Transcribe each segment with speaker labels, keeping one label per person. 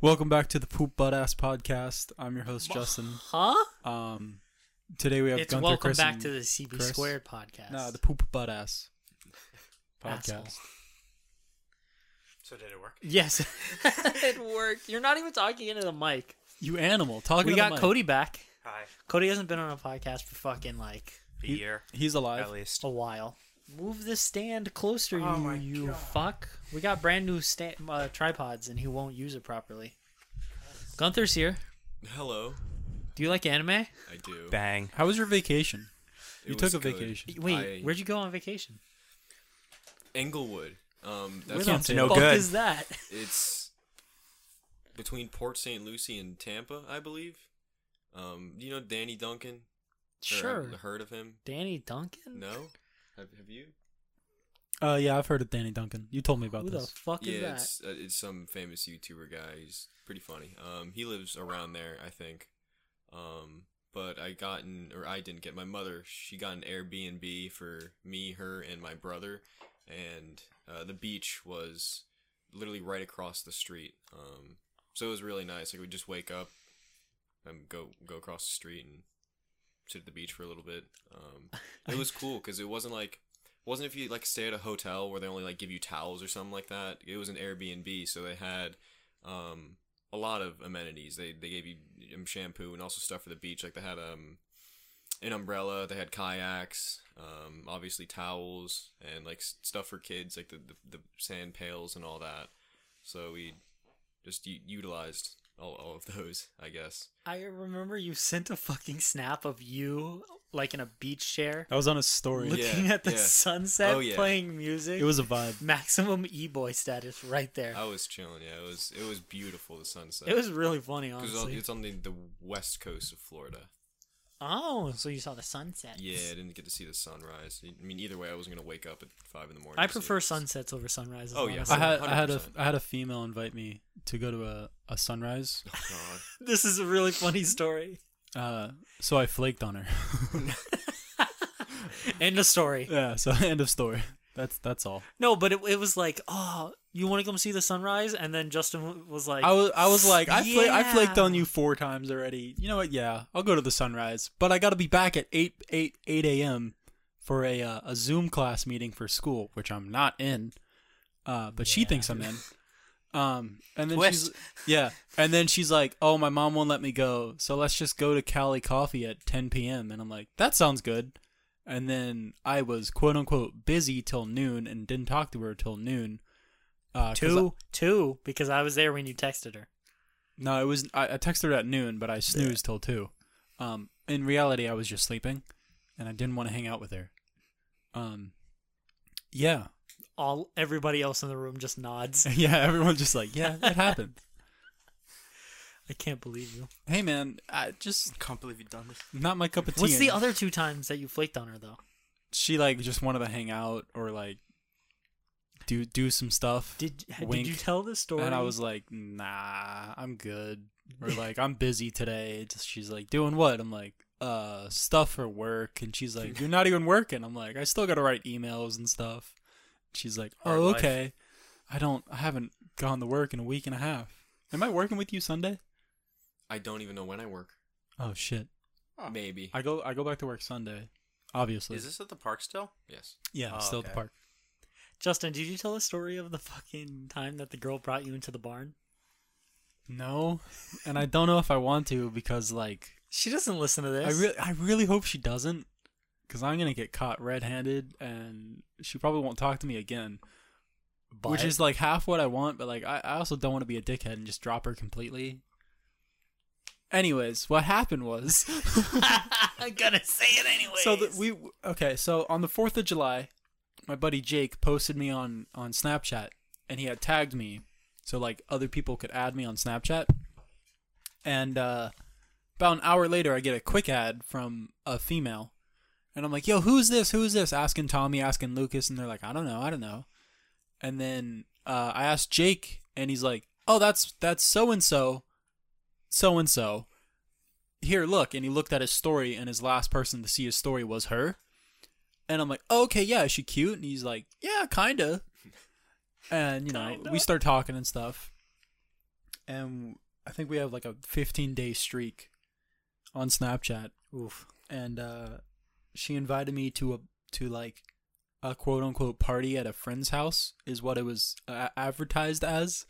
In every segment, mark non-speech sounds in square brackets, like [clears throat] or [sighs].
Speaker 1: Welcome back to the Poop Butt Ass Podcast. I'm your host Justin.
Speaker 2: Huh?
Speaker 1: Um, today we have
Speaker 2: It's
Speaker 1: Gunther,
Speaker 2: welcome
Speaker 1: Chris,
Speaker 2: back
Speaker 1: and-
Speaker 2: to the CB
Speaker 1: Chris.
Speaker 2: Squared podcast.
Speaker 1: Nah, the Poop Butt Ass
Speaker 2: Asshole.
Speaker 1: Podcast.
Speaker 3: So did it work?
Speaker 2: yes, it worked. You're not even talking into the mic.
Speaker 1: You animal, talking.
Speaker 2: we
Speaker 1: to the
Speaker 2: got
Speaker 1: mic.
Speaker 2: Cody back.
Speaker 3: Hi.
Speaker 2: Cody hasn't been on a podcast for fucking like
Speaker 3: A
Speaker 1: He-
Speaker 3: year,
Speaker 1: He's alive.
Speaker 3: at least.
Speaker 2: a while. Move this stand closer,
Speaker 3: Oh
Speaker 2: you,
Speaker 3: my
Speaker 2: you
Speaker 3: God.
Speaker 2: fuck. We got brand new sta- uh, tripods, and he won't use it properly. Gunther's here.
Speaker 4: Hello.
Speaker 2: Do you like anime?
Speaker 4: I do.
Speaker 3: Bang.
Speaker 1: How was your vacation?
Speaker 4: It
Speaker 1: you
Speaker 4: was
Speaker 1: took a
Speaker 4: good.
Speaker 1: vacation.
Speaker 2: Wait,
Speaker 4: I-
Speaker 2: where'd you go on vacation?
Speaker 4: Englewood. Um,
Speaker 1: Where
Speaker 4: that's
Speaker 1: the
Speaker 4: on-
Speaker 1: f-
Speaker 3: no
Speaker 2: fuck
Speaker 3: good.
Speaker 2: is that? [laughs]
Speaker 4: it's between Port St. Lucie and Tampa, I believe. Um, you know Danny Duncan. Or, uh,
Speaker 2: Sure.
Speaker 4: Heard of him?
Speaker 2: Danny Duncan?
Speaker 4: No. Have Have you?
Speaker 1: Uh, yeah, I've heard of Danny Duncan. You told me about
Speaker 2: Who the
Speaker 1: this.
Speaker 2: fuck
Speaker 4: yeah,
Speaker 2: is that?
Speaker 4: it's uh, it's some famous YouTuber guy. He's pretty funny. Um, he lives around there, I think. Um, but I gotten or I didn't get my mother. She got an Airbnb for me, her, and my brother, and uh, the beach was literally right across the street. Um, so it was really nice. Like we just wake up and go go across the street and sit at the beach for a little bit. Um, it was cool because it wasn't like wasn't if you like stay at a hotel where they only like give you towels or something like that. It was an Airbnb, so they had um, a lot of amenities. They they gave you um, shampoo and also stuff for the beach. Like they had um, an umbrella, they had kayaks, um, obviously towels and like s- stuff for kids, like the, the the sand pails and all that. So we just u- utilized all, all of [laughs] those, I guess.
Speaker 2: I remember you sent a fucking snap of you like in a beach chair
Speaker 1: That was on his story.
Speaker 4: Look-
Speaker 2: looking
Speaker 4: Oh, Yeah,
Speaker 2: at the
Speaker 4: yeah.
Speaker 2: sunset
Speaker 4: Oh, yeah.
Speaker 2: playing music.
Speaker 1: It was a vibe.
Speaker 2: [laughs] maximum e boy status right there.
Speaker 4: I was uh, chilling. Yeah, it was it was beautiful the sunset.
Speaker 2: it was really funny,
Speaker 4: 'Cause it's on,
Speaker 2: honestly.
Speaker 4: it's on the, the west coast of Florida.
Speaker 2: Oh, so you saw the sunset.
Speaker 4: Yeah, I didn't get to see the sunrise. I mean, either way, I wasn't gonna wake up at five in the morning.
Speaker 2: I
Speaker 4: to see
Speaker 2: prefer
Speaker 4: it.
Speaker 2: sunsets over sunrises.
Speaker 4: Oh, yeah.
Speaker 2: [laughs] honestly.
Speaker 1: I had I had a
Speaker 4: 100%.
Speaker 1: I had a female invite me to go to a, a sunrise.
Speaker 4: Oh, God.
Speaker 2: This is a really funny story.
Speaker 1: Uh, so I flaked on her. [laughs]
Speaker 2: End of story.
Speaker 1: yeah. So [laughs] end of story. That's that's all.
Speaker 2: No, but it, it was like, oh, you want to come see the sunrise? And then Justin w- was like,
Speaker 1: I was I was like I fla- I
Speaker 2: Yeah.
Speaker 1: flaked on you four times already. You know what? Yeah, I'll go to the sunrise, but I got to be back at eight eight eight a.m. for a uh, a Zoom class meeting for school, which I'm not in. Uh, but she thinks I'm in. Um, and then
Speaker 3: Twist.
Speaker 1: she's
Speaker 2: [laughs]
Speaker 1: yeah, and then she's like, "Oh, my mom won't let me go, so let's just go to Cali Coffee at 10 p.m." And I'm like, "That sounds good." And then I was quote unquote busy till noon and didn't talk to her till noon. Uh, 'cause I-
Speaker 2: two, two, because I was there when you texted her.
Speaker 1: no, it was. I, I texted her at noon, but I snoozed till two. Um, in reality, I was just sleeping, and I didn't want to hang out with her. Um, yeah, [laughs]
Speaker 2: All everybody else in the room just nods. [laughs]
Speaker 1: yeah. Everyone's just like, yeah,
Speaker 3: [laughs]
Speaker 1: it happened.
Speaker 2: I can't believe you.
Speaker 1: hey, man, I just
Speaker 3: Can't believe you've done this.
Speaker 1: not my cup of tea.
Speaker 2: What's the
Speaker 1: and
Speaker 2: other two times that you flaked on her though?
Speaker 1: She like just wanted to hang out or like do do some stuff.
Speaker 2: Did
Speaker 1: Wink.
Speaker 2: did you tell the story?
Speaker 1: and I was like, nah, I'm good. Or like, I'm busy today. It's- She's like, doing what? I'm like, uh, stuff for work. And she's like, you're not even working. I'm like, I still got to write emails and stuff. She's like,
Speaker 3: Hard
Speaker 1: oh,
Speaker 3: life.
Speaker 1: okay. I don't, I haven't gone to work in a week and a half. Am I working with you Sunday?
Speaker 4: I don't even know when I work.
Speaker 1: Oh shit.
Speaker 4: Maybe.
Speaker 1: I go, I go back to work Sunday. Obviously.
Speaker 3: Is this at the park still?
Speaker 4: yes.
Speaker 1: yeah, I'm
Speaker 3: Oh,
Speaker 1: still at
Speaker 3: okay.
Speaker 1: the park.
Speaker 2: Justin, did you tell the story of the fucking time that the girl brought you into the barn?
Speaker 1: No. And I don't know if I want to because like,
Speaker 2: She doesn't listen to this.
Speaker 1: I really, I really hope she doesn't, because I'm gonna get caught red-handed, and she probably won't talk to me again.
Speaker 2: But-
Speaker 1: Which is [laughs] like half what I want, but like I, I also don't want to be a dickhead and just drop her completely. Anyways, what happened
Speaker 2: [laughs]
Speaker 1: was,
Speaker 2: [laughs] I'm gonna say it anyway.
Speaker 1: so that we okay, so on the Fourth of July, my buddy Jake posted me on on Snapchat, and he had tagged me, so like other people could add me on Snapchat, and uh, about an hour later, I get a quick ad from a female, and I'm like, "Yo, who's this? Who's this?" Asking Tommy, asking Lucas, and they're like, "I don't know, I don't know." And then uh, I asked Jake, and he's like, "Oh, that's that's so and so, so and so." Here, look, and he looked at his story, and his last person to see his story was her. And I'm like, oh, okay, yeah, is she cute? And he's like,
Speaker 2: [laughs]
Speaker 1: yeah, kinda. And you know,
Speaker 2: Kinda?
Speaker 1: we start talking and stuff. and I think we have like a 15 day streak on Snapchat.
Speaker 2: Oof.
Speaker 1: And uh, she invited me to a to like a quote unquote party at a friend's house is what it was uh, advertised as,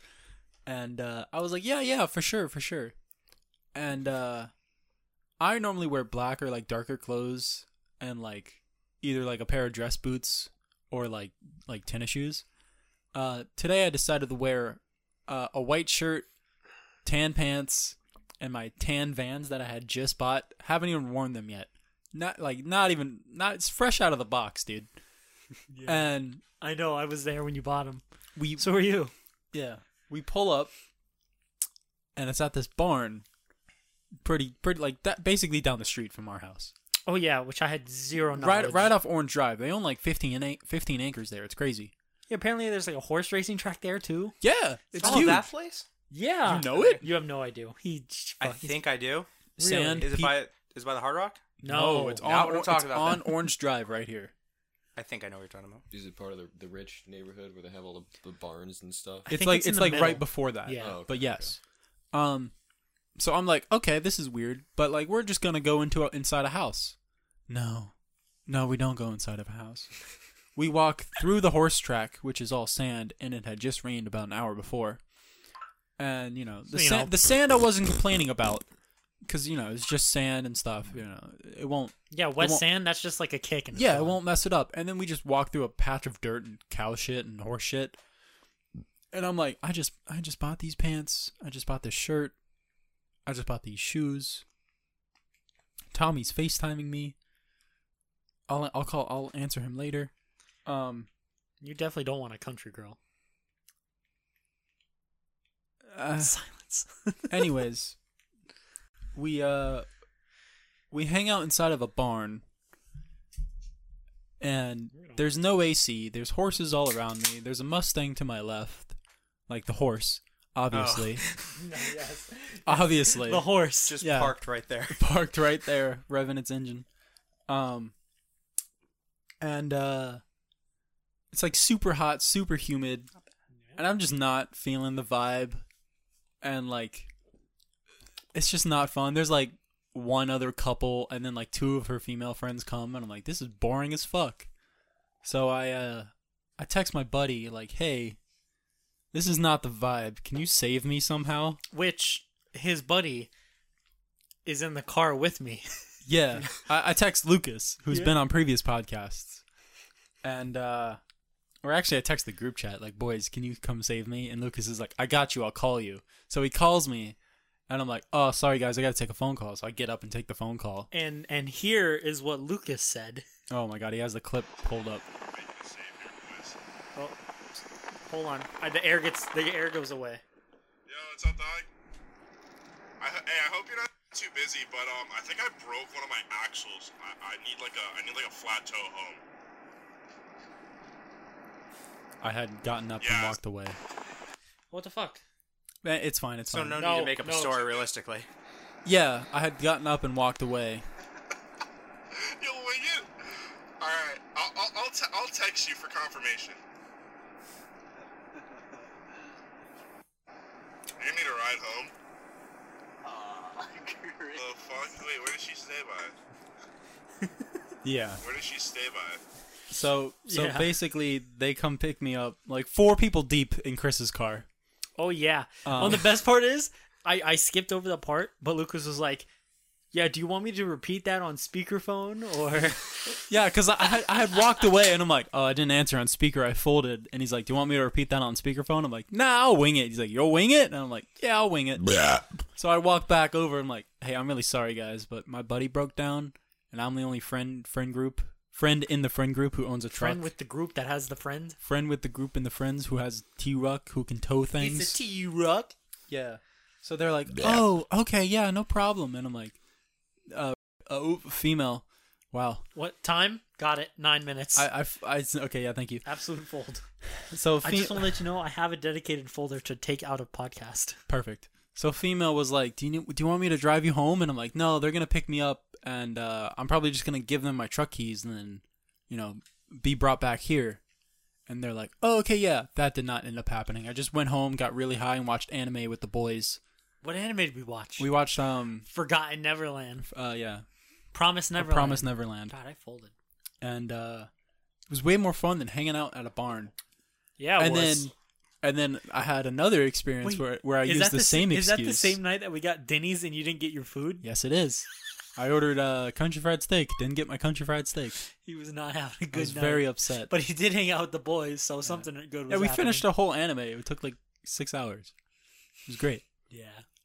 Speaker 1: and uh, I was like, yeah, yeah, for sure, for sure. And uh, I normally wear black or like darker clothes and like either like a pair of dress boots or like like tennis shoes. Uh, today I decided to wear uh, a white shirt, tan pants, and my tan Vans that I had just bought. Haven't even worn them yet. Not like not even not. It's fresh out of the box, dude. And
Speaker 2: I know. I was there when you bought them.
Speaker 1: we
Speaker 2: So were you.
Speaker 1: yeah we pull up, and it's at this barn, pretty pretty like that basically down the street from our house.
Speaker 2: Oh yeah, which I had zero knowledge.
Speaker 1: Right right off Orange Drive. They own like 15, an- 15 acres there. It's crazy.
Speaker 2: Yeah, apparently there's like a horse racing track there too.
Speaker 1: Yeah, it's
Speaker 3: oh,
Speaker 1: huge.
Speaker 3: that place?
Speaker 2: Yeah.
Speaker 1: You know it?
Speaker 2: You have no idea. He.
Speaker 3: I
Speaker 2: fuck, he's-
Speaker 3: think I do.
Speaker 1: Sand.
Speaker 3: Is it
Speaker 1: pe-
Speaker 3: by is it by the Hard Rock?
Speaker 2: No.
Speaker 1: it's
Speaker 3: Now
Speaker 1: on,
Speaker 3: we're
Speaker 1: Or-
Speaker 3: talking
Speaker 1: it's
Speaker 3: about
Speaker 1: on
Speaker 3: that.
Speaker 1: Orange Drive right here.
Speaker 3: I think I know what you're talking about.
Speaker 4: Is it part of the, the rich neighborhood where they have all the, the barns and stuff?
Speaker 2: I
Speaker 1: It's
Speaker 2: think
Speaker 1: like
Speaker 2: it's
Speaker 1: it's,
Speaker 2: in the
Speaker 1: like
Speaker 2: middle.
Speaker 1: right before that.
Speaker 2: Yeah.
Speaker 4: Oh, okay,
Speaker 1: but yes. Um so I'm like, okay, this is weird, but like we're just going to go into a, inside a house. No. No, we don't go inside of a house. we walk through the horse track, which is all sand and it had just rained about an hour before. And you know, the
Speaker 2: So, you
Speaker 1: sand
Speaker 2: know.
Speaker 1: the sand I wasn't complaining about cuz you know, it's just sand and stuff, you know. It won't
Speaker 2: Yeah, wet
Speaker 1: won't-
Speaker 2: sand. That's just like a kick. And it's
Speaker 1: yeah, it
Speaker 2: gone.
Speaker 1: won't mess it up. And then we just walk through a patch of dirt and cow shit and horse shit. And I'm like, I just I just bought these pants. I just bought this shirt. I just bought these shoes. Tommy's FaceTiming me. I'll I'll call I'll answer him later. Um
Speaker 2: You definitely don't want a country girl.
Speaker 1: uh,
Speaker 2: [laughs] Silence.
Speaker 1: anyways, we uh we hang out inside of a barn and there's no AC, there's horses all around me. There's a Mustang to my left, like the horse, obviously. obviously.
Speaker 2: the horse.
Speaker 3: Just
Speaker 1: Yeah.
Speaker 3: parked
Speaker 2: [laughs]
Speaker 3: right there.
Speaker 1: [laughs] parked right there, revving its engine. Um and uh it's like super hot, super humid. And I'm just not feeling the vibe and like it's just not fun. There's like one other couple and then like two of her female friends come and I'm like this is boring as fuck. So I uh I text my buddy like, "Hey, this is not the vibe. Can you save me somehow?"
Speaker 2: which his buddy is in the car with me.
Speaker 1: Yeah, I, I text Lucas, who's
Speaker 2: Yeah.
Speaker 1: been on previous podcasts, and uh, or actually, I text the group chat like, "Boys, can you come save me?" And Lucas is like, "I got you. I'll call you." So he calls me, and I'm like, "Oh, sorry guys, I got to take a phone call." So I get up and take the phone call.
Speaker 2: and and here is what Lucas said.
Speaker 1: Oh my god, he has the clip pulled up.
Speaker 2: Oh, hold on. I, the air gets the air goes away.
Speaker 5: Yo, what's up, dog? I, ho- hey, I hope you're not too busy, but um, I think I broke one of my axles. I, I need like a, I need like a flat toe home. [laughs]
Speaker 1: I had gotten up and
Speaker 5: Yeah.
Speaker 1: walked away.
Speaker 2: What the fuck?
Speaker 1: Eh, It's fine. It's
Speaker 3: So
Speaker 1: fine.
Speaker 3: no, need
Speaker 2: No,
Speaker 3: to make up
Speaker 2: no.
Speaker 3: a story realistically.
Speaker 1: Yeah, I had gotten up and walked away.
Speaker 5: You'll wing it. All right, I'll, I'll, I'll, te- I'll text you for confirmation. You need a ride home. The fuck? Wait, where did she stay by?
Speaker 1: Yeah.
Speaker 5: Where did she stay by?
Speaker 1: So so
Speaker 2: Yeah.
Speaker 1: basically, they come pick me up like four people deep in Chris's car.
Speaker 2: Oh yeah.
Speaker 1: Um.
Speaker 2: oh, the best part is I I skipped over the part, but Lucas was like, "Yeah, do you want me to repeat that on speakerphone or?" [laughs]
Speaker 1: Yeah, because I, had- I had walked away and I'm like, oh, I didn't answer on speaker. I folded. And he's like, do you want me to repeat that on speakerphone? I'm like, nah, I'll wing it. He's like, you'll wing it? And I'm like, yeah, I'll wing it. So I walk back over. I'm like, hey, I'm really sorry, guys, but my buddy broke down and I'm the only friend friend group friend in the friend group who owns a truck.
Speaker 2: friend with the group that has the friend.
Speaker 1: friend with the group and the friends who has T Ruck who can tow things.
Speaker 2: T Ruck.
Speaker 1: Yeah. So they're like, oh, okay, yeah, no problem. And I'm like, uh, oh, female. Wow.
Speaker 2: What time? Got it. Nine minutes.
Speaker 1: I, I, I, okay, yeah, thank you.
Speaker 2: Absolute fold.
Speaker 1: So
Speaker 2: I
Speaker 1: fe-
Speaker 2: just want to let you know I have a dedicated folder to take out of podcast.
Speaker 1: Perfect. So female was like, "Do you need- do you want me to drive you home?" And I'm like, "No, they're gonna pick me up, and uh, I'm probably just gonna give them my truck keys, and then, you know, be brought back here." and they're like, "Oh, okay, yeah, that did not end up happening. I just went home, got really high, and watched anime with the boys.
Speaker 2: What anime did we watch?
Speaker 1: We watched um,
Speaker 2: Forgotten Neverland.
Speaker 1: uh, yeah,
Speaker 2: Promise
Speaker 1: A
Speaker 2: Neverland.
Speaker 1: Promise Neverland,
Speaker 2: God, I folded.
Speaker 1: and uh, it was way more fun than hanging out at a barn.
Speaker 2: Yeah, it
Speaker 1: and
Speaker 2: was.
Speaker 1: then, and then I had another experience
Speaker 2: Wait,
Speaker 1: where where I
Speaker 2: is
Speaker 1: used
Speaker 2: that
Speaker 1: the,
Speaker 2: s-
Speaker 1: same
Speaker 2: Is
Speaker 1: excuse.
Speaker 2: that the same night that we got Denny's and you didn't get your food?
Speaker 1: Yes, it is. I ordered uh, country fried steak. Didn't get my country fried steak.
Speaker 2: He was not having a
Speaker 1: I
Speaker 2: good
Speaker 1: was
Speaker 2: night.
Speaker 1: very upset.
Speaker 2: but he did hang out with the boys, so something good was
Speaker 1: yeah, we
Speaker 2: happening.
Speaker 1: finished a whole anime. It took like six hours. It was great.
Speaker 2: Yeah.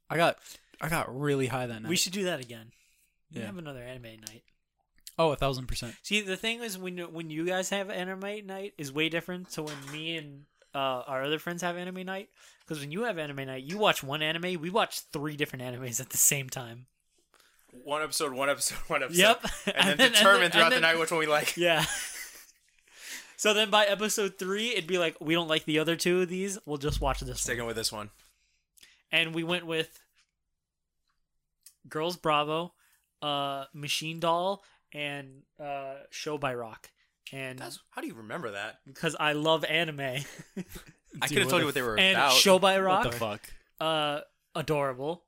Speaker 1: I got I got really high that night.
Speaker 2: We should do that again. We
Speaker 1: Yeah.
Speaker 2: have another anime night.
Speaker 1: oh, a thousand percent.
Speaker 2: See, the thing is, when when you guys have anime night, is way different to when me and uh, our other friends have anime night. Because when you have anime night, you watch one anime, we watch three different animes at the same time.
Speaker 3: One episode, one episode, one episode.
Speaker 2: Yep. [laughs]
Speaker 3: And,
Speaker 2: And
Speaker 3: then,
Speaker 2: then- and
Speaker 3: determine
Speaker 2: then-
Speaker 3: throughout
Speaker 2: and
Speaker 3: the
Speaker 2: then-
Speaker 3: night which one we
Speaker 2: [laughs]
Speaker 3: like.
Speaker 2: Yeah. so then by episode three, it'd be like we don't like the other two of these. We'll just watch this one.
Speaker 3: Sticking with this one.
Speaker 2: And we went with Girls Bravo, uh, Machine Doll, and uh, Show by Rock. And
Speaker 3: That's, how do you remember that?
Speaker 2: because I love anime.
Speaker 3: I
Speaker 1: Dude, what
Speaker 3: could have told
Speaker 1: the
Speaker 3: you what they were
Speaker 2: and
Speaker 3: about.
Speaker 2: Show by
Speaker 1: What the
Speaker 2: Rock,
Speaker 1: fuck?
Speaker 2: uh, adorable.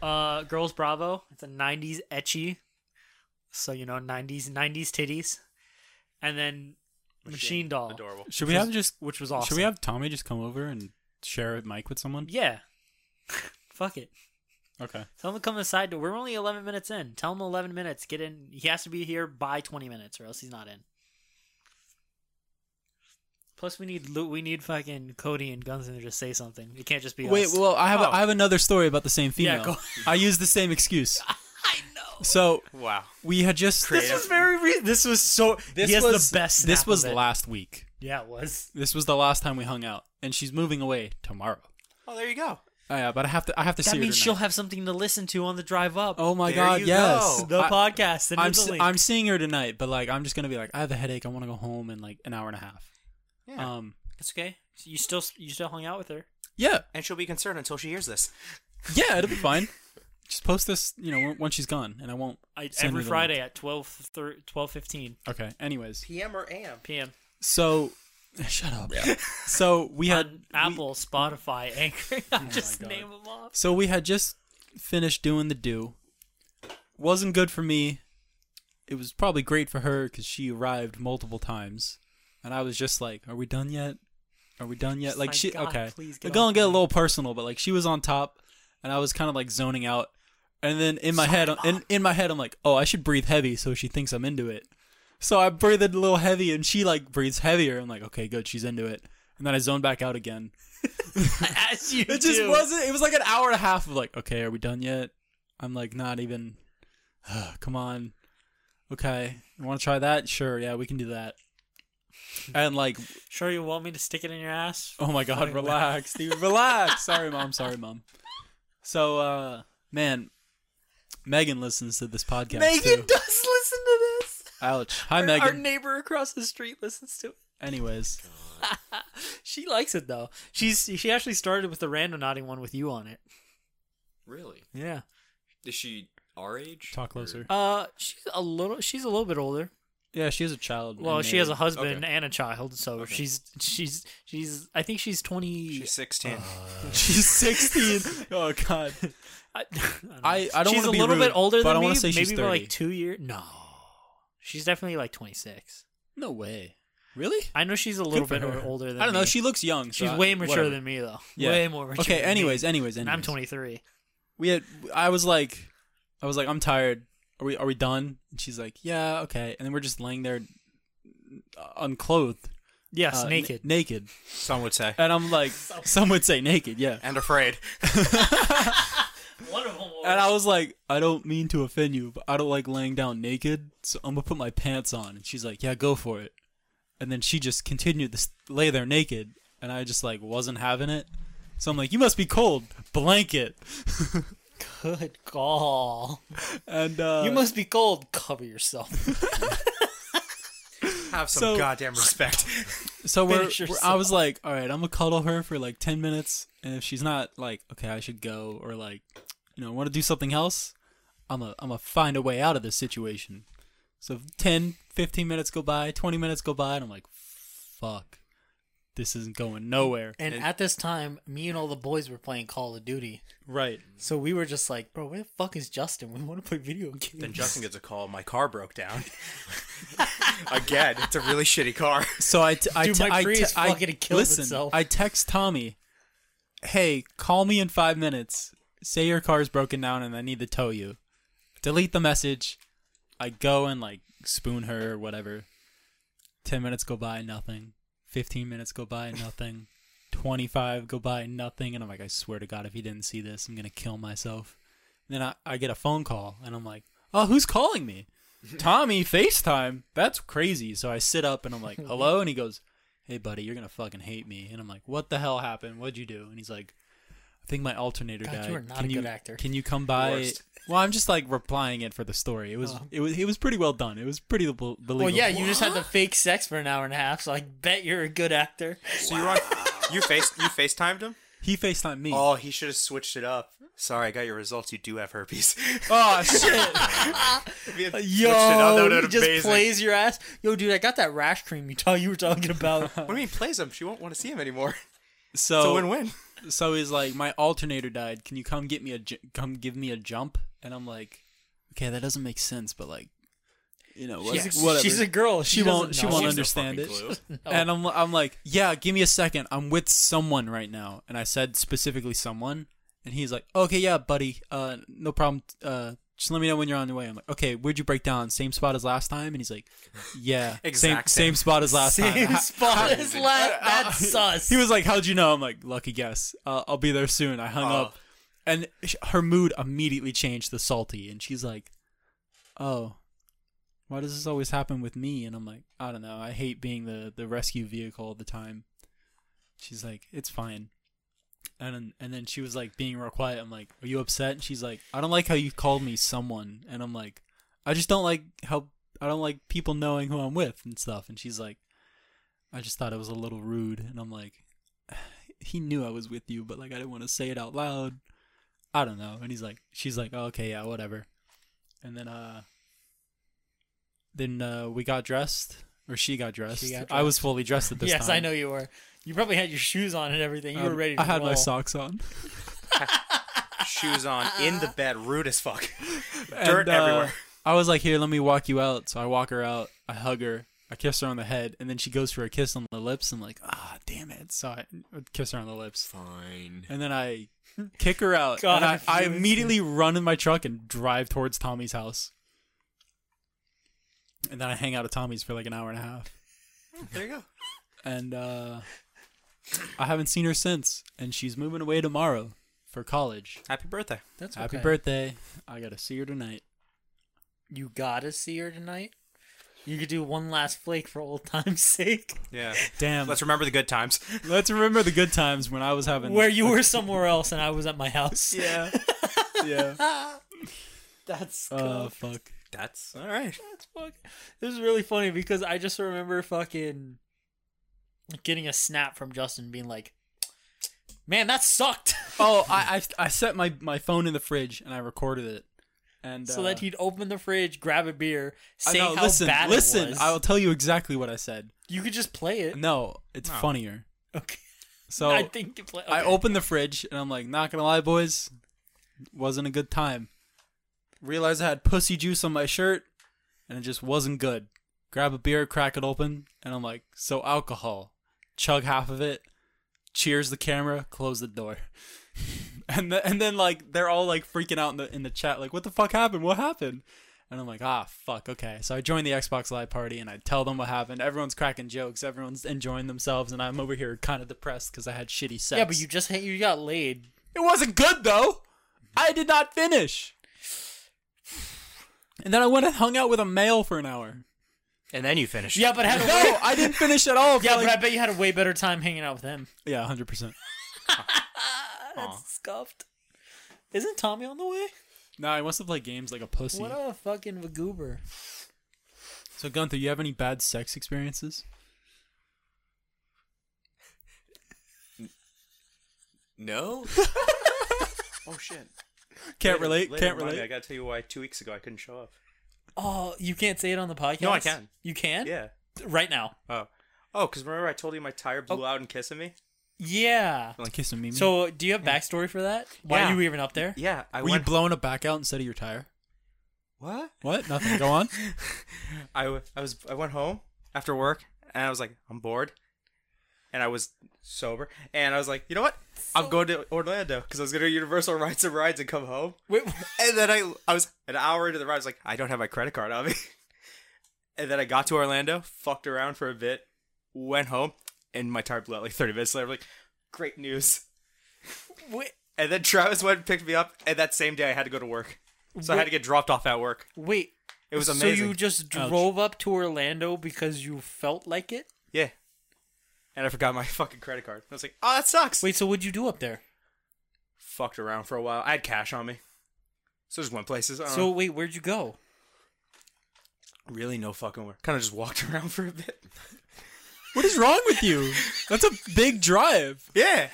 Speaker 2: Uh, Girls Bravo, it's a '90s etchy, so you know '90s '90s titties, and then Machine, Doll,
Speaker 3: Adorable.
Speaker 1: Should we have just
Speaker 2: which was awesome.
Speaker 1: should we have Tommy just come over and share a mic with someone?
Speaker 2: Yeah, [laughs] fuck it.
Speaker 1: Okay.
Speaker 2: Tell him to come inside. We're only 11 minutes in. Tell him 11 minutes. Get in. He has to be here by 20 minutes, or else he's not in. Plus, we need Lu- we need fucking Cody and Guns to just say something. It can't just be
Speaker 1: Wait,
Speaker 2: us.
Speaker 1: well, I have
Speaker 3: Oh.
Speaker 1: a, I have another story about the same
Speaker 2: Yeah,
Speaker 1: female.
Speaker 2: go-
Speaker 1: I used the same
Speaker 2: [laughs]
Speaker 1: excuse.
Speaker 2: I know.
Speaker 1: So
Speaker 3: Wow.
Speaker 1: we had just
Speaker 2: This was very. Re- this was so. This he has the best.
Speaker 1: This
Speaker 2: snap
Speaker 1: was
Speaker 2: of it.
Speaker 1: last week.
Speaker 2: Yeah, it was.
Speaker 1: This was the last time we hung out, and she's moving away tomorrow.
Speaker 3: Oh, there you go.
Speaker 1: Oh, yeah, but I have to I have to
Speaker 2: That
Speaker 1: see
Speaker 2: means
Speaker 1: her
Speaker 2: she'll
Speaker 1: tonight.
Speaker 2: have something to listen to on the drive up.
Speaker 1: Oh my
Speaker 3: There
Speaker 1: god,
Speaker 3: you
Speaker 1: yes.
Speaker 3: go.
Speaker 2: the
Speaker 1: I-
Speaker 2: podcast. The
Speaker 1: I'm
Speaker 2: new
Speaker 1: s-
Speaker 2: link.
Speaker 1: I'm seeing her tonight, but like I'm just gonna be like I have a headache. I want to go home in like an hour and a half.
Speaker 3: Yeah.
Speaker 1: Um.
Speaker 2: It's okay. You still you still hung out with her.
Speaker 1: Yeah.
Speaker 3: and she'll be concerned until she hears this.
Speaker 1: Yeah. It'll be fine. [laughs] Just post this, you know, when- once she's gone, and I won't.
Speaker 2: I,
Speaker 1: send
Speaker 2: every
Speaker 1: her the
Speaker 2: Friday at 12, 15
Speaker 1: link. Okay. Anyways,
Speaker 3: PM or AM?
Speaker 2: p.m.
Speaker 1: so [laughs] shut [laughs] up. So we had
Speaker 2: on Apple, Spotify, [laughs] Anchor. I'll just
Speaker 1: God.
Speaker 2: name them off.
Speaker 1: So we had just finished doing the do. Wasn't good for me. It was probably great for her because she arrived multiple times, and I was just like, "Are we done yet? Are we done yet?"
Speaker 2: Just
Speaker 1: like
Speaker 2: like,
Speaker 1: she,
Speaker 2: "God,
Speaker 1: okay,
Speaker 2: please
Speaker 1: we're
Speaker 2: get
Speaker 1: going
Speaker 2: off
Speaker 1: to get a
Speaker 2: me."
Speaker 1: little personal, but like she was on top, and I was kind of like zoning out. And then in my head, in, in my head, I'm like, "Oh, I should breathe heavy so she thinks I'm into it." So I breathed a little heavy, and she like breathes heavier. I'm like, "Okay, good, she's into it." And then I zone back out again.
Speaker 2: [laughs] As you
Speaker 1: It just
Speaker 2: do.
Speaker 1: wasn't. It was like an hour and a half of like, okay, are we done yet? I'm like, not even. [sighs] come on. Okay, you want to try that? Sure, yeah, we can do that. And like,
Speaker 2: Sure, you want me to stick it in your ass?
Speaker 1: oh my god, relax, dude,
Speaker 2: [laughs]
Speaker 1: relax. Sorry, mom. Sorry, mom. So, uh, man, Megan listens to this podcast. too.
Speaker 2: does listen to this.
Speaker 1: Ouch. Hi,
Speaker 2: Our-
Speaker 1: Megan.
Speaker 2: Our neighbor across the street listens to it.
Speaker 1: Anyways,
Speaker 2: She likes it though. She's she actually started with the random nodding one with you on it.
Speaker 4: Really?
Speaker 2: Yeah.
Speaker 4: Is she our age?
Speaker 1: talk
Speaker 4: Or-
Speaker 1: closer.
Speaker 2: Uh, she's a little. She's a little bit older.
Speaker 1: Yeah, she has a child.
Speaker 2: Well,
Speaker 1: and
Speaker 2: she has a
Speaker 1: they-
Speaker 2: husband
Speaker 4: Okay.
Speaker 2: and a child, so she's she's she's. I think she's twenty.
Speaker 3: She's 16.
Speaker 2: Uh. [laughs]
Speaker 1: She's 16. [laughs] oh god.
Speaker 2: I, [laughs]
Speaker 1: I- I don't
Speaker 2: She's
Speaker 1: wanna
Speaker 2: a
Speaker 1: be
Speaker 2: little bit
Speaker 1: rude,
Speaker 2: older
Speaker 1: but
Speaker 2: than
Speaker 1: I
Speaker 2: me.
Speaker 1: wanna say
Speaker 2: Maybe
Speaker 1: she's
Speaker 2: by like
Speaker 1: 30.
Speaker 2: two years. No, she's definitely like twenty six.
Speaker 1: No way. Really?
Speaker 2: I know she's a little
Speaker 1: for
Speaker 2: bit
Speaker 1: her.
Speaker 2: older than
Speaker 1: I don't know.
Speaker 2: me.
Speaker 1: She looks young. so
Speaker 2: she's
Speaker 1: I-
Speaker 2: way mature
Speaker 1: whatever.
Speaker 2: than me though.
Speaker 1: Yeah.
Speaker 2: Way more mature.
Speaker 1: Okay.
Speaker 2: than me.
Speaker 1: Anyways, anyways, anyways.
Speaker 2: and I'm twenty three.
Speaker 1: We had. I was like, I was like, I'm tired. Are we? Are we done? And she's like, Yeah, okay. And then we're just laying there, uh, unclothed,
Speaker 2: Yes,
Speaker 1: uh, na-
Speaker 2: naked.
Speaker 1: naked.
Speaker 3: Some would say.
Speaker 1: And I'm
Speaker 2: [laughs]
Speaker 1: like, [laughs] some would say naked, yeah.
Speaker 3: And afraid.
Speaker 2: One of them.
Speaker 1: And I was like, I don't mean to offend you, but I don't like laying down naked, so I'm gonna put my pants on. And she's like, Yeah, go for it. And then she just continued to s- lay there naked, and I just like wasn't having it. So I'm like, You must be cold, blanket.
Speaker 2: Good call.
Speaker 1: And uh,
Speaker 2: you must be cold. Cover
Speaker 1: [laughs]
Speaker 2: yourself.
Speaker 3: Have some
Speaker 1: So- [laughs]
Speaker 3: goddamn respect.
Speaker 1: So we're,
Speaker 2: Finish
Speaker 1: we're- I
Speaker 2: yourself.
Speaker 1: was like, all right, I'm gonna cuddle her for like ten minutes, and if she's not like, okay, I should go, or like, you know, want to do something else, I'm a, I'm gonna find a way out of this situation. So 10, 15 minutes go by, twenty minutes go by, and I'm like, fuck, this isn't going nowhere.
Speaker 2: And,
Speaker 4: And-
Speaker 2: at this time, me and all the boys were playing Call of Duty.
Speaker 1: Right.
Speaker 2: So we were just like, bro, where the fuck is Justin? We want to play video games.
Speaker 3: Then Justin gets a call. My car broke [laughs] down. Again, it's a really shitty car.
Speaker 1: So I, t- I,
Speaker 2: Dude,
Speaker 1: t-
Speaker 2: my
Speaker 1: I
Speaker 2: Prius
Speaker 1: t- I-
Speaker 2: fucking killed
Speaker 1: listen,
Speaker 2: itself.
Speaker 1: I text Tommy, hey, call me in five minutes. Say your car's broken down and I need to tow you. Delete the message. I go and like spoon her or whatever. Ten minutes go by, nothing. Fifteen minutes go by, nothing. Twenty-five go by, nothing. And I'm like, I swear to God, if he didn't see this, I'm gonna kill myself. then I, I get a phone call and I'm like, oh, who's calling me?
Speaker 2: [laughs]
Speaker 1: Tommy FaceTime. That's crazy. So I sit up and I'm like, hello? And he goes, hey, buddy, you're going to fucking hate me. And I'm like, what the hell happened? What'd you do? And he's like, I think my alternator
Speaker 2: God,
Speaker 1: died.
Speaker 2: you are not
Speaker 1: can
Speaker 2: a
Speaker 1: you,
Speaker 2: good actor."
Speaker 1: Can you come by?
Speaker 4: Worst.
Speaker 1: Well, I'm just like replying it for the story. It was, it was, it was pretty well done. It was pretty bel- believable.
Speaker 2: [laughs] Oh. well, yeah, you just had the fake sex for an hour and a half, so I bet you're a good
Speaker 1: [laughs]
Speaker 2: actor.
Speaker 3: So you're on. You face. You FaceTimed him.
Speaker 1: He FaceTimed me.
Speaker 3: Oh, he should have switched it up. Sorry, I got your results. You do have herpes.
Speaker 1: [laughs] oh
Speaker 3: [laughs]
Speaker 1: shit.
Speaker 2: Yo,
Speaker 3: that would've
Speaker 2: he
Speaker 3: been
Speaker 2: just
Speaker 3: amazing.
Speaker 2: plays your ass. Yo, dude, I got that rash cream you thought you were
Speaker 1: [laughs]
Speaker 2: talking about.
Speaker 3: What do you mean plays him? She won't want to see him anymore.
Speaker 1: So,
Speaker 3: It's a win-win.
Speaker 1: so he's like, my alternator died. Can you come get me a ju- come give me a jump? And I'm like, okay, that doesn't make sense, but like, you know, what,
Speaker 2: she's, a,
Speaker 1: whatever.
Speaker 2: she's a girl.
Speaker 1: she,
Speaker 2: She,
Speaker 1: won't
Speaker 2: doesn't
Speaker 1: she
Speaker 2: know.
Speaker 1: won't
Speaker 4: She has no
Speaker 1: understand
Speaker 4: fucking
Speaker 1: it.
Speaker 4: clue.
Speaker 1: [laughs] And I'm I'm like, yeah, give me a second. I'm with someone right now, and I said specifically someone, and he's like, okay, yeah, buddy, uh, no problem. Uh, just let me know when you're on your way. I'm like, okay, where'd you break down? Same spot as last time? And he's like, yeah,
Speaker 3: Exact
Speaker 1: same same
Speaker 3: same.
Speaker 1: spot as
Speaker 2: [laughs]
Speaker 1: last time. [laughs]
Speaker 2: Same
Speaker 1: Ha-
Speaker 2: spot as last.
Speaker 1: [laughs]
Speaker 2: That's sus.
Speaker 1: he was like, "How'd you know?" I'm like, "Lucky guess. Uh, I'll be there soon." I hung
Speaker 2: Oh.
Speaker 1: up, and sh- her mood immediately changed to salty, and she's like, "Oh, why does this always happen with me?" And I'm like, "I don't know. I hate being the the rescue vehicle all the time." She's like, "It's fine." And then- and then she was like being real quiet. I'm like, "Are you upset?" And she's like, "I don't like how you called me someone." And I'm like, "I just don't like how I don't like people knowing who I'm with and stuff." And she's like, I just thought it was a little rude, and I'm like, [sighs] he knew I was with you, but like I didn't want to say it out loud. I don't know. And he's like, she's like, oh, okay, yeah, whatever. And then, uh, then uh, we got dressed, or she got dressed.
Speaker 2: She got
Speaker 1: I was fully dressed at this
Speaker 2: [laughs] yes,
Speaker 1: time.
Speaker 2: I know you were. You probably had your shoes on and everything. You
Speaker 1: Um,
Speaker 2: were ready. To
Speaker 1: I had my
Speaker 2: roll.
Speaker 1: socks on.
Speaker 3: Shoes on
Speaker 1: [laughs]
Speaker 3: in the bed, rude as fuck.
Speaker 1: And,
Speaker 3: Dirt
Speaker 1: uh,
Speaker 3: everywhere.
Speaker 1: I was like, here, let me walk you out. So I walk her out. I hug her. I kiss her on the head, and then she goes for a kiss on the lips. I'm like, ah, damn it. So I kiss her on the lips.
Speaker 4: Fine.
Speaker 1: and then I kick her out.
Speaker 2: God,
Speaker 1: and I, I
Speaker 2: you-
Speaker 1: immediately run in my truck and drive towards Tommy's house. And then I hang out at Tommy's for like an hour and a half.
Speaker 3: There you go.
Speaker 1: And uh, I haven't seen her since. And she's moving away tomorrow for college.
Speaker 3: Happy birthday.
Speaker 2: That's
Speaker 1: Happy
Speaker 2: okay.
Speaker 1: birthday. I got to see her tonight.
Speaker 2: You gotta see her tonight. You could do one last flake for old time's [laughs] sake,
Speaker 3: Yeah.
Speaker 1: Damn.
Speaker 3: Let's
Speaker 1: Let's,
Speaker 3: remember the good times.
Speaker 1: remember the good times when I was having.
Speaker 2: where you were somewhere else and I was at my
Speaker 1: [laughs]
Speaker 2: house. [laughs]
Speaker 1: Yeah. yeah.
Speaker 2: That's
Speaker 1: Oh, fuck.
Speaker 3: That's all right.
Speaker 2: That's fuck. This is really funny because I just remember fucking getting a snap from Justin being like, "Man, that sucked." [laughs]
Speaker 1: Oh, I, I, I set my, my phone in the fridge and I recorded it. And
Speaker 2: so
Speaker 1: uh,
Speaker 2: that he'd open the fridge, grab a beer,
Speaker 1: I
Speaker 2: say
Speaker 1: know,
Speaker 2: how
Speaker 1: listen,
Speaker 2: bad
Speaker 1: listen,
Speaker 2: it was.
Speaker 1: I will tell you exactly what I said.
Speaker 2: You could just play it.
Speaker 1: No, it's funnier.
Speaker 2: Okay. [laughs]
Speaker 1: So
Speaker 2: I
Speaker 1: I,
Speaker 2: think you play. okay.
Speaker 1: opened the fridge and I'm like, not gonna lie, boys, wasn't a good time. Realized I had pussy juice on my shirt, and it just wasn't good. Grab a beer, crack it open, and I'm like, so alcohol. Chug half of it. Cheers the camera. Close the door. [laughs] and the, and then like they're all like freaking out in the in the chat, like, what the fuck happened? What happened? And I'm like, ah, fuck, okay. So I join the Xbox Live party and I tell them what happened. Everyone's cracking jokes, everyone's enjoying themselves, and I'm over here kind of depressed because I had shitty sex.
Speaker 2: Yeah, but you just you got laid.
Speaker 1: It wasn't good though. I did not finish. And then I went and hung out with a male for an hour.
Speaker 3: And then you finish.
Speaker 2: Yeah, but had a way,
Speaker 1: No, I didn't finish at all. for,
Speaker 2: yeah,
Speaker 1: like-
Speaker 2: but I bet you had a way better time hanging out with him.
Speaker 1: yeah, hundred percent.
Speaker 2: That's scuffed. Isn't Tommy on the way?
Speaker 1: No, I wants to play games like a pussy.
Speaker 2: What a fucking goober.
Speaker 1: So Gunther, you have any bad sex experiences?
Speaker 4: No.
Speaker 3: Oh shit.
Speaker 1: Can't relate. Can't relate.
Speaker 3: I gotta tell you why. Two weeks ago I couldn't show up.
Speaker 2: Oh, you can't say it on the podcast.
Speaker 3: No, I can.
Speaker 2: You can?
Speaker 3: Yeah.
Speaker 2: Right now.
Speaker 3: Oh. Oh, because remember I told you my tire
Speaker 1: Oh.
Speaker 3: blew out and kissing me?
Speaker 2: Yeah.
Speaker 1: Kissing me.
Speaker 2: So, do you have backstory for that? Why
Speaker 3: Yeah.
Speaker 2: are you even up there?
Speaker 3: Yeah, I
Speaker 1: were you
Speaker 3: went.
Speaker 1: blowing a back out instead of your tire?
Speaker 3: what?
Speaker 1: What? Nothing. Go on.
Speaker 3: [laughs] I, w- I was I went home after work and I was like I'm bored, and I was sober and I was like you know what I'll go to Orlando because I was gonna do Universal Rides and Rides and come home.
Speaker 2: Wait,
Speaker 3: And then I I was an hour into the ride I was like I don't have my credit card on me. [laughs] and then I got to Orlando, fucked around for a bit, went home, and my tire blew out like 30 minutes later. I'm like great news.
Speaker 2: wait,
Speaker 3: And then Travis went and picked me up, and that same day I had to go to work, so I had to get dropped off at work.
Speaker 2: wait.
Speaker 3: It was amazing.
Speaker 2: So you just
Speaker 1: Ouch.
Speaker 2: drove up to Orlando because you felt like it?
Speaker 3: Yeah. And I forgot my [laughs] fucking credit card. I was like, oh, that sucks. We
Speaker 2: Wait, so what'd you do up there?
Speaker 3: fucked around for a while. I had cash on me. So just went places. I don't
Speaker 2: So
Speaker 3: know.
Speaker 2: wait, where'd you go?
Speaker 3: really no fucking where. Kind of just walked [laughs] around for
Speaker 2: [laughs]
Speaker 3: a bit.
Speaker 1: What is wrong with you? That's a big drive.
Speaker 3: Yeah.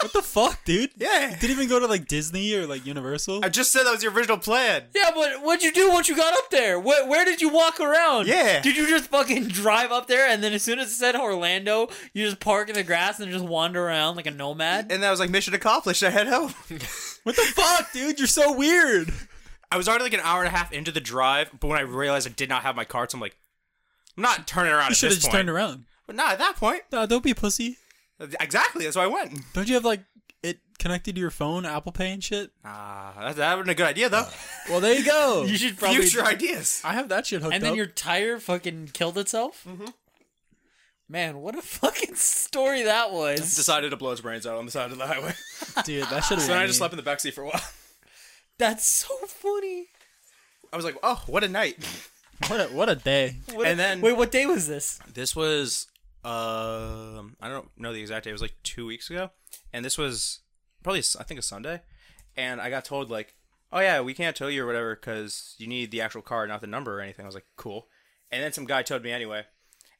Speaker 1: What the fuck, dude?
Speaker 3: Yeah.
Speaker 1: Didn't even go to like Disney or like Universal.
Speaker 3: I just said that was your original plan.
Speaker 2: Yeah, but what'd you do once you got up there? Where, where did you walk around?
Speaker 3: Yeah.
Speaker 2: Did you just fucking drive up there and then as soon as it said Orlando, you just park in the grass and just wander around like a nomad?
Speaker 3: And that was like mission accomplished. I head home. [laughs]
Speaker 1: What the fuck, dude? You're so weird.
Speaker 3: I was already like an hour and a half into the drive, but when I realized I did not have my cards, I'm like, I'm not turning around
Speaker 1: You
Speaker 3: at
Speaker 1: should
Speaker 3: this
Speaker 1: have just
Speaker 3: point.
Speaker 1: turned around.
Speaker 3: But not at that point.
Speaker 1: Nah, don't be a pussy.
Speaker 3: Exactly. That's why I went.
Speaker 1: Don't you have like it connected to your phone, Apple Pay and shit?
Speaker 3: Ah, that, that would have been a good
Speaker 1: [laughs]
Speaker 3: idea, though.
Speaker 1: Well, there you
Speaker 3: [laughs]
Speaker 1: go.
Speaker 2: You should probably
Speaker 3: Future ideas.
Speaker 1: I have that shit hooked
Speaker 2: And then
Speaker 1: up.
Speaker 2: your tire fucking killed itself? Mm-hmm. Man, what a fucking story that was.
Speaker 3: Decided to blow his brains out on the side of
Speaker 1: [laughs]
Speaker 3: the highway.
Speaker 1: dude, that [laughs] should have.
Speaker 3: so then I just slept in the backseat for a while. [laughs]
Speaker 2: That's so funny.
Speaker 3: I was like, oh, what a night.
Speaker 1: What a, what a day.
Speaker 2: What
Speaker 3: And then-
Speaker 2: wait, what day was this?
Speaker 3: This was, um, I don't know the exact day. It was like two weeks ago. And this was probably, s- I think, a Sunday. And I got told, like, oh, yeah, we can't tow you or whatever because you need the actual car, not the number or anything. I was like, cool. And then some guy towed me anyway.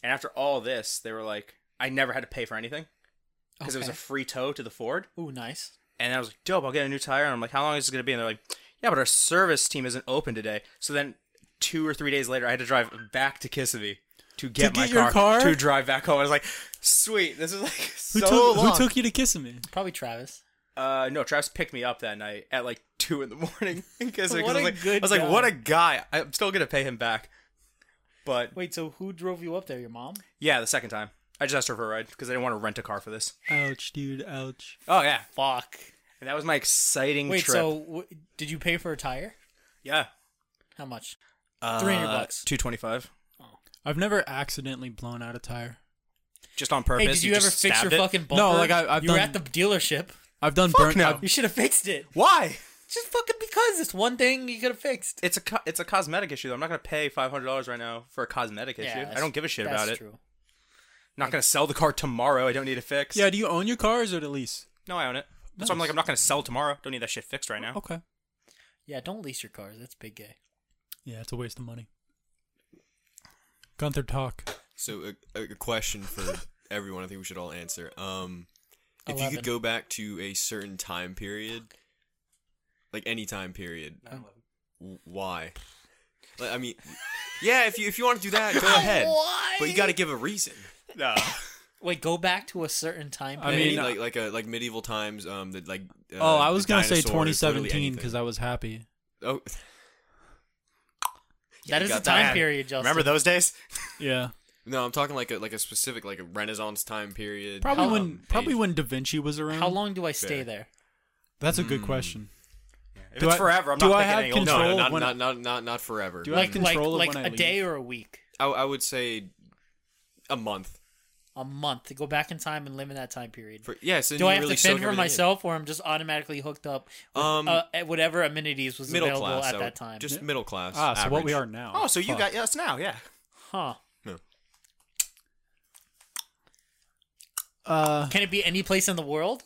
Speaker 3: And after all this, they were like, I never had to pay for anything because it was a
Speaker 2: Okay.
Speaker 3: free tow to the Ford.
Speaker 2: Ooh, nice.
Speaker 3: And I was like, dope, I'll get a new tire. And I'm like, how long is this going to be? And they're like, yeah, but our service team isn't open today. So then two or three days later, I had to drive back to Kissimmee to get,
Speaker 1: get
Speaker 3: my
Speaker 1: your car?
Speaker 3: car, to drive back home. I was like, sweet, this is like so
Speaker 1: Who, took,
Speaker 3: long.
Speaker 1: who took you to Kissimmee?
Speaker 2: Probably Travis.
Speaker 3: uh, no, Travis picked me up that night at like two in the morning [laughs] in Kissimmee. 'cause
Speaker 2: What
Speaker 3: I
Speaker 2: a
Speaker 3: was like,
Speaker 2: good
Speaker 3: I was
Speaker 2: guy.
Speaker 3: like, what a guy. I'm still going to pay him back. But
Speaker 2: Wait, so who drove you up there? Your mom?
Speaker 3: yeah, the second time. I just asked her for a ride because I didn't want to rent a car for this.
Speaker 1: Ouch, dude. Ouch.
Speaker 3: Oh, yeah.
Speaker 2: Fuck.
Speaker 3: And that was my exciting
Speaker 2: Wait,
Speaker 3: trip.
Speaker 2: so w- did you pay for a tire?
Speaker 3: yeah.
Speaker 2: How much?
Speaker 3: Uh,
Speaker 2: 300 bucks.
Speaker 3: 225
Speaker 1: I've never accidentally blown out a tire.
Speaker 3: Just on purpose.
Speaker 2: hey, did you, ever
Speaker 3: just
Speaker 2: fix your
Speaker 3: stabbed it?
Speaker 2: fucking bumper?
Speaker 1: No, like, I- I've
Speaker 2: you were
Speaker 1: done-
Speaker 2: at the dealership. [laughs]
Speaker 1: I've done
Speaker 3: Fuck
Speaker 1: burnt
Speaker 3: no.
Speaker 1: out.
Speaker 2: You should have fixed it.
Speaker 3: Why?
Speaker 2: Just fucking because it's one thing you could have fixed.
Speaker 3: It's a co- it's a cosmetic issue. though. I'm not gonna pay five hundred dollars right now for a cosmetic issue. I
Speaker 2: that's-
Speaker 3: don't give a shit
Speaker 2: that's
Speaker 3: about it.
Speaker 2: True.
Speaker 3: Not gonna sell the car tomorrow. I don't need it fixed.
Speaker 1: Yeah, do you own your car or is it a lease?
Speaker 3: No, I own it. That's why I'm
Speaker 1: Nice.
Speaker 3: like I'm not gonna sell tomorrow. Don't need that shit fixed right now.
Speaker 1: Okay.
Speaker 2: Yeah, don't lease your cars. That's big gay.
Speaker 1: Yeah, it's a waste of money. Gunther talk.
Speaker 4: So a, a
Speaker 3: [laughs]
Speaker 4: question for everyone. I think we should all answer. Um, if you
Speaker 2: 11.
Speaker 4: could go back to a certain time period, like any time period, w- why? Like, I mean, yeah. If you if you want to do that,
Speaker 3: [laughs]
Speaker 4: go ahead.
Speaker 2: Why?
Speaker 4: But you got to give a reason.
Speaker 3: No.
Speaker 2: Wait, go back to a certain time
Speaker 1: I
Speaker 4: I
Speaker 2: period.
Speaker 4: mean,
Speaker 1: mean, uh,
Speaker 4: like like a, like medieval times. Um, that like. Uh,
Speaker 1: oh, I was
Speaker 4: the
Speaker 1: going to say
Speaker 4: dinosaurs, literally
Speaker 1: 2017 because
Speaker 4: anything.
Speaker 1: I was happy. [laughs]
Speaker 4: oh
Speaker 2: that is a
Speaker 4: got
Speaker 2: time
Speaker 4: that.
Speaker 2: period, Justin.
Speaker 3: Remember those days?
Speaker 1: Yeah.
Speaker 4: no, I'm talking like a like a specific like a Renaissance time period.
Speaker 1: Probably
Speaker 4: um,
Speaker 1: when probably
Speaker 4: age.
Speaker 1: when Da Vinci was around.
Speaker 2: How long do I stay
Speaker 4: Yeah.
Speaker 2: there?
Speaker 1: That's a good question.
Speaker 3: If
Speaker 1: Do
Speaker 3: it's
Speaker 1: I-
Speaker 3: forever, I'm
Speaker 1: do
Speaker 3: not
Speaker 1: I
Speaker 3: picking
Speaker 1: have
Speaker 3: any
Speaker 1: control?
Speaker 3: old.
Speaker 4: No,
Speaker 1: Oh,
Speaker 4: no, not,
Speaker 1: when I-
Speaker 4: not, not, not, not forever.
Speaker 1: Do I
Speaker 4: like,
Speaker 1: have
Speaker 2: Like, like,
Speaker 1: control of
Speaker 2: like
Speaker 1: when I
Speaker 2: a
Speaker 1: leave?
Speaker 2: day or a week,
Speaker 4: I, I would say a month.
Speaker 2: a month. Go back in time and live in that time period.
Speaker 4: For, yeah, so
Speaker 2: do
Speaker 4: you
Speaker 2: I have
Speaker 4: really
Speaker 2: to fend
Speaker 4: soak
Speaker 2: for
Speaker 4: everything in.
Speaker 2: myself, or I'm just automatically hooked up with
Speaker 4: Um,
Speaker 2: uh, at whatever amenities was
Speaker 4: Middle
Speaker 2: available
Speaker 4: class
Speaker 2: at
Speaker 4: I
Speaker 2: that
Speaker 4: would-
Speaker 2: time?
Speaker 4: Just middle class.
Speaker 1: Ah, so what we are
Speaker 4: average.
Speaker 1: now.
Speaker 3: Oh, so you
Speaker 1: Fuck.
Speaker 3: got yes now? Yeah.
Speaker 2: huh?
Speaker 1: uh
Speaker 2: Can it be any place in the world?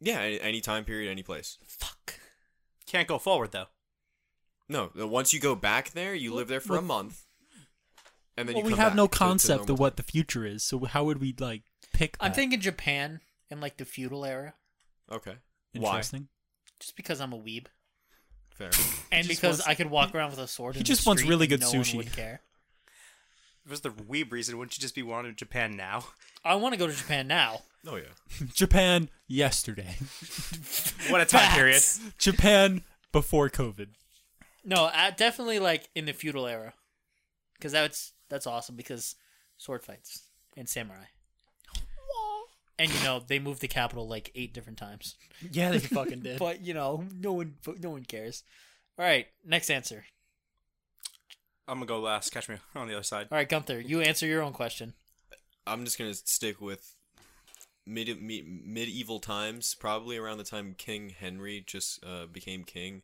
Speaker 4: Yeah, any, any time period, any place.
Speaker 2: Fuck.
Speaker 3: Can't go forward though.
Speaker 4: No, no, once you go back there, you live there for a month, and then
Speaker 1: well,
Speaker 4: you
Speaker 1: we
Speaker 4: come
Speaker 1: have
Speaker 4: back
Speaker 1: no
Speaker 4: to- to
Speaker 1: concept
Speaker 4: normal
Speaker 1: of what the future is, so how would we like pick?
Speaker 2: I'm
Speaker 1: that?
Speaker 2: thinking Japan in like the feudal era,
Speaker 4: time. Okay,
Speaker 3: why?
Speaker 1: Interesting. [laughs]
Speaker 2: just because I'm a weeb
Speaker 4: fair.
Speaker 2: and
Speaker 1: just [laughs]
Speaker 2: because
Speaker 1: wants-
Speaker 2: I could walk around with a sword.
Speaker 1: he
Speaker 2: in the
Speaker 1: just wants
Speaker 2: street
Speaker 1: really
Speaker 2: and
Speaker 1: good
Speaker 2: no
Speaker 1: sushi.
Speaker 2: One would care.
Speaker 3: it was the weeb reason, wouldn't you just be wanting Japan now? [laughs]
Speaker 2: I want to go to Japan now.
Speaker 4: Oh yeah.
Speaker 1: Japan yesterday. [laughs]
Speaker 3: What a time period.
Speaker 1: Japan before COVID.
Speaker 2: No, I definitely like in the feudal era, because that's that's awesome because sword fights and samurai. And you know they moved the capital like eight different times,
Speaker 1: Yeah, they fucking [laughs] did.
Speaker 2: but you know no one no one cares. All right, next answer.
Speaker 3: I'm gonna go last. Catch me on the other side.
Speaker 2: All right, Gunther, you answer your own question.
Speaker 4: I'm just gonna stick with mid, mid medieval times, probably around the time King Henry just uh, became king.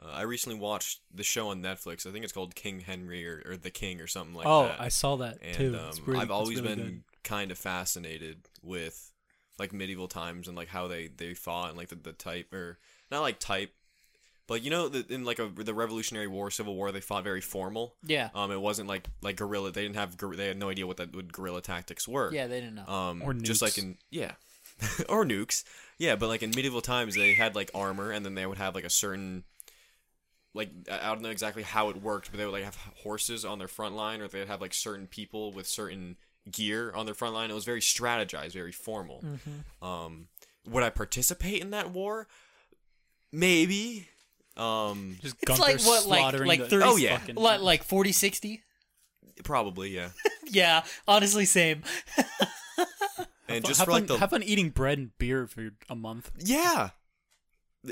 Speaker 4: Uh, I recently watched the show on Netflix. I think it's called King Henry or, or the King or something like
Speaker 1: oh,
Speaker 4: that.
Speaker 1: I saw that
Speaker 4: and
Speaker 1: too.
Speaker 4: um,
Speaker 1: It's really-
Speaker 4: I've
Speaker 1: it's
Speaker 4: always
Speaker 1: really
Speaker 4: been
Speaker 1: good.
Speaker 4: kind of fascinated with like medieval times and like how they they fought and like the, the type or not like type, but you know the, in like a, the Revolutionary War, Civil War, they fought very formal.
Speaker 2: Yeah,
Speaker 4: Um, it wasn't like like guerrilla. They didn't have guer- they had no idea what that what guerrilla tactics were.
Speaker 2: yeah, they didn't know.
Speaker 4: Um,
Speaker 1: Or
Speaker 4: just like
Speaker 1: nukes.
Speaker 4: in yeah, [laughs] or nukes. Yeah, but like in medieval times, they had like armor, and then they would have like a certain, like I I don't know exactly how it worked, but they would like have horses on their front line, or they'd have like certain people with certain gear on their front line. It was very strategized, very formal.
Speaker 1: Mm-hmm.
Speaker 4: Um, would I participate in that war? Maybe. Um,
Speaker 1: just
Speaker 2: It's
Speaker 1: Gunther
Speaker 2: like what, like-
Speaker 1: slaughtering
Speaker 2: like
Speaker 1: the-
Speaker 2: 30
Speaker 4: Oh, yeah.
Speaker 1: fucking-
Speaker 2: Like like 40, 60?
Speaker 4: probably
Speaker 1: [laughs]
Speaker 4: yeah.
Speaker 2: Yeah, honestly, same.
Speaker 4: And
Speaker 1: Well,
Speaker 4: just
Speaker 1: have
Speaker 4: for
Speaker 1: fun,
Speaker 4: like the
Speaker 1: have fun eating bread and beer for a month.
Speaker 4: yeah.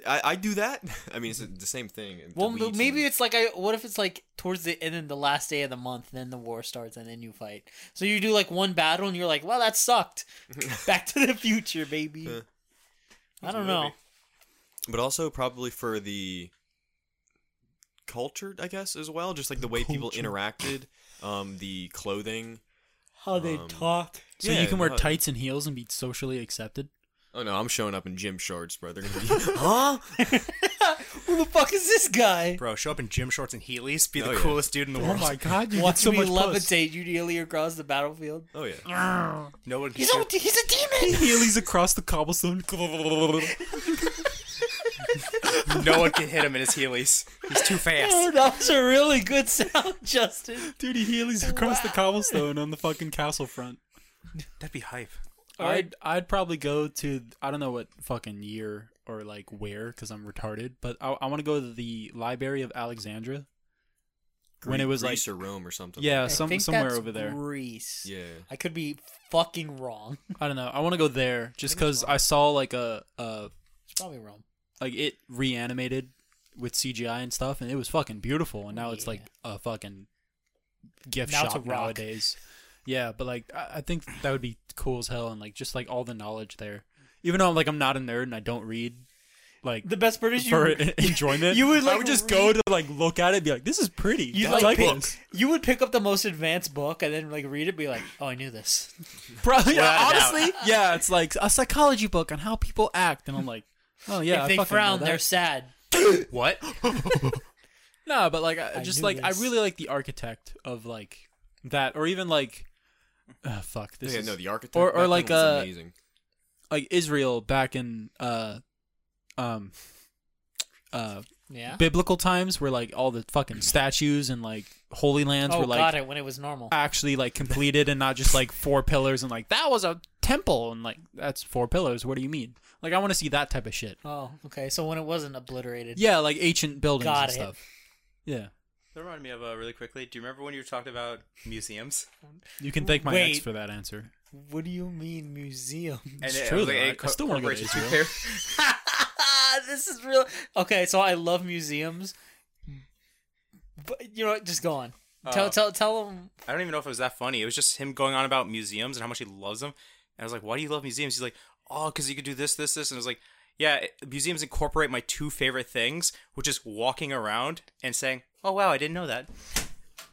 Speaker 4: I, I do that. [laughs] I mean, it's the same thing. the
Speaker 2: Well,
Speaker 4: weeds
Speaker 2: maybe
Speaker 4: and-
Speaker 2: it's like I. What if it's like towards the end of the last day of the month, then the war starts, and then you fight. So you do like one battle, and you're like, "Well, that sucked." Back to the Future, baby.
Speaker 4: Huh.
Speaker 2: I don't know.
Speaker 4: but also probably for the culture, I guess, as well. Just like the way people
Speaker 1: Culture.
Speaker 4: interacted, um, the clothing.
Speaker 2: How they
Speaker 4: Um,
Speaker 2: talk.
Speaker 1: So
Speaker 4: Yeah,
Speaker 1: you can wear
Speaker 4: no,
Speaker 1: tights and heels and be socially accepted.
Speaker 4: Oh no, I'm showing up in gym
Speaker 1: [laughs]
Speaker 4: shorts, brother. [laughs] huh?
Speaker 2: [laughs] Who the fuck is this guy?
Speaker 3: Bro, show up in gym shorts and Heelys, be the
Speaker 4: Oh, yeah.
Speaker 3: coolest dude in the world.
Speaker 1: god, you
Speaker 2: Watch me levitate you nearly across the battlefield.
Speaker 4: Oh yeah.
Speaker 3: No one can
Speaker 2: He's a he's a demon. [laughs]
Speaker 1: Heelys across the cobblestone. [laughs] oh,
Speaker 3: no one can hit him in his Heelys. He's
Speaker 2: [laughs]
Speaker 3: too fast.
Speaker 2: Oh, that was a really good [laughs] sound, Justin.
Speaker 1: dude, he Heelys across the cobblestone on the fucking castle front.
Speaker 3: That'd be hype.
Speaker 1: I'd I'd probably go to I don't know what fucking year or like where because I'm retarded, but I, I want to go to the Library of Alexandria. When it was like
Speaker 4: Greece or Rome or something. Oh,
Speaker 1: yeah,
Speaker 2: I
Speaker 1: some
Speaker 2: think
Speaker 1: somewhere
Speaker 2: that's
Speaker 1: over there.
Speaker 2: Greece.
Speaker 4: Yeah.
Speaker 2: I could be fucking wrong.
Speaker 1: I don't know. I want to go there just because I saw like a uh
Speaker 2: It's probably wrong.
Speaker 1: like it reanimated with CGI and stuff, and it was fucking beautiful. And now it's like a fucking gift
Speaker 2: Now it's a
Speaker 1: shop
Speaker 2: rock.
Speaker 1: nowadays. Yeah, but like I, I think that would be cool as hell, and like just like all the knowledge there. Even though I'm like I'm not a nerd and I don't read, like
Speaker 2: The best part is [laughs] you
Speaker 1: for enjoyment,
Speaker 2: you would,
Speaker 1: I
Speaker 2: like,
Speaker 1: would just
Speaker 2: read-
Speaker 1: go to like look at it, and be like, this is pretty.
Speaker 2: You
Speaker 1: I
Speaker 2: like,
Speaker 1: like
Speaker 2: pick-
Speaker 1: this.
Speaker 2: you would pick up the most advanced book and then like read it, and be like, oh, I knew this.
Speaker 1: Bro, yeah,
Speaker 3: Without a doubt.
Speaker 1: honestly, yeah, it's like a psychology book on how people act, and I'm like, oh yeah, I
Speaker 2: if they
Speaker 1: fucking know
Speaker 2: frown,
Speaker 1: that.
Speaker 2: they're sad.
Speaker 3: What?
Speaker 1: No, but like I, just
Speaker 2: knew
Speaker 1: like
Speaker 2: this.
Speaker 1: I really like the architect of like that, or even like, uh, fuck this
Speaker 4: yeah,
Speaker 1: is
Speaker 4: no, the architect.
Speaker 1: or- or
Speaker 4: that thing
Speaker 1: like,
Speaker 4: was
Speaker 1: uh,
Speaker 4: amazing.
Speaker 1: like Israel back in uh, um, uh,
Speaker 2: Yeah.
Speaker 1: biblical times where like all the fucking statues and like holy lands
Speaker 2: Oh
Speaker 1: were
Speaker 2: God,
Speaker 1: like "Ah."
Speaker 2: it when it was normal.
Speaker 1: actually like completed and not just like four pillars and like that was a temple and like that's four pillars. What do you mean? Like I want to see that type of shit.
Speaker 2: oh, okay. So when it wasn't obliterated.
Speaker 1: Yeah, like ancient buildings
Speaker 2: Got
Speaker 1: and
Speaker 2: it.
Speaker 1: stuff. Yeah,
Speaker 3: That reminded me of uh, really quickly. Do you remember when you were talking about museums?
Speaker 1: you can thank my ex
Speaker 2: Wait.
Speaker 1: for that answer.
Speaker 2: What do you
Speaker 1: [laughs]
Speaker 2: mean museum? [laughs]
Speaker 3: And
Speaker 1: It's
Speaker 3: it-
Speaker 1: true,
Speaker 3: it was
Speaker 1: though. I- I
Speaker 3: co-
Speaker 1: still wanna go to
Speaker 3: corporation
Speaker 1: Israel.
Speaker 3: took
Speaker 2: this is real. Okay, so I love museums. But you know what? Just go on. tell
Speaker 3: Uh,
Speaker 2: tell tell them.
Speaker 3: their- I don't even know if it was that funny. It was just him going on about museums and how much he loves them. And I was like, "Why do you love museums?" He's like, "Oh, because you could do this, this, this." And I was like, "Yeah, it- museums incorporate my two favorite things, which is walking around and saying." Oh wow! I didn't know that,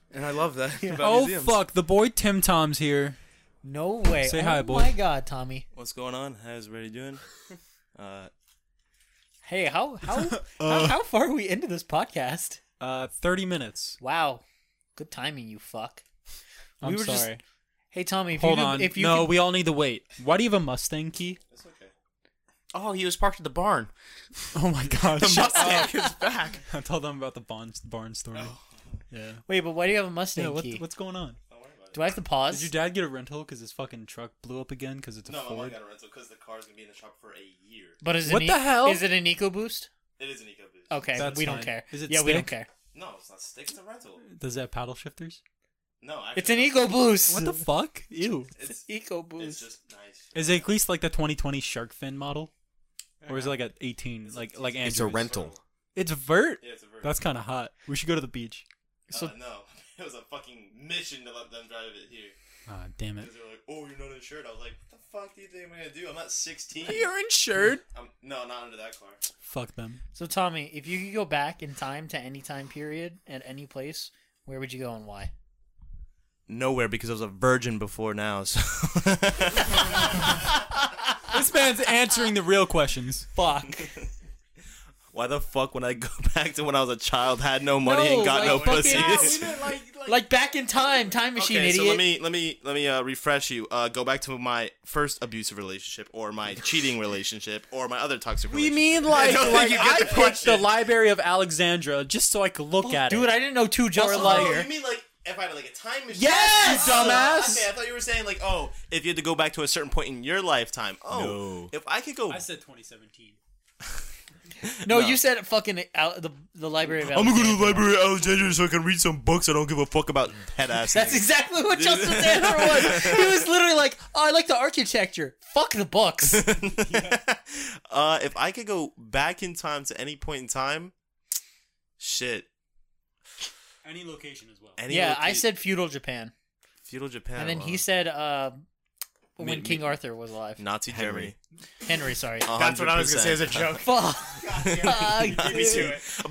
Speaker 3: and I love that. [laughs] about
Speaker 1: Oh
Speaker 3: museums.
Speaker 1: fuck, the boy Tim Tom's here.
Speaker 2: No way.
Speaker 1: Say
Speaker 2: oh
Speaker 1: hi, boy.
Speaker 2: my God, Tommy.
Speaker 3: What's going on? How's everybody doing? Uh,
Speaker 2: Hey, how how,
Speaker 1: [laughs]
Speaker 2: how how far are we into this podcast?
Speaker 1: Uh, thirty minutes.
Speaker 2: Wow, good timing, you fuck.
Speaker 1: I'm
Speaker 2: were just-
Speaker 1: sorry.
Speaker 2: Hey, Tommy. If
Speaker 1: Hold
Speaker 2: you could,
Speaker 1: on.
Speaker 2: If you
Speaker 1: no,
Speaker 2: could-
Speaker 1: we all need to wait. Why do you have a Mustang key? [laughs]
Speaker 3: oh, he was parked at the barn.
Speaker 1: Oh
Speaker 3: [laughs]
Speaker 1: my god! shut up. [laughs]
Speaker 3: is back.
Speaker 1: I told them about the barn barn story. Oh. Yeah.
Speaker 2: wait, but why do you have a Mustang
Speaker 1: Yeah. What,
Speaker 2: key?
Speaker 1: what's going on?
Speaker 2: Do I have to pause?
Speaker 1: Did your dad get a rental because his fucking truck blew up again because it's a
Speaker 6: No, my mom
Speaker 1: Ford?
Speaker 6: got a rental because the car's gonna be in the shop for a year.
Speaker 2: but is it
Speaker 1: What
Speaker 2: an E,
Speaker 1: the hell?
Speaker 2: Is it an eco boost?
Speaker 6: It is an EcoBoost.
Speaker 2: Okay,
Speaker 1: That's
Speaker 2: we don't
Speaker 1: fine.
Speaker 2: care.
Speaker 1: Is it
Speaker 2: yeah, we don't
Speaker 1: stick?
Speaker 2: care.
Speaker 6: No, it's not stick. It's a rental.
Speaker 1: Does it have paddle shifters?
Speaker 2: [laughs]
Speaker 6: No, actually,
Speaker 2: It's an eco boost.
Speaker 1: What the fuck? Ew.
Speaker 6: It's
Speaker 2: eco
Speaker 6: it's
Speaker 2: boost?
Speaker 6: just nice.
Speaker 1: Is it at least like the 2020 shark fin model, or is it like a 18
Speaker 6: Uh-huh. It's
Speaker 1: like
Speaker 6: a-
Speaker 1: like Andrew's?
Speaker 4: It's a rental.
Speaker 1: It's vert.
Speaker 6: Yeah, it's a very.
Speaker 1: That's kind of hot. We should go to the beach.
Speaker 6: Uh, no, [laughs] it was a fucking mission to let them drive it here.
Speaker 2: [laughs]
Speaker 1: Ah, damn it.
Speaker 6: Because they were like, "Oh, you're not insured." I was like, "What the fuck do you think I'm gonna do? I'm
Speaker 1: [laughs]
Speaker 6: not 16."
Speaker 1: insured.
Speaker 6: I'm, no, not under that car.
Speaker 1: Fuck them.
Speaker 2: So Tommy, if you could go back in time to any time period at any place, where would you go and why?
Speaker 6: Nowhere because I was a virgin before now. [laughs] So
Speaker 1: This man's answering the real questions.
Speaker 2: Fuck.
Speaker 6: why the fuck when I go [laughs] back to when I was a child, had no money
Speaker 2: No,
Speaker 6: and got
Speaker 2: like,
Speaker 6: no
Speaker 2: fucking-
Speaker 6: [laughs] pussies?
Speaker 2: yeah, we didn't, like back in time, time machine
Speaker 6: okay,
Speaker 2: idiot.
Speaker 6: so let me let me let me uh, refresh you. Uh, go back to my first abusive relationship, or my cheating relationship, or my other toxic.
Speaker 1: We
Speaker 6: relationship. [laughs]
Speaker 1: mean like
Speaker 6: don't
Speaker 1: like
Speaker 6: think you
Speaker 1: [laughs]
Speaker 6: get
Speaker 1: I
Speaker 6: the
Speaker 1: picked the
Speaker 6: question.
Speaker 1: Library of Alexandria just so Oh, I could look at
Speaker 2: Dude,
Speaker 1: it.
Speaker 2: I didn't know two
Speaker 1: Or
Speaker 2: Justin
Speaker 6: Oh,
Speaker 1: like-
Speaker 6: you mean like if I had like a time machine?
Speaker 1: Yes, you
Speaker 6: Oh,
Speaker 1: dumbass!
Speaker 6: Okay, I thought you were saying like, oh, if you had to go back to a certain point in your lifetime. Oh,
Speaker 4: No.
Speaker 6: if I could go,
Speaker 1: said 2017.
Speaker 2: No, you said it fucking out the the library. Of
Speaker 6: I'm gonna go to the
Speaker 2: Alexandria.
Speaker 6: library at Alexandria so I can read some books. I don't give a fuck about head ass.
Speaker 2: That's exactly what Justin Sandler was. He was literally like, "Oh, I like the architecture. Fuck the books."
Speaker 6: [laughs] uh, if I could go back in time to any point in time, shit.
Speaker 1: Any location as well.
Speaker 6: Any
Speaker 2: yeah,
Speaker 6: loca-
Speaker 2: I said feudal Japan,
Speaker 6: feudal Japan,
Speaker 2: and then
Speaker 6: wow.
Speaker 2: he said uh, when
Speaker 4: Me- me-
Speaker 2: King Arthur was alive.
Speaker 6: Nazi Germany.
Speaker 2: Henry, sorry.
Speaker 6: That's
Speaker 7: what I was gonna say as
Speaker 6: [laughs]
Speaker 7: a joke.
Speaker 2: Fuck.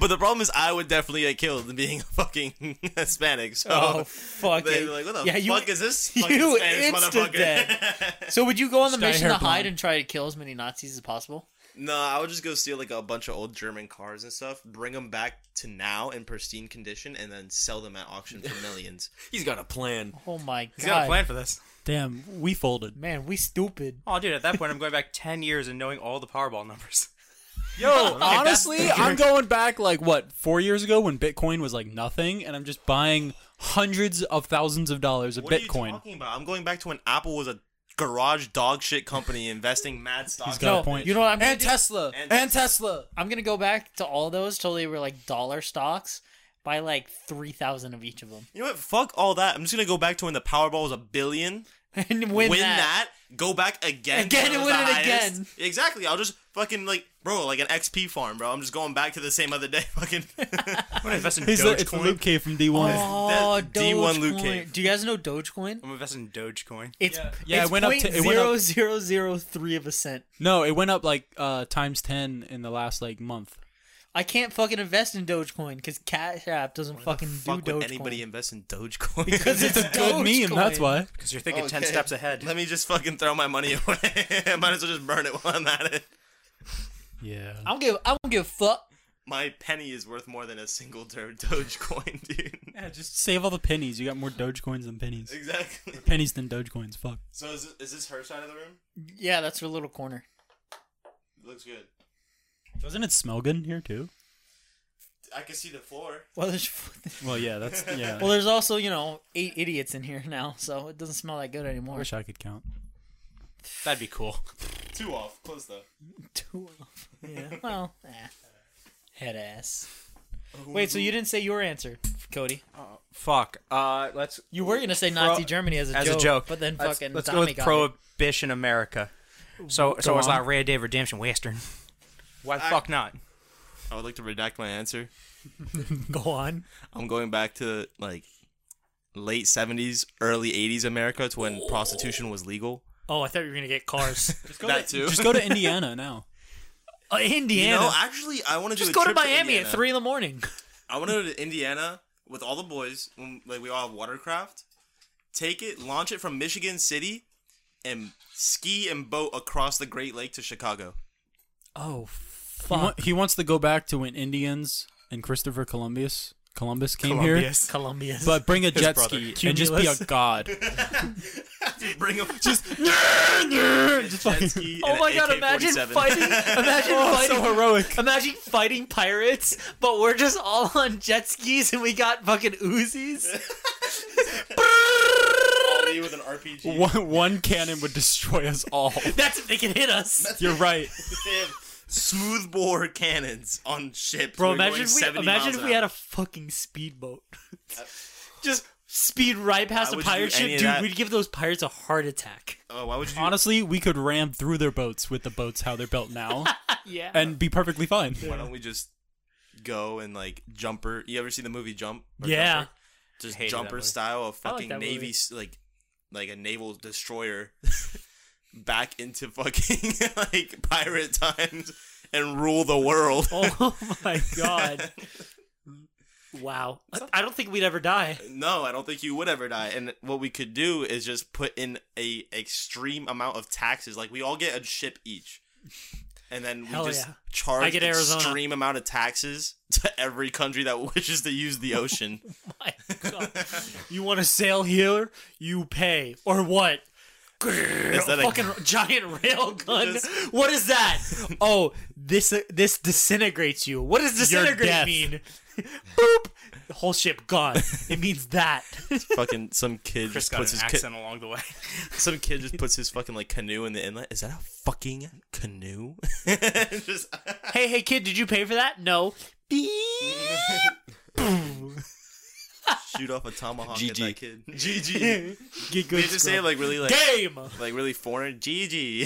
Speaker 6: But the problem is, I would definitely get killed being fucking [laughs] Hispanic. So
Speaker 2: Oh fuck
Speaker 6: they're
Speaker 2: it.
Speaker 6: like, "What the
Speaker 2: yeah, you,
Speaker 6: fuck is
Speaker 2: [laughs]
Speaker 6: this fucking
Speaker 2: You
Speaker 6: Spanish
Speaker 2: instant
Speaker 6: motherfucker?" [laughs]
Speaker 2: dead. So would you go on the
Speaker 1: Sky
Speaker 2: mission
Speaker 1: hair
Speaker 2: to hide
Speaker 1: blonde.
Speaker 2: and try to kill as many Nazis as possible?
Speaker 6: No, I would just go steal like a bunch of old German cars and stuff, bring them back to now in pristine condition, and then sell them at auction
Speaker 2: [laughs]
Speaker 6: for millions.
Speaker 4: He's got a plan.
Speaker 2: Oh my
Speaker 3: He's got a
Speaker 2: god,
Speaker 3: plan for this.
Speaker 1: Damn, we folded.
Speaker 2: man, we stupid.
Speaker 3: Oh, dude, at that point, I'm going back [laughs] 10 years and knowing all the Powerball numbers. [laughs]
Speaker 1: Yo, honestly, I'm going back like what four years ago when Bitcoin was like nothing, and I'm just buying hundreds of thousands of dollars of
Speaker 6: What are you
Speaker 1: Bitcoin.
Speaker 6: talking about? I'm going back to when Apple was a garage dog shit company investing mad stock.
Speaker 1: He's got
Speaker 2: No,
Speaker 1: a point.
Speaker 2: you know what I'm gonna
Speaker 1: and
Speaker 2: do?
Speaker 1: Tesla,
Speaker 6: And-
Speaker 1: and, Tesla.
Speaker 2: I'm gonna go back to all those till they were like dollar stocks. Buy like three thousand of each of them [laughs]
Speaker 6: You know what? Fuck all that. I'm just gonna go back to when the Powerball was a billion,
Speaker 2: and
Speaker 6: win,
Speaker 2: win, that.
Speaker 6: that. go back again,
Speaker 2: Again
Speaker 6: when
Speaker 2: and
Speaker 6: was
Speaker 2: win
Speaker 6: the
Speaker 2: it
Speaker 6: highest.
Speaker 2: again.
Speaker 6: Exactly. I'll just fucking like, bro, like an XP farm, bro. I'm just going back to the same other day, [laughs]
Speaker 2: [laughs]
Speaker 6: fucking.
Speaker 3: I'm going to invest in
Speaker 1: He's the, it's the
Speaker 3: Dogecoin.
Speaker 1: Luke K from D1.
Speaker 2: Oh,
Speaker 6: That- D1 Luke
Speaker 2: Dogecoin.
Speaker 6: Cage.
Speaker 2: Do you guys know Dogecoin?
Speaker 3: I'm investing in Dogecoin.
Speaker 2: It's
Speaker 1: Yeah, it
Speaker 2: it's
Speaker 1: went up to- it went up-
Speaker 2: 0.0003 of a cent.
Speaker 1: No, it went up like uh times ten in the last like month.
Speaker 2: I can't fucking invest in Dogecoin because Cash App doesn't fucking
Speaker 6: Fuck
Speaker 2: do
Speaker 6: would
Speaker 2: Dogecoin.
Speaker 6: anybody invest in
Speaker 1: [laughs]
Speaker 6: Dogecoin?
Speaker 2: because it's a
Speaker 1: Good
Speaker 2: Dogecoin.
Speaker 1: meme, that's why.
Speaker 3: Because you're thinking 10
Speaker 6: Okay.
Speaker 3: steps ahead.
Speaker 6: Let me just fucking throw my money away. [laughs] I might as well just burn it while I'm at it.
Speaker 1: Yeah.
Speaker 2: I don't give. I don't give a fuck.
Speaker 6: My penny is worth more than a single do- Dogecoin, [laughs] dude.
Speaker 1: Yeah, just save all the pennies. You got more Dogecoins than pennies.
Speaker 6: Exactly.
Speaker 1: Pennies than Dogecoins. Fuck.
Speaker 6: So is this, is this her side of the room?
Speaker 2: Yeah, that's her little corner.
Speaker 6: looks good.
Speaker 1: Doesn't it smell good in here too?
Speaker 6: I can see the floor.
Speaker 2: Well, there's [laughs]
Speaker 1: [laughs] Well, yeah, that's yeah.
Speaker 2: well, there's also you know eight idiots in here now, so it doesn't smell that good
Speaker 1: I
Speaker 2: anymore.
Speaker 1: wish I could count.
Speaker 3: That'd be cool.
Speaker 6: Two off. Close though.
Speaker 2: Two of them. Yeah. [laughs] Well, eh. head ass. Wait, so you didn't say your answer, Cody?
Speaker 3: Fuck. Uh, let's
Speaker 2: You were gonna say Nazi
Speaker 3: Pro-
Speaker 2: Germany as a
Speaker 3: as
Speaker 2: joke,
Speaker 3: a joke,
Speaker 2: but then
Speaker 3: let's,
Speaker 2: fucking
Speaker 3: let's
Speaker 2: Tommy
Speaker 3: go with
Speaker 2: got
Speaker 3: [laughs]
Speaker 2: it.
Speaker 3: Prohibition America. So so it's
Speaker 1: on.
Speaker 3: like Red Dead Redemption Western. Why the fuck not?
Speaker 6: I would like to redact my answer.
Speaker 2: Go on.
Speaker 6: I'm going back to like late 70s, early 80s America. It's when prostitution was legal.
Speaker 2: Oh, I thought you were gonna get cars.
Speaker 6: that too.
Speaker 1: Just go to Indiana now.
Speaker 2: uh,
Speaker 6: You
Speaker 2: Indiana.
Speaker 6: know, actually, I want to
Speaker 2: Just
Speaker 6: do
Speaker 2: go
Speaker 6: a
Speaker 2: to
Speaker 6: trip
Speaker 2: Miami
Speaker 6: Indiana.
Speaker 2: at three in the morning.
Speaker 6: I want to go to Indiana with all the boys. When, like we all have watercraft. Take it, launch it from Michigan City, and ski and boat across the Great Lake to Chicago.
Speaker 2: Oh
Speaker 1: He,
Speaker 2: fuck.
Speaker 1: wa- he wants to go back to when Indians and Christopher Columbus Columbus came here,
Speaker 3: Columbius.
Speaker 2: Columbia.
Speaker 1: but bring a jet
Speaker 3: brother.
Speaker 1: ski and just be a god.
Speaker 6: Bring [laughs] them
Speaker 2: [laughs]
Speaker 6: just
Speaker 1: Just
Speaker 6: jet
Speaker 1: fucking-
Speaker 6: ski.
Speaker 2: Oh
Speaker 6: and
Speaker 2: my
Speaker 6: an
Speaker 2: god! Imagine
Speaker 6: [laughs] AK-47.
Speaker 2: fighting. Imagine
Speaker 1: [laughs]
Speaker 2: fighting.
Speaker 1: so heroic.
Speaker 2: Imagine fighting pirates, but we're just all on jet skis and we got fucking Uzis.
Speaker 6: at you with an [laughs] RPG.
Speaker 1: One, one cannon would destroy us all.
Speaker 8: That's if they can hit us.
Speaker 1: You're right.
Speaker 6: They have Smoothbore cannons on ships.
Speaker 2: Bro,
Speaker 6: We're going
Speaker 2: imagine if we
Speaker 6: 70
Speaker 2: imagine
Speaker 6: miles
Speaker 2: if
Speaker 6: an
Speaker 2: we had
Speaker 6: hour. Uh,
Speaker 2: a fucking speedboat. [laughs] Just speed right past
Speaker 6: Why
Speaker 2: a
Speaker 6: would you
Speaker 2: pirate
Speaker 6: do
Speaker 2: ship,
Speaker 6: any of
Speaker 2: dude.
Speaker 6: that?
Speaker 2: We'd give those pirates a heart
Speaker 6: [laughs]
Speaker 2: attack.
Speaker 6: Oh, why would you? do-
Speaker 1: Honestly, we could ram through their boats with the boats how they're built now
Speaker 2: Yeah.
Speaker 1: and be perfectly fine.
Speaker 6: why don't we just go and like jumper? You ever see the movie Jump? Or
Speaker 2: yeah.
Speaker 6: Jumper? just
Speaker 3: Hated that
Speaker 6: jumper
Speaker 3: movie.
Speaker 6: style of
Speaker 2: I like
Speaker 6: fucking
Speaker 2: that
Speaker 6: navy,
Speaker 2: movie.
Speaker 6: s- like like a naval
Speaker 2: [laughs]
Speaker 6: destroyer, back into fucking [laughs] like pirate times and rule the world.
Speaker 2: Oh my god. Wow. I don't think we'd ever
Speaker 6: [laughs]
Speaker 2: die.
Speaker 6: No, I don't think you would ever die. And what we could do is just put in a extreme amount of taxes. Like we all get a ship each, and then we
Speaker 2: Hell
Speaker 6: just
Speaker 2: yeah.
Speaker 6: charge
Speaker 2: I get Arizona.
Speaker 6: extreme amount of taxes to every country that [laughs] wishes to use the ocean.
Speaker 2: My god. you want to sail here? You pay. Or what?
Speaker 6: Is that a-
Speaker 2: fucking
Speaker 6: [laughs]
Speaker 2: giant rail gun.
Speaker 6: Just-
Speaker 2: What is that? Oh, this this disintegrates you. What does disintegrate
Speaker 1: death.
Speaker 2: mean? Boop. The whole ship gone. It means that. [laughs]
Speaker 6: fucking some kid
Speaker 9: Chris
Speaker 6: just
Speaker 9: got
Speaker 6: puts
Speaker 9: an
Speaker 6: his ki-
Speaker 9: accent along the way.
Speaker 6: some kid just puts [laughs] his fucking like canoe in the inlet. Is that a fucking canoe? [laughs] just
Speaker 2: hey, hey, kid, did you pay for that? No. Beep.
Speaker 6: shoot off a tomahawk at
Speaker 4: GG.
Speaker 6: that kid. GG.
Speaker 2: Get
Speaker 6: They
Speaker 2: good.
Speaker 6: just say it, like Oh. really like
Speaker 2: Game.
Speaker 6: like really foreign. [laughs] GG.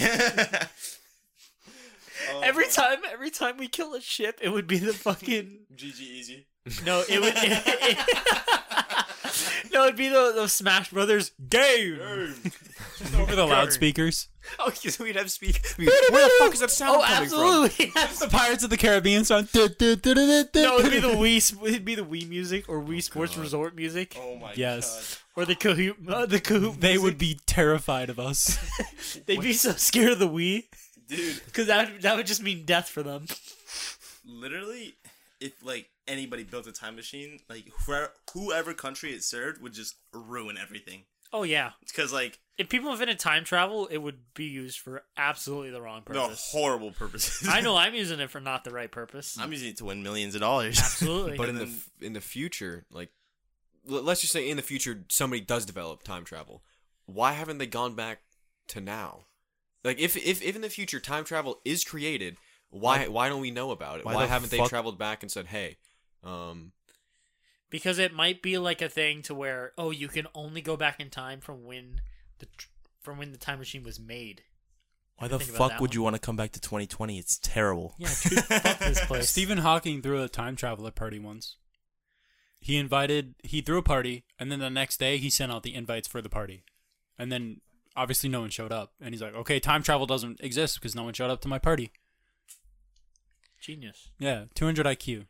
Speaker 6: Oh,
Speaker 2: Every
Speaker 6: fuck.
Speaker 2: time, every time we kill a ship, it would be the fucking
Speaker 6: GG easy.
Speaker 2: No, it would. [laughs] no, it'd be the, the Smash Brothers game.
Speaker 1: Over the loudspeakers.
Speaker 9: Oh, [laughs] because we'd have speak. we'd be like, Where the fuck is that sound
Speaker 2: Oh,
Speaker 9: coming
Speaker 2: absolutely. [laughs] Abs-
Speaker 1: The Pirates of the Caribbean song.
Speaker 2: no, it'd be the Wii. sp- It'd be the Wii music or Wii Sports Resort music
Speaker 6: Oh my
Speaker 1: Yes.
Speaker 2: or the Kahoot. Uh, the Kahoot.
Speaker 1: They
Speaker 2: music.
Speaker 1: would be terrified of [laughs] us.
Speaker 2: They'd be so scared of the Wii
Speaker 6: god. Dude,
Speaker 2: because that would, that would just mean death for them.
Speaker 6: literally if like anybody built a time machine, like whoever, whoever country it served would just ruin everything.
Speaker 2: Oh yeah.
Speaker 6: Because like
Speaker 2: If people invented time travel, it would be used for absolutely the wrong
Speaker 6: no
Speaker 2: purpose.
Speaker 6: horrible [laughs] purposes.
Speaker 2: I know I'm using it for not the right purpose.
Speaker 6: I'm using it to win millions of dollars.
Speaker 2: [laughs]
Speaker 6: [laughs]
Speaker 2: absolutely.
Speaker 4: But in the
Speaker 6: then-
Speaker 4: f- in the future, like l- let's just say in the future somebody does develop time travel. Why haven't they gone back to now? Like if if, if in the future time travel is created, why why, don't we know about it?
Speaker 6: why
Speaker 4: Why,
Speaker 6: the
Speaker 4: haven't they
Speaker 6: fuck-
Speaker 4: traveled back and said, "Hey, um
Speaker 2: because it might be like a thing to where oh you can only go back in time from when the tr- from when the time machine was made
Speaker 6: Why the
Speaker 2: Think about
Speaker 6: fuck
Speaker 2: that
Speaker 6: would
Speaker 2: one.
Speaker 6: you want to come back to 2020? It's terrible.
Speaker 2: yeah dude, fuck
Speaker 6: [laughs]
Speaker 2: this place
Speaker 1: Stephen Hawking threw a time travel party once. He invited, he threw a party, and then the next day he sent out the invites for the party. And then obviously no one showed up. And he's like, okay, time travel doesn't exist because no one showed up to my party.
Speaker 2: genius
Speaker 1: Yeah, 200 IQ.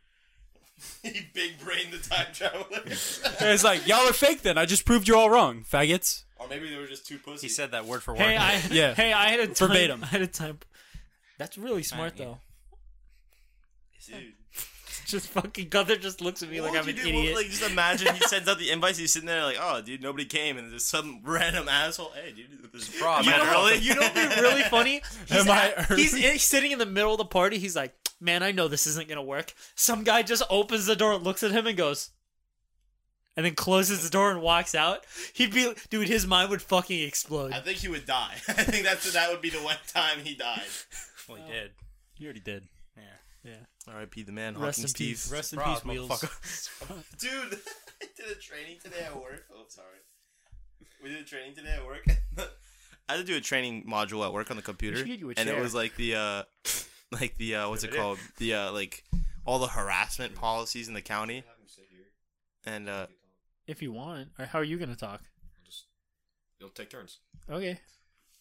Speaker 1: [laughs]
Speaker 6: he big brained [laughs] the time [laughs] travelers.
Speaker 1: And it's like, y'all are fake then. I just proved you all wrong, faggots.
Speaker 6: or maybe they were just two pussies.
Speaker 3: He said that word for word.
Speaker 2: hey
Speaker 6: [laughs]
Speaker 2: i
Speaker 1: Yeah.
Speaker 2: hey i had a time, [laughs]
Speaker 1: Verbatim.
Speaker 2: i had a time that's really smart though
Speaker 6: [laughs] Dude.
Speaker 2: [laughs] just fucking Gunther just looks at me like i'm an idiot
Speaker 6: like, just imagine he sends out the invites. He's sitting there like, oh, dude, nobody came, and there's some [laughs] random asshole. Hey, dude, this is fraud.
Speaker 2: you know,
Speaker 6: man,
Speaker 2: what-
Speaker 6: really?
Speaker 2: [laughs] you know what'd be Oh, really [laughs] funny? He's,
Speaker 1: Am I
Speaker 2: at- he's, in- he's sitting in the middle of the party. He's like, "Man, I know this isn't gonna work." Some guy just opens the door, looks at him, and goes, and then closes the door and walks out. He'd be, dude, his mind would fucking explode.
Speaker 6: [laughs] I think he would die. [laughs] I think that's that would be the one time he died.
Speaker 9: Well, he did.
Speaker 1: You already did.
Speaker 6: R.I.P. the man,
Speaker 2: Rest in peace.
Speaker 1: Rest in
Speaker 3: Bro,
Speaker 1: peace, Wheels.
Speaker 6: Dude, [laughs] I did a training today at work. Oh, sorry. We did a training today at work. [laughs] I had to do a training module at work on the computer,
Speaker 2: should get you a
Speaker 6: and it
Speaker 2: chair.
Speaker 6: was like the uh, [laughs] like the uh, what's it called? The uh, like all the harassment policies in the county. And uh,
Speaker 2: [laughs] If you want, or how are you gonna talk?
Speaker 4: you'll take turns."
Speaker 2: Okay,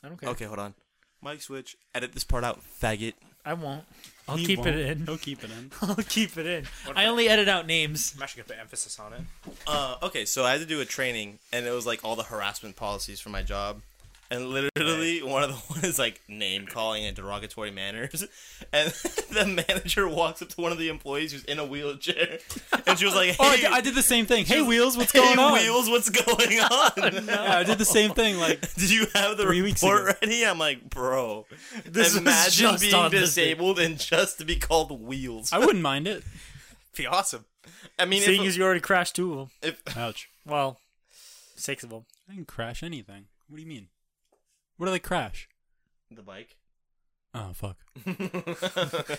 Speaker 2: I don't care.
Speaker 6: okay, hold on. Mike switch. Edit this part out, faggot.
Speaker 2: I won't. I'll keep it in. [laughs]
Speaker 1: He'll keep it [laughs] in.
Speaker 2: I'll keep it in. I only edit out names.
Speaker 9: I'm actually gonna put emphasis on it.
Speaker 6: Uh, okay, so I had to do a training, and it was like all the harassment policies for my job. And literally, one of the [laughs] ones is like name calling and derogatory manners. [laughs] And the manager walks up to one of the employees who's in a wheelchair, and she was like, "Hey,
Speaker 1: [laughs] Oh, I did, I did the same thing. Hey, Wheels, what's
Speaker 6: hey
Speaker 1: going on?
Speaker 6: wheels,
Speaker 1: [laughs]
Speaker 6: what's going on?
Speaker 1: Yeah, I did the same thing. Like,
Speaker 6: [laughs] Did you have the
Speaker 1: Three weeks
Speaker 6: report
Speaker 1: ago.
Speaker 6: ready?" I'm like, "Bro,
Speaker 2: This was
Speaker 6: imagine
Speaker 2: just
Speaker 6: being
Speaker 2: on this day.
Speaker 6: disabled and just to be called
Speaker 1: [laughs]
Speaker 6: wheels."
Speaker 1: I wouldn't mind it.
Speaker 9: Be awesome.
Speaker 6: I mean,
Speaker 2: Seeing
Speaker 6: if,
Speaker 2: as you already crashed two of them.
Speaker 6: if
Speaker 1: Ouch.
Speaker 2: Well, six of them.
Speaker 1: I didn't crash anything. What do you mean? What did I crash?
Speaker 6: [laughs] The bike. [laughs]
Speaker 1: Oh fuck.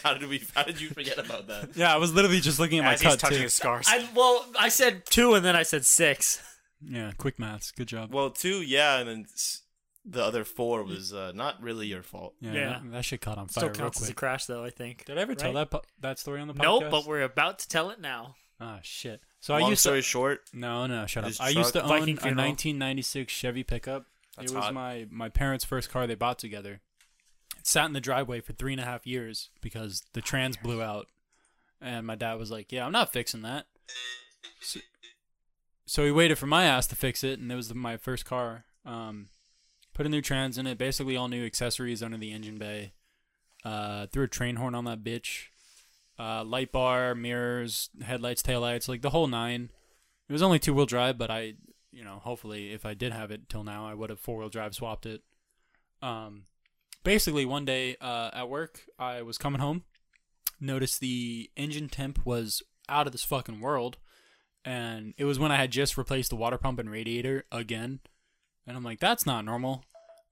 Speaker 6: how did we? How did you forget about that?
Speaker 1: Yeah, I was literally just looking at my
Speaker 9: As he's
Speaker 1: cut
Speaker 9: touching
Speaker 1: too.
Speaker 9: his scars.
Speaker 2: I well, I said two, and then I said six.
Speaker 1: Yeah, quick maths. Good job.
Speaker 6: Well, two, yeah, and then s- the other four was uh, not really your fault.
Speaker 1: yeah,
Speaker 2: yeah.
Speaker 1: That, that shit caught on
Speaker 2: Still
Speaker 1: fire real
Speaker 2: counts as a
Speaker 1: quick.
Speaker 2: crash, though. I think.
Speaker 1: Did I ever tell
Speaker 2: Right?
Speaker 1: that po- that story on the podcast?
Speaker 2: Nope, but we're about to tell it now.
Speaker 1: ah shit. So I
Speaker 6: Long
Speaker 1: used
Speaker 6: story
Speaker 1: to
Speaker 6: short,
Speaker 1: no no shut up.
Speaker 6: His
Speaker 1: I used to
Speaker 6: truck-
Speaker 1: own a
Speaker 2: Viking funeral.
Speaker 1: 1996 Chevy pickup.
Speaker 6: That's
Speaker 1: it was
Speaker 6: hot.
Speaker 1: my my parents' first car they bought together. It sat in the driveway for three and a half years because the trans blew out, and my dad was like, "Yeah, I'm not fixing that." So, so he waited for my ass to fix it, and it was my first car. Um, put a new trans in it, basically all new accessories under the engine bay. Uh, threw a train horn on that bitch. Uh, light bar, mirrors, headlights, taillights, like the whole nine. It was only two wheel drive, but I, you know, hopefully if I did have it till now, I would have four wheel drive swapped it. Um, basically, one day uh, at work, I was coming home, noticed the engine temp was out of this fucking world, and it was when I had just replaced the water pump and radiator again, and I'm like, that's not normal.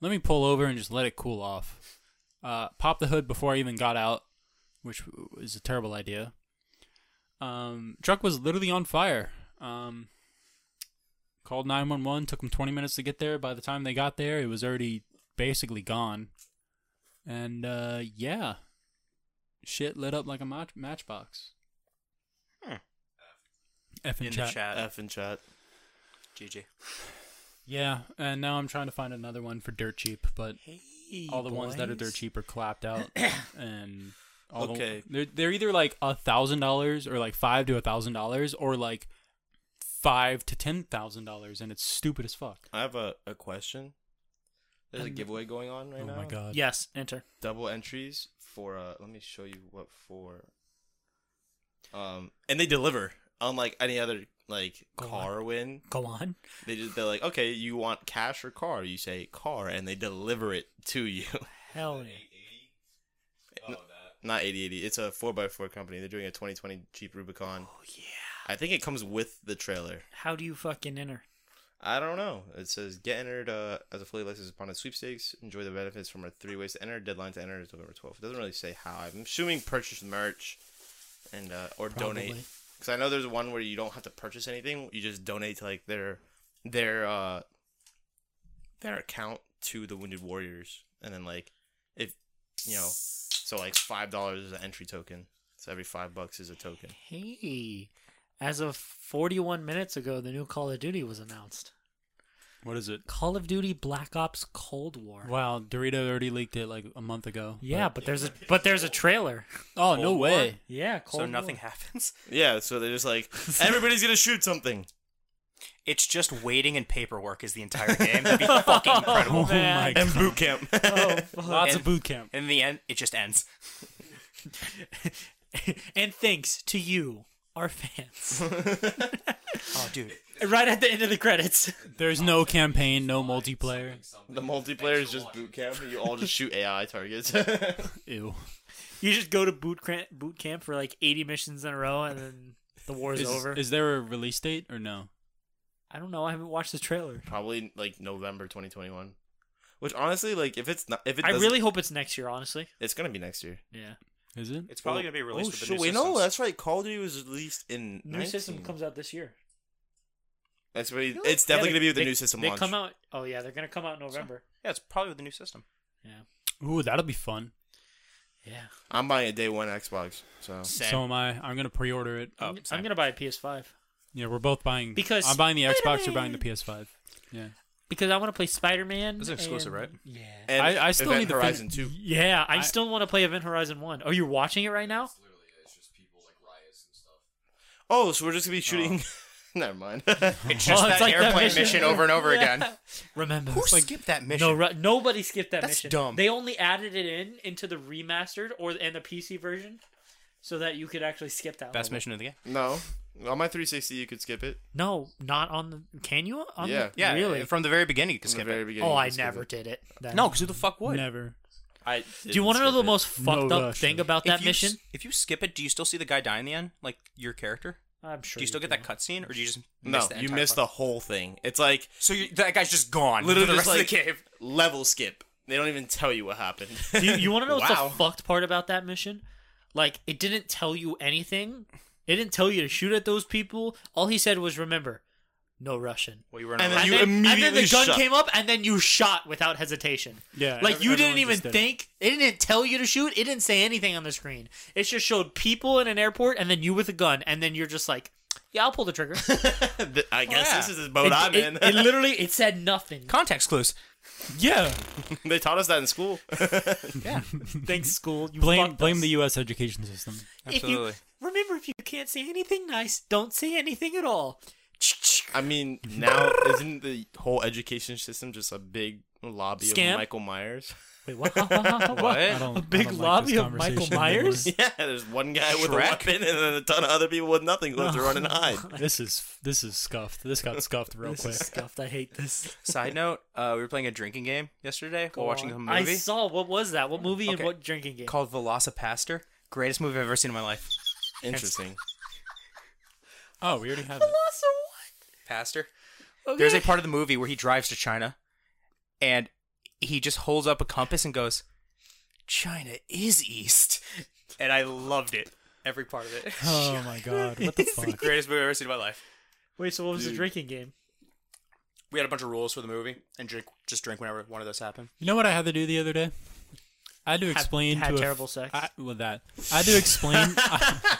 Speaker 1: Let me pull over and just let it cool off. Uh, pop the hood before I even got out, which w- is a terrible idea. Um, truck was literally on fire. Um, called 911, took them 20 minutes to get there. By the time they got there, it was already basically gone. And uh, yeah, shit lit up like a match- matchbox. F in,
Speaker 3: in
Speaker 1: chat.
Speaker 3: the chat.
Speaker 6: F in chat.
Speaker 3: GG.
Speaker 1: Yeah, and now I'm trying to find another one for dirt cheap, but all the ones that are dirt cheap are clapped out. and all the-
Speaker 6: Okay.
Speaker 1: they're they're either like a thousand dollars or like five to a thousand dollars or like five to ten thousand dollars, and it's stupid as fuck.
Speaker 6: I have a, a question. There's a giveaway going on right
Speaker 1: oh
Speaker 6: now.
Speaker 1: my god.
Speaker 2: Yes, enter.
Speaker 6: Double entries for uh let me show you what for. Um and they deliver. Unlike any other like
Speaker 2: Go on.
Speaker 6: car win.
Speaker 2: Go on.
Speaker 6: They just they're like, okay, you want cash or car? You say car and they deliver it to you.
Speaker 2: Hell yeah.
Speaker 6: Not eighty eighty. It's a four x four company. They're doing a twenty twenty Jeep Rubicon. Oh yeah. I think it comes with the trailer.
Speaker 2: How do you fucking enter?
Speaker 6: I don't know. It says get entered uh, as a fully licensed opponent sweepstakes. Enjoy the benefits from our three ways to enter. Deadline to enter is November 12th. It doesn't really say how. I'm assuming purchase merch and uh, or donate.
Speaker 1: Probably.
Speaker 6: Because I know there's one where you don't have to purchase anything. You just donate to like their their uh, their account to the Wounded Warriors, and then like if you know, so like five dollars is an entry token. So every five bucks is a token.
Speaker 2: Hey, as of 41 minutes ago, the new Call of Duty was announced.
Speaker 1: What is it?
Speaker 2: Call of Duty Black Ops Cold War.
Speaker 1: Wow, Dorito already leaked it like a month ago.
Speaker 2: Yeah, but there's a but there's a trailer.
Speaker 1: Oh no way.
Speaker 2: Yeah,
Speaker 9: so
Speaker 2: Cold War.
Speaker 9: nothing happens.
Speaker 6: Yeah. So they're just like everybody's gonna shoot something.
Speaker 9: It's just waiting and paperwork is the entire game. It'd be
Speaker 2: [laughs]
Speaker 9: fucking incredible.
Speaker 1: Oh my god.
Speaker 6: And boot camp.
Speaker 1: Lots of boot camp.
Speaker 9: And in the end, it just ends.
Speaker 2: [laughs] and thanks to you, our fans. [laughs]
Speaker 9: Oh, dude.
Speaker 2: right at the end of the credits.
Speaker 1: There's no campaign, no multiplayer.
Speaker 6: The multiplayer is just boot camp. and You all just shoot AI targets.
Speaker 1: Ew.
Speaker 2: You just go to boot camp, boot camp for like 80 missions in a row, and then the war's
Speaker 1: Is,
Speaker 2: over.
Speaker 1: is there a release date or no?
Speaker 2: I don't know. I haven't watched the trailer.
Speaker 6: Probably like November 2021. Which honestly, like if it's not, if it
Speaker 2: I
Speaker 6: doesn't,
Speaker 2: really hope it's next year, honestly.
Speaker 6: it's gonna be next year.
Speaker 2: Yeah.
Speaker 1: Is it?
Speaker 3: It's probably gonna be released with the new
Speaker 6: wait,
Speaker 3: systems.
Speaker 6: no, that's right. Call of Duty was released in
Speaker 2: New
Speaker 6: 19.
Speaker 2: system comes out this year.
Speaker 6: That's really, it's definitely
Speaker 2: Yeah,
Speaker 6: gonna be with the
Speaker 2: they-
Speaker 6: new system
Speaker 2: They
Speaker 6: launch.
Speaker 2: come out. Oh yeah, they're gonna come out in November.
Speaker 3: Yeah, it's probably with the new system. [laughs]
Speaker 1: Ooh, that'll be fun.
Speaker 2: Yeah.
Speaker 6: I'm buying a day one Xbox. So
Speaker 1: So am I. I'm gonna pre-order it.
Speaker 6: Oh,
Speaker 2: I'm- I'm gonna buy a PS5
Speaker 1: Yeah, we're both buying.
Speaker 2: Oh. Because
Speaker 1: I'm buying the Xbox, you're buying the
Speaker 2: Spider-Man.
Speaker 1: PS5. Yeah,
Speaker 2: because I want to play Spider Man.
Speaker 3: It's an exclusive, right?
Speaker 2: Yeah.
Speaker 6: and
Speaker 1: I- I still
Speaker 6: Event
Speaker 1: need to fin-
Speaker 6: Horizon Two.
Speaker 2: Yeah, I,
Speaker 1: I-
Speaker 2: still want to play Event Horizon One. Oh, you're watching it right now?
Speaker 6: Oh, so we're just gonna be [laughs] shooting. Never mind.
Speaker 9: It's just
Speaker 2: Oh, it's
Speaker 9: that
Speaker 2: like that
Speaker 9: airplane
Speaker 2: mission.
Speaker 9: mission. over and over
Speaker 2: Yeah.
Speaker 3: [laughs]
Speaker 9: again.
Speaker 2: Remember?
Speaker 9: Who skipped that mission?
Speaker 2: No, ru- nobody skipped that
Speaker 9: That's
Speaker 2: mission.
Speaker 9: dumb.
Speaker 2: They only added it in into the remastered or and the PC version, so that you could actually skip that.
Speaker 9: Best
Speaker 2: level.
Speaker 9: mission of the game.
Speaker 6: no, on my 360 you could skip it.
Speaker 2: No, not on the. Can you? On
Speaker 6: Yeah.
Speaker 2: The,
Speaker 9: Yeah,
Speaker 2: Really?
Speaker 9: From the very beginning, you can
Speaker 6: From the
Speaker 9: skip
Speaker 6: very
Speaker 9: it.
Speaker 6: beginning.
Speaker 2: oh,
Speaker 6: you
Speaker 2: I
Speaker 6: could skip
Speaker 2: never
Speaker 6: it.
Speaker 2: did it. Then.
Speaker 9: No, because who the fuck would?
Speaker 1: never.
Speaker 6: I.
Speaker 2: Do you want to know the most
Speaker 1: No
Speaker 2: fucked up
Speaker 1: rush,
Speaker 2: thing
Speaker 1: though.
Speaker 2: about
Speaker 3: If
Speaker 2: that
Speaker 3: you
Speaker 2: mission?
Speaker 3: s- if you skip it, do you still see the guy die in the end, like your character?
Speaker 2: I'm sure.
Speaker 3: Do you still get that cutscene, or do you just
Speaker 6: No,
Speaker 3: miss the
Speaker 6: you
Speaker 3: entire
Speaker 6: miss
Speaker 3: fuck-
Speaker 6: the whole thing. It's like
Speaker 9: So you, that guy's just gone.
Speaker 6: Literally
Speaker 9: for the
Speaker 6: just
Speaker 9: rest
Speaker 6: like-
Speaker 9: of the cave.
Speaker 6: level skip. They don't even tell you what happened. [laughs]
Speaker 2: You, you want to know
Speaker 6: Wow.
Speaker 2: what's the fucked part about that mission? Like, it didn't tell you anything. It didn't tell you to shoot at those people. All he said was, "Remember, no Russian."
Speaker 3: Well, you were in
Speaker 6: And
Speaker 3: a
Speaker 6: then
Speaker 2: And
Speaker 6: you
Speaker 2: then, and then
Speaker 6: immediately
Speaker 2: the gun
Speaker 6: shot.
Speaker 2: came up, and then you shot without hesitation.
Speaker 1: Yeah,
Speaker 2: like
Speaker 1: ev-
Speaker 2: you didn't
Speaker 1: everyone
Speaker 2: even
Speaker 1: just did it.
Speaker 2: think. It. didn't tell you to shoot. It didn't say anything on the screen. It just showed people in an airport, and then you with a gun, and then you're just like, "Yeah, I'll pull the trigger." it,
Speaker 6: I guess this is the boat I'm
Speaker 2: it-
Speaker 6: in.
Speaker 2: it literally it
Speaker 1: [laughs]
Speaker 2: said nothing.
Speaker 3: [laughs] context clues.
Speaker 1: Yeah.
Speaker 6: [laughs] they taught us that in school.
Speaker 2: Thanks, school. You
Speaker 1: Blame
Speaker 2: fucked
Speaker 1: blame
Speaker 2: us.
Speaker 1: the U.S. education system.
Speaker 3: Absolutely.
Speaker 2: If you, remember, if you can't say anything nice, don't say anything at all. [laughs]
Speaker 6: I mean, now isn't the whole education system just a big lobby
Speaker 2: Scam?
Speaker 6: of Michael Myers? [laughs]
Speaker 1: [laughs]
Speaker 2: Wait, what? what?
Speaker 1: I don't,
Speaker 2: A
Speaker 1: I
Speaker 2: big
Speaker 1: don't like
Speaker 2: lobby
Speaker 1: this
Speaker 2: of Michael
Speaker 1: conversation
Speaker 2: Myers?
Speaker 6: Yeah, there's one guy with a
Speaker 3: Shrek?
Speaker 6: weapon and then a ton of other people with nothing left to run and hide.
Speaker 1: anymore. This is this is scuffed. This got scuffed real
Speaker 2: [laughs] This
Speaker 1: quick.
Speaker 2: is scuffed. I hate this.
Speaker 3: Side note: uh, We were playing a drinking game yesterday while watching a
Speaker 2: I
Speaker 3: movie
Speaker 2: saw. What was that? What movie and
Speaker 3: Okay.
Speaker 2: what drinking game?
Speaker 3: called Velocipaster. Greatest movie I've ever seen in my life.
Speaker 6: Interesting.
Speaker 1: Oh, we already have it.
Speaker 2: Also,
Speaker 3: Pastor.
Speaker 2: what?
Speaker 3: There's a part of the movie where he drives to China, and he just holds up a compass and goes, "China is east," and I loved it. Every part of it.
Speaker 1: Oh my god,
Speaker 2: [laughs]
Speaker 1: what the fuck?
Speaker 3: [laughs] Greatest movie I've ever seen in my life.
Speaker 2: Wait, so what was the drinking game?
Speaker 3: We had a bunch of rules for the movie, and drink just drink whenever one of those happened.
Speaker 1: You know what I had to do the other day? I had to explain
Speaker 2: had
Speaker 1: to
Speaker 2: terrible
Speaker 1: a,
Speaker 2: sex?
Speaker 1: I, with that. I had to
Speaker 2: [laughs]
Speaker 1: explain. I,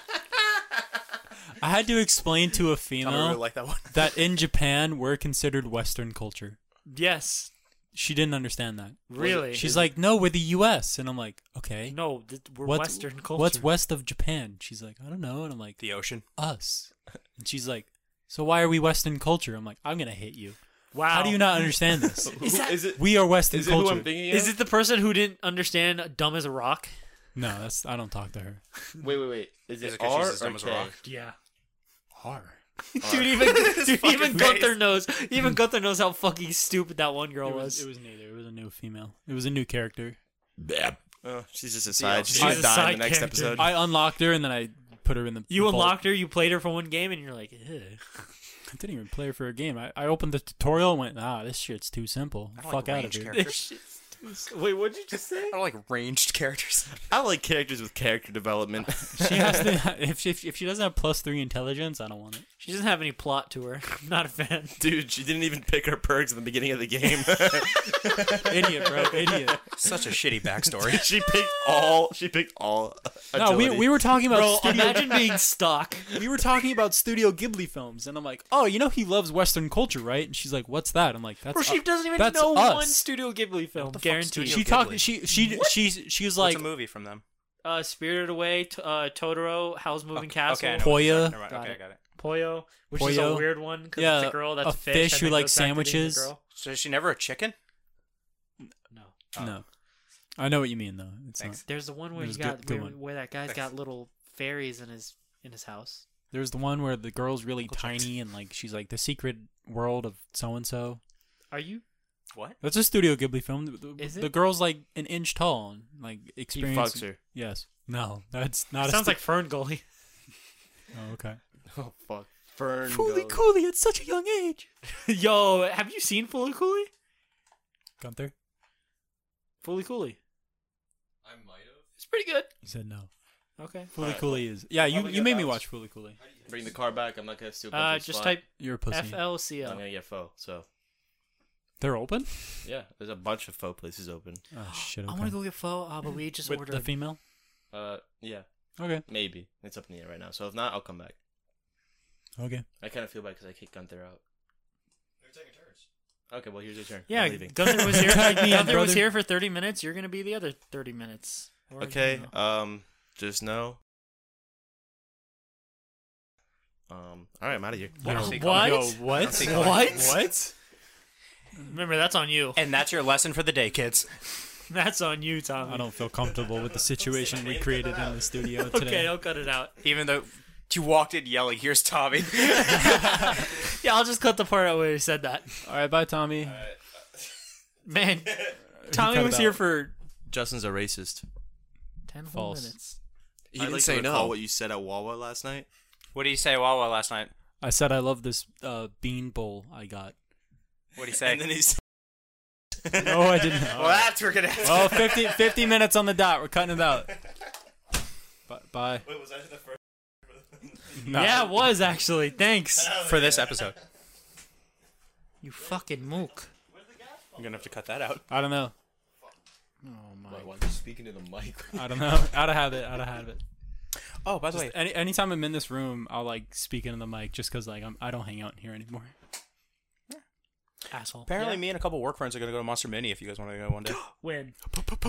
Speaker 1: I had to explain to a
Speaker 3: I don't really
Speaker 1: female
Speaker 3: like that one. [laughs]
Speaker 1: that in Japan we're considered Western culture.
Speaker 2: Yes,
Speaker 1: She didn't understand that.
Speaker 2: really.
Speaker 1: She's like, "No, we're the U.S." And I'm like, "Okay,
Speaker 2: no, th- we're
Speaker 1: what's
Speaker 2: Western culture.
Speaker 1: what's west of Japan?" She's like, "I don't know." And I'm like,
Speaker 3: The ocean.
Speaker 1: "Us." And she's like, "So why are we Western culture?" I'm like, "I'm gonna hit you."
Speaker 2: Wow.
Speaker 1: How do you not understand this?
Speaker 6: [laughs] Who- Is
Speaker 2: that-
Speaker 6: it?
Speaker 1: we are Western
Speaker 6: Is it who
Speaker 1: culture.
Speaker 6: I'm thinking of?
Speaker 2: Is it the person who didn't understand "dumb as a rock"?
Speaker 1: no, that's I don't talk to her.
Speaker 6: Wait, wait, wait. Is
Speaker 3: Is
Speaker 6: it
Speaker 3: it 'cause
Speaker 6: R
Speaker 3: she's as dumb
Speaker 6: or
Speaker 3: as a
Speaker 6: K?
Speaker 3: rock?
Speaker 2: Yeah.
Speaker 1: Har.
Speaker 2: [laughs] Dude, [laughs] even dude, even
Speaker 6: fucking
Speaker 2: Gunther knows. Even Gunther knows how fucking stupid that one girl
Speaker 1: It
Speaker 2: was.
Speaker 1: was, it was neither. It was a new female. It was a new character.
Speaker 6: Oh, she's just a side. She's
Speaker 2: She's
Speaker 6: gonna
Speaker 2: a
Speaker 6: die
Speaker 2: side
Speaker 6: in the next
Speaker 2: character.
Speaker 6: episode.
Speaker 1: I unlocked her and then I put her in the.
Speaker 2: you
Speaker 1: vault.
Speaker 2: unlocked her. You played her for one game, and you're like, Ugh.
Speaker 1: I didn't even play her for a game. I, I opened the tutorial and went, ah, this shit's too simple.
Speaker 3: I don't
Speaker 1: Fuck
Speaker 3: like
Speaker 1: out of
Speaker 3: ranged
Speaker 1: here.
Speaker 3: characters.
Speaker 2: [laughs] "Wait, what'd you just say?"
Speaker 3: I don't like ranged characters. [laughs]
Speaker 6: I like characters with character development.
Speaker 1: She has to. [laughs] If, if if she doesn't have plus three intelligence, I don't want it.
Speaker 2: She doesn't have any plot to her. [laughs] I'm not a fan.
Speaker 6: Dude, she didn't even pick her perks in the beginning of the game. [laughs]
Speaker 1: Idiot, [laughs] bro. Idiot.
Speaker 3: Such a
Speaker 2: [laughs]
Speaker 3: shitty backstory.
Speaker 6: she picked all. She picked all.
Speaker 1: No, we,
Speaker 6: agility.
Speaker 1: we were talking about
Speaker 2: Bro,
Speaker 1: [laughs] studio, [laughs]
Speaker 2: imagine being stock.
Speaker 1: we were talking about Studio Ghibli films, and I'm like, oh, you know he loves Western culture, right? And she's like, what's that? I'm like, that's
Speaker 2: Bro, she
Speaker 1: u-
Speaker 2: doesn't even
Speaker 1: that's
Speaker 2: know
Speaker 1: us.
Speaker 2: one Studio Ghibli film.
Speaker 3: the fuck
Speaker 2: Guaranteed.
Speaker 3: Studio
Speaker 1: She talked.
Speaker 3: Ghibli.
Speaker 1: She she she she was
Speaker 3: What's
Speaker 1: like
Speaker 3: a movie from them?
Speaker 2: Uh, Spirited Away, t- uh, Totoro, How's Moving Castle,
Speaker 3: Okay, I know what you're
Speaker 1: Poya.
Speaker 3: talking about.
Speaker 2: uh, Got
Speaker 3: Okay, I
Speaker 2: it.
Speaker 3: got it.
Speaker 2: Poyo, which is a
Speaker 1: Poyo.
Speaker 2: weird one because it's
Speaker 1: Yeah,
Speaker 2: a girl that's a
Speaker 1: a
Speaker 2: fish,
Speaker 1: fish
Speaker 2: and
Speaker 1: who
Speaker 2: then
Speaker 1: likes
Speaker 2: goes back to being a
Speaker 1: sandwiches.
Speaker 2: girl.
Speaker 3: So is she never a chicken?
Speaker 1: No. I know what you mean though. It's not.
Speaker 3: Thanks.
Speaker 2: There's the one where
Speaker 1: There's
Speaker 2: you
Speaker 1: a good-
Speaker 2: got
Speaker 1: good
Speaker 2: where,
Speaker 1: one.
Speaker 2: where that guy's
Speaker 3: Thanks.
Speaker 2: got little fairies in his in his house.
Speaker 1: There's the one where the girl's really tiny and like she's like the secret world of so and so.
Speaker 2: Are you?
Speaker 3: What?
Speaker 1: That's a Studio Ghibli film. The- The,
Speaker 2: Is it?
Speaker 1: the girl's like an inch tall and like experience.
Speaker 6: fucks her.
Speaker 1: Yes. No, that's not.
Speaker 2: Sounds
Speaker 1: a
Speaker 2: like Fern
Speaker 1: [laughs]
Speaker 2: Gully. [laughs]
Speaker 1: stu- oh, okay.
Speaker 6: Oh fuck. Fern.
Speaker 1: Fooly
Speaker 6: goes-
Speaker 1: Cooley at such a young age.
Speaker 2: Yo, have you seen Fully Cooley?
Speaker 1: Gunther,
Speaker 2: Fully Cooley.
Speaker 4: I might have.
Speaker 2: It's pretty good.
Speaker 1: he said no.
Speaker 2: Okay.
Speaker 1: Fooly Cooley is. Yeah, you
Speaker 6: Probably
Speaker 1: you
Speaker 6: got
Speaker 1: made me
Speaker 6: Alex.
Speaker 1: watch Fooly Cooley.
Speaker 6: Bring the car back. I'm not gonna steal.
Speaker 2: Uh,
Speaker 6: Gunther's
Speaker 2: just
Speaker 6: spot.
Speaker 2: type
Speaker 1: You're a pussy.
Speaker 6: I'm
Speaker 2: FLCL.
Speaker 6: gonna get faux. So
Speaker 1: They're open.
Speaker 6: yeah, there's a bunch of faux places open.
Speaker 1: Oh shit.
Speaker 2: I
Speaker 1: Okay.
Speaker 2: want to go get pho, uh, but we just
Speaker 1: with
Speaker 2: ordered.
Speaker 1: the female.
Speaker 6: Uh, yeah,
Speaker 1: Okay.
Speaker 6: maybe it's up in the air right now. So if not, I'll come back.
Speaker 1: Okay.
Speaker 6: I kind of feel bad because I kicked Gunther out.
Speaker 4: They're taking turns.
Speaker 6: Okay, well here's your turn.
Speaker 2: yeah,
Speaker 6: I'm leaving.
Speaker 1: [laughs]
Speaker 2: Gunther was here.
Speaker 1: Tag me in,
Speaker 2: Gunther was
Speaker 1: brother.
Speaker 2: here for 30 minutes. You're gonna be the other 30 minutes. Or, you
Speaker 6: Okay.
Speaker 2: know.
Speaker 6: Um, just know. Um. All right, I'm out of here.
Speaker 3: I don't
Speaker 2: Wow,
Speaker 3: see
Speaker 2: what?
Speaker 1: Yo, what? [laughs]
Speaker 3: see
Speaker 2: What?
Speaker 3: comments.
Speaker 1: What?
Speaker 2: Remember, that's on you. [laughs]
Speaker 3: And that's your lesson for the day, kids.
Speaker 2: That's on you, Tommy.
Speaker 1: I don't feel comfortable with the situation we created in the studio today.
Speaker 2: [laughs] Okay, I'll cut it out.
Speaker 3: Even though you walked in yelling, "Here's
Speaker 6: [laughs]
Speaker 3: Tommy."
Speaker 2: Yeah, I'll just cut the part out where you said that.
Speaker 1: All right, bye, Tommy. [laughs]
Speaker 2: Man, [laughs] Tommy
Speaker 1: cut
Speaker 2: was
Speaker 1: it
Speaker 2: here
Speaker 1: out.
Speaker 2: for
Speaker 6: Justin's a racist.
Speaker 2: 10 whole
Speaker 1: False.
Speaker 2: minutes.
Speaker 4: He
Speaker 6: I'd
Speaker 4: didn't
Speaker 6: like
Speaker 4: say
Speaker 6: to recall
Speaker 4: no.
Speaker 6: What you said at Wawa last night?
Speaker 3: What did he say at Wawa last night?
Speaker 1: I said I love this uh, bean bowl I got.
Speaker 3: What did he
Speaker 6: And
Speaker 3: say?
Speaker 6: then he's
Speaker 1: [laughs] No, I didn't. [laughs]
Speaker 6: well, that's we're gonna. Have
Speaker 1: Oh, 50, 50 minutes on the dot. We're cutting it
Speaker 2: [laughs]
Speaker 1: out. B- bye.
Speaker 6: Wait, was I the
Speaker 1: [laughs]
Speaker 6: first?
Speaker 1: No.
Speaker 2: Yeah, it was actually. Thanks.
Speaker 3: For this episode,
Speaker 2: You fucking mook.
Speaker 3: I'm gonna have to cut that out.
Speaker 1: I don't know.
Speaker 4: speaking to the mic.
Speaker 1: I don't know. Out of habit. Out of habit.
Speaker 3: Oh, by the
Speaker 1: Just
Speaker 3: way,
Speaker 1: any anytime I'm in this room, I'll like speak into the mic just because like I'm I don't hang out in here anymore. [laughs]
Speaker 2: Asshole.
Speaker 3: apparently me and a couple work friends are gonna go to Monster Mini if you guys want to
Speaker 1: [gasps]
Speaker 3: go one day.
Speaker 2: When?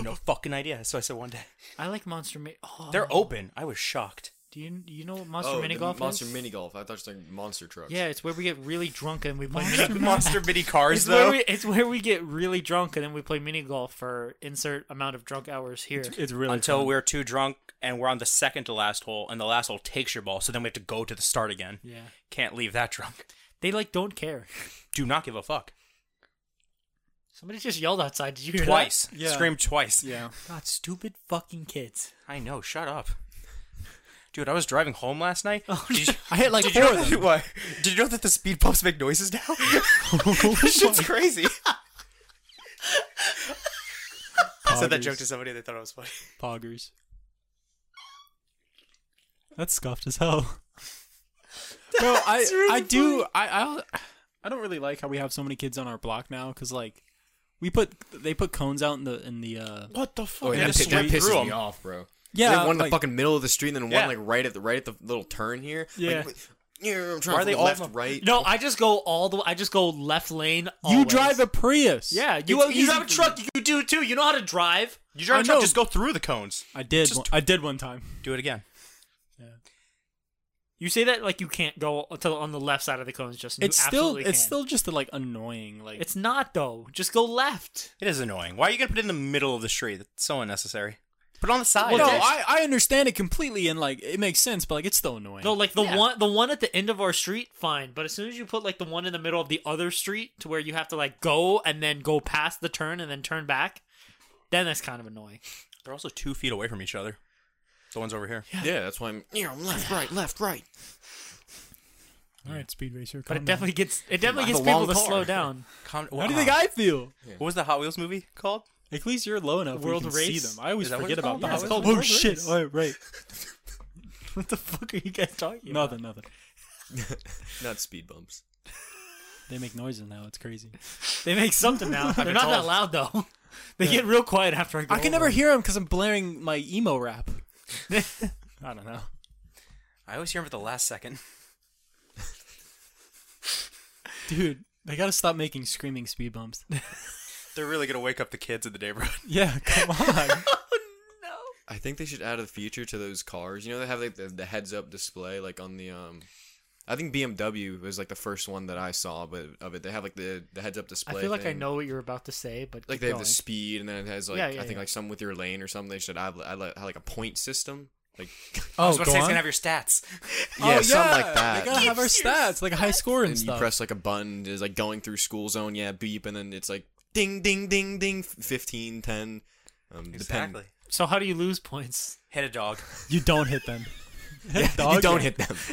Speaker 3: no fucking idea. So I said one day.
Speaker 2: I like Monster Mini. Oh,
Speaker 3: They're open. I was
Speaker 1: [laughs]
Speaker 3: shocked.
Speaker 2: do you you know what Monster
Speaker 4: oh,
Speaker 2: Mini
Speaker 4: the
Speaker 2: Golf
Speaker 4: monster
Speaker 2: is?
Speaker 4: mini golf. I thought you were saying monster trucks.
Speaker 2: yeah, it's where we get really drunk and we play mini
Speaker 3: [laughs]
Speaker 2: golf.
Speaker 6: Monster mini cars
Speaker 2: It's where, we, it's where we get really drunk and then we play mini golf for insert amount of drunk hours here.
Speaker 1: It's really
Speaker 3: Until
Speaker 1: fun.
Speaker 3: we're too drunk and we're on the second to last hole, and the last hole takes your ball, so then we have to go to the start again.
Speaker 2: Yeah.
Speaker 3: Can't leave that drunk. [laughs]
Speaker 2: They like don't care.
Speaker 3: Do not give a fuck.
Speaker 2: Somebody just yelled outside. Did you hear
Speaker 3: Twice.
Speaker 1: Yeah.
Speaker 3: Screamed twice.
Speaker 1: yeah.
Speaker 2: that? God, stupid fucking kids.
Speaker 3: I know. Shut up. Dude, I was driving home last night.
Speaker 2: Oh,
Speaker 1: [laughs]
Speaker 3: Did you- [laughs]
Speaker 1: I hit like
Speaker 3: did you
Speaker 1: Oh, four
Speaker 3: know
Speaker 1: of them.
Speaker 3: that- [laughs] what? Did you know that the speed bumps make
Speaker 1: [laughs]
Speaker 3: noises now? [laughs] this shit's crazy. [laughs] I said that joke to somebody. They thought it was funny.
Speaker 1: Poggers. That's scuffed as hell. Bro, I I do I I I don't really like how we have so many kids on our block now because like we put they put cones out in the in the uh
Speaker 3: What the fuck?
Speaker 4: Oh, yeah,
Speaker 3: They
Speaker 4: that,
Speaker 3: just
Speaker 4: pi- that
Speaker 3: went through
Speaker 4: pisses
Speaker 3: 'em.
Speaker 4: me off, bro.
Speaker 1: Yeah,
Speaker 4: They had one in the
Speaker 1: like-
Speaker 4: fucking middle of the street, and then
Speaker 3: Yeah.
Speaker 4: one like right at the right at the little turn here.
Speaker 1: Yeah.
Speaker 4: like, yeah. I'm
Speaker 3: Why
Speaker 4: trying Why
Speaker 3: are
Speaker 4: are
Speaker 3: they all
Speaker 4: left,
Speaker 3: in the-
Speaker 4: right?
Speaker 2: No, I just go all the. I just go left lane.
Speaker 1: you
Speaker 2: always.
Speaker 1: drive a Prius.
Speaker 2: Yeah, you
Speaker 1: It's
Speaker 2: you
Speaker 1: easy
Speaker 2: drive a
Speaker 1: for
Speaker 2: truck. You do too. You know how to drive.
Speaker 3: You drive
Speaker 1: I
Speaker 3: a truck,
Speaker 1: know.
Speaker 3: just go through the cones.
Speaker 1: I did one, I did one time.
Speaker 3: Do it again.
Speaker 2: You say that like you can't go to, on the left side of the cones. Just
Speaker 1: It's
Speaker 2: you
Speaker 1: still
Speaker 2: absolutely
Speaker 1: it's
Speaker 2: can.
Speaker 1: still just like annoying like
Speaker 2: It's not though. Just go left.
Speaker 3: It is annoying. Why are you gonna put it in the middle of the street? That's so unnecessary. Put it on the side.
Speaker 1: Well, no,
Speaker 2: that's-
Speaker 1: I, I understand it completely and like it makes sense, but like it's still annoying.
Speaker 2: No, like the one the one at the end of our street, fine. But as soon as you put like the one in the middle of the other street to where you have to like go and then go past the turn and then turn back, then that's kind of annoying.
Speaker 3: They're also two feet away from each other. The ones over here.
Speaker 4: yeah, that's why I'm. Yeah, I'm left, right, left, right.
Speaker 1: All right, speed racer.
Speaker 2: But it definitely gets it definitely
Speaker 4: I have
Speaker 2: gets
Speaker 4: a
Speaker 2: people
Speaker 4: long
Speaker 2: to
Speaker 4: car.
Speaker 2: slow down.
Speaker 3: Con-
Speaker 1: How do you think I feel?
Speaker 3: What was the Hot Wheels movie called?
Speaker 1: At least you're low enough. World
Speaker 2: World
Speaker 1: you can
Speaker 2: Race?
Speaker 1: See them. I always
Speaker 3: Is that what
Speaker 1: forget
Speaker 3: it's
Speaker 1: about
Speaker 3: called?
Speaker 1: that.
Speaker 3: Yeah,
Speaker 1: It's
Speaker 3: it's
Speaker 1: called
Speaker 3: World
Speaker 1: oh
Speaker 3: Race.
Speaker 1: shit! All right, right.
Speaker 2: what the fuck are you guys talking about?
Speaker 1: nothing, nothing.
Speaker 4: Not speed bumps.
Speaker 1: They make noises now. It's crazy.
Speaker 2: They make something now. [laughs] They're not that loud though. [laughs] They get real quiet after I go.
Speaker 1: I can never hear them because I'm blaring my emo rap. I don't know.
Speaker 3: I always hear them at the last second.
Speaker 1: Dude, they gotta stop making screaming speed bumps.
Speaker 3: [laughs]
Speaker 1: [laughs]
Speaker 3: They're really gonna wake up the kids in the neighborhood.
Speaker 1: yeah, come [laughs] on.
Speaker 4: I think they should add a feature to those cars. You know, they have like the, the heads up display, like on the um. I think BMW was like the first one that I saw, but of it they have like the, the heads up
Speaker 2: I
Speaker 4: display.
Speaker 2: feel like I
Speaker 4: thing.
Speaker 2: know what you're about to say, but
Speaker 4: Like
Speaker 2: keep
Speaker 4: they have
Speaker 2: going.
Speaker 4: the speed, and then it has like
Speaker 2: Yeah,
Speaker 4: I
Speaker 2: yeah,
Speaker 4: think
Speaker 2: yeah.
Speaker 4: like some with your lane or something. They should add, add, like, have like a point system, like
Speaker 1: Oh,
Speaker 3: I was
Speaker 1: go
Speaker 3: about to say it's
Speaker 1: on.
Speaker 3: gonna have your stats.
Speaker 4: [laughs] yeah, something like that.
Speaker 1: Oh, They gotta have our stats, like a high score and
Speaker 4: and you
Speaker 1: stuff.
Speaker 4: press like a button is like going through school zone yeah beep and then it's like ding ding ding ding 15 10 um, depend-
Speaker 2: So how do you lose points?
Speaker 3: Hit a dog.
Speaker 1: you don't hit them.
Speaker 4: you [laughs] don't
Speaker 1: [laughs]
Speaker 4: hit them
Speaker 3: [laughs]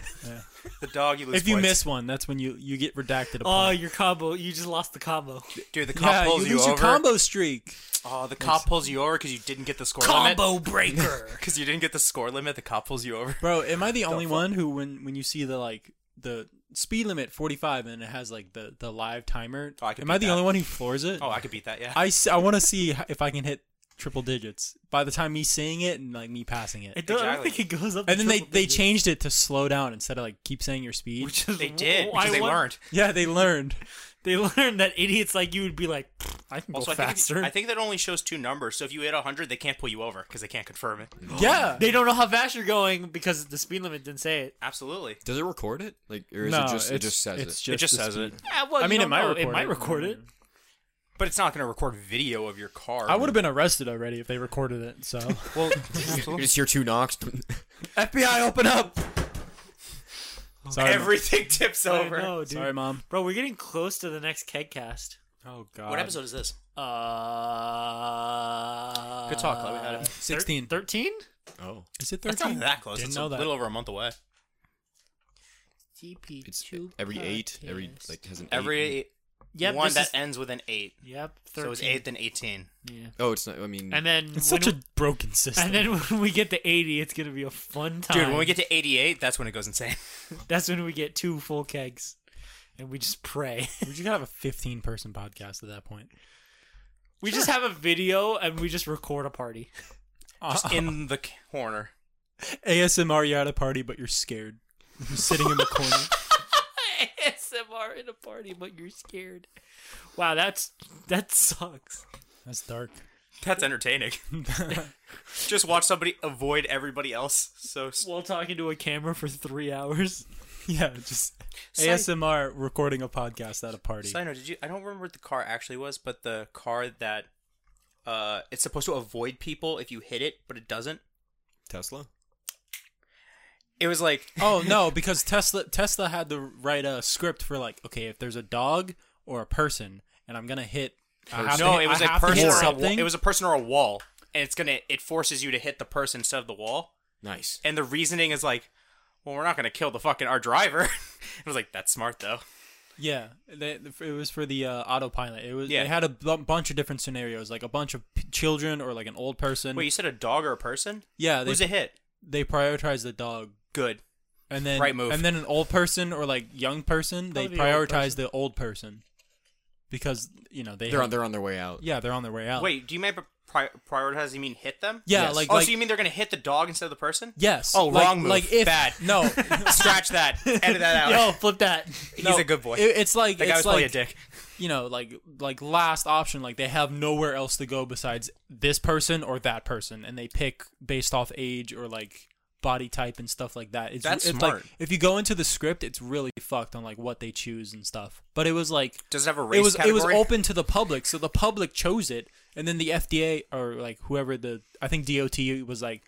Speaker 3: The dog you lose.
Speaker 1: If you
Speaker 3: points.
Speaker 1: miss one, that's when you you get redacted. A
Speaker 2: Oh,
Speaker 1: point.
Speaker 2: your combo! You just lost the combo.
Speaker 3: dude, the cop
Speaker 1: yeah, you
Speaker 3: pulls
Speaker 1: lose
Speaker 3: you,
Speaker 1: your
Speaker 3: over.
Speaker 1: combo streak.
Speaker 3: Oh, the cop pulls you over because you didn't get the score limit. [laughs]
Speaker 2: Combo breaker.
Speaker 4: [laughs]
Speaker 3: Because you didn't get the score limit, the cop pulls you over.
Speaker 1: Bro, am I the only one who when when you see the like the speed limit 45 and it has like the the live timer?
Speaker 3: Oh, I could
Speaker 1: am
Speaker 3: beat
Speaker 1: I the
Speaker 3: that.
Speaker 1: only one who floors it?
Speaker 3: Oh, I could beat that. [laughs] Yeah.
Speaker 1: I s- I want to see h- if I can hit triple digits by the time me seeing it and like me passing it.
Speaker 2: It does, I don't
Speaker 3: Exactly.
Speaker 2: think it goes up.
Speaker 1: and
Speaker 2: to
Speaker 1: then they
Speaker 2: triple
Speaker 1: they
Speaker 2: digits.
Speaker 1: changed it to slow down instead of like keep saying your speed.
Speaker 2: Which is
Speaker 3: they did
Speaker 2: why
Speaker 3: because they
Speaker 2: one-
Speaker 3: learned.
Speaker 1: yeah, they learned.
Speaker 2: They [laughs] learned that idiots like you would be like, "Pfft, I can go
Speaker 3: Also, I think, if
Speaker 2: faster.
Speaker 3: you- I think that only shows two numbers. So if you hit 100, they can't pull you over because they can't confirm it.
Speaker 1: yeah.
Speaker 2: they don't know how fast you're going because the speed limit didn't say it.
Speaker 3: Absolutely.
Speaker 4: does it record it like or is
Speaker 1: no,
Speaker 4: it just it
Speaker 1: it's-
Speaker 4: just says
Speaker 1: it's
Speaker 4: it
Speaker 1: Just
Speaker 3: it just
Speaker 1: the
Speaker 3: says
Speaker 1: speed.
Speaker 3: it.
Speaker 2: Yeah, well,
Speaker 1: I
Speaker 2: you
Speaker 1: mean, it
Speaker 2: don't
Speaker 1: might
Speaker 2: know.
Speaker 1: record
Speaker 2: it might
Speaker 1: it.
Speaker 2: record it.
Speaker 3: But it's not going to record video of your car.
Speaker 1: I would have been arrested already if they recorded it. So
Speaker 3: Well,
Speaker 4: [laughs] it's your two knocks
Speaker 1: FBI, open up. Sorry, Mom.
Speaker 3: everything tips over.
Speaker 2: No, dude.
Speaker 1: Sorry, mom.
Speaker 2: Bro, we're getting close to the next Kegcast.
Speaker 1: Oh God.
Speaker 3: What episode is this?
Speaker 2: Uh,
Speaker 3: Good talk, Chloe. Had it.
Speaker 1: 16.
Speaker 2: Thirteen?
Speaker 4: oh
Speaker 1: Is it 13?
Speaker 3: That's not that close.
Speaker 1: Didn't
Speaker 3: it's
Speaker 1: know
Speaker 3: a
Speaker 1: that.
Speaker 3: little over a month away.
Speaker 8: GP
Speaker 4: It's
Speaker 8: two.
Speaker 4: every eight, every
Speaker 8: podcast.
Speaker 4: like has an eight
Speaker 9: Every
Speaker 4: in-
Speaker 8: Yep,
Speaker 9: one
Speaker 8: this
Speaker 9: that
Speaker 8: is-
Speaker 9: ends with an eight.
Speaker 8: Yep. 13.
Speaker 9: So it was eight, then eighteen.
Speaker 8: Yeah.
Speaker 4: Oh, it's not. I mean,
Speaker 2: And then
Speaker 1: It's
Speaker 2: when
Speaker 1: such a broken system. [laughs]
Speaker 2: and then [laughs] when we get to 80, it's going to be a fun time.
Speaker 9: Dude, when we get to eighty-eight, that's when it goes
Speaker 3: [laughs]
Speaker 9: insane.
Speaker 2: That's when we get two full kegs. And we just pray. [laughs]
Speaker 1: we should have a 15 person podcast at that point.
Speaker 2: We just have a video and we just record a party.
Speaker 1: Just
Speaker 3: in the corner.
Speaker 1: ASMR, you're at a party, but you're scared. You're sitting in the corner.
Speaker 3: [laughs]
Speaker 2: ASMR in [laughs] a party, but you're scared. Wow, that's that sucks.
Speaker 1: That's dark.
Speaker 3: That's [laughs] entertaining. Just watch somebody avoid everybody else. So s-
Speaker 2: While talking to a camera for three hours.
Speaker 1: Yeah, [laughs] just ASMR recording a podcast at a party.
Speaker 3: Side note, did you? I don't remember what the car actually was, but the car that uh, it's supposed to avoid people if you hit it, but it doesn't.
Speaker 4: Tesla.
Speaker 3: It was like
Speaker 1: Oh
Speaker 3: [laughs]
Speaker 1: no, because Tesla Tesla had to write a script for like, okay, if there's a dog or a person, and I'm gonna hit. I have to
Speaker 3: no,
Speaker 1: hit-
Speaker 3: it was
Speaker 1: I
Speaker 3: a
Speaker 1: have to hit
Speaker 3: person or a wa-
Speaker 1: something.
Speaker 3: it was a person or a wall, and it's gonna it forces you to hit the person instead of the wall.
Speaker 4: Nice.
Speaker 3: And the reasoning is like, well, we're not gonna kill the fucking our driver. [laughs] I was like, that's smart though.
Speaker 1: Yeah, they, it was for the uh, autopilot. It was.
Speaker 3: Yeah.
Speaker 1: They had a b- bunch of different scenarios, like a bunch of p- children or like an old person.
Speaker 3: Wait, you said a dog or a person?
Speaker 1: yeah, Uh, they
Speaker 3: Who's it hit?
Speaker 1: they prioritized the dog,
Speaker 3: Good.
Speaker 1: and then
Speaker 3: Right move.
Speaker 1: and then an old person or like young person. They
Speaker 2: Probably the old
Speaker 1: prioritized the old person because you know they
Speaker 4: They're
Speaker 1: had-
Speaker 4: on. They're on their way out.
Speaker 1: yeah they're on their way out.
Speaker 3: Wait, do you mean pri- prioritize? You mean hit them?
Speaker 1: Oh. yeah,
Speaker 4: Yes.
Speaker 1: like
Speaker 3: oh,
Speaker 1: like
Speaker 3: so you mean they're gonna hit the dog instead of the person?
Speaker 1: yes.
Speaker 3: Oh,
Speaker 1: like,
Speaker 3: wrong move.
Speaker 1: Like if
Speaker 3: Bad. [laughs]
Speaker 1: no, [laughs]
Speaker 3: Scratch that. Edit that out.
Speaker 2: Yo, flip that.
Speaker 3: [laughs] He's
Speaker 1: no,
Speaker 3: a good boy.
Speaker 1: it- it's like
Speaker 3: that guy was
Speaker 1: it's
Speaker 3: probably a
Speaker 1: like
Speaker 3: dick.
Speaker 1: you know like like last option. Like they have nowhere else to go besides this person or that person, and they pick based off age or like body type and stuff like that. It's,
Speaker 3: That's
Speaker 1: it's
Speaker 3: smart.
Speaker 1: Like, if you go into the script, it's really fucked on like what they choose and stuff. But it was like
Speaker 3: Does it have a race
Speaker 1: it was
Speaker 3: category?
Speaker 1: it was open to the public, so the public chose it, and then the FDA or like whoever the I think DOT was like,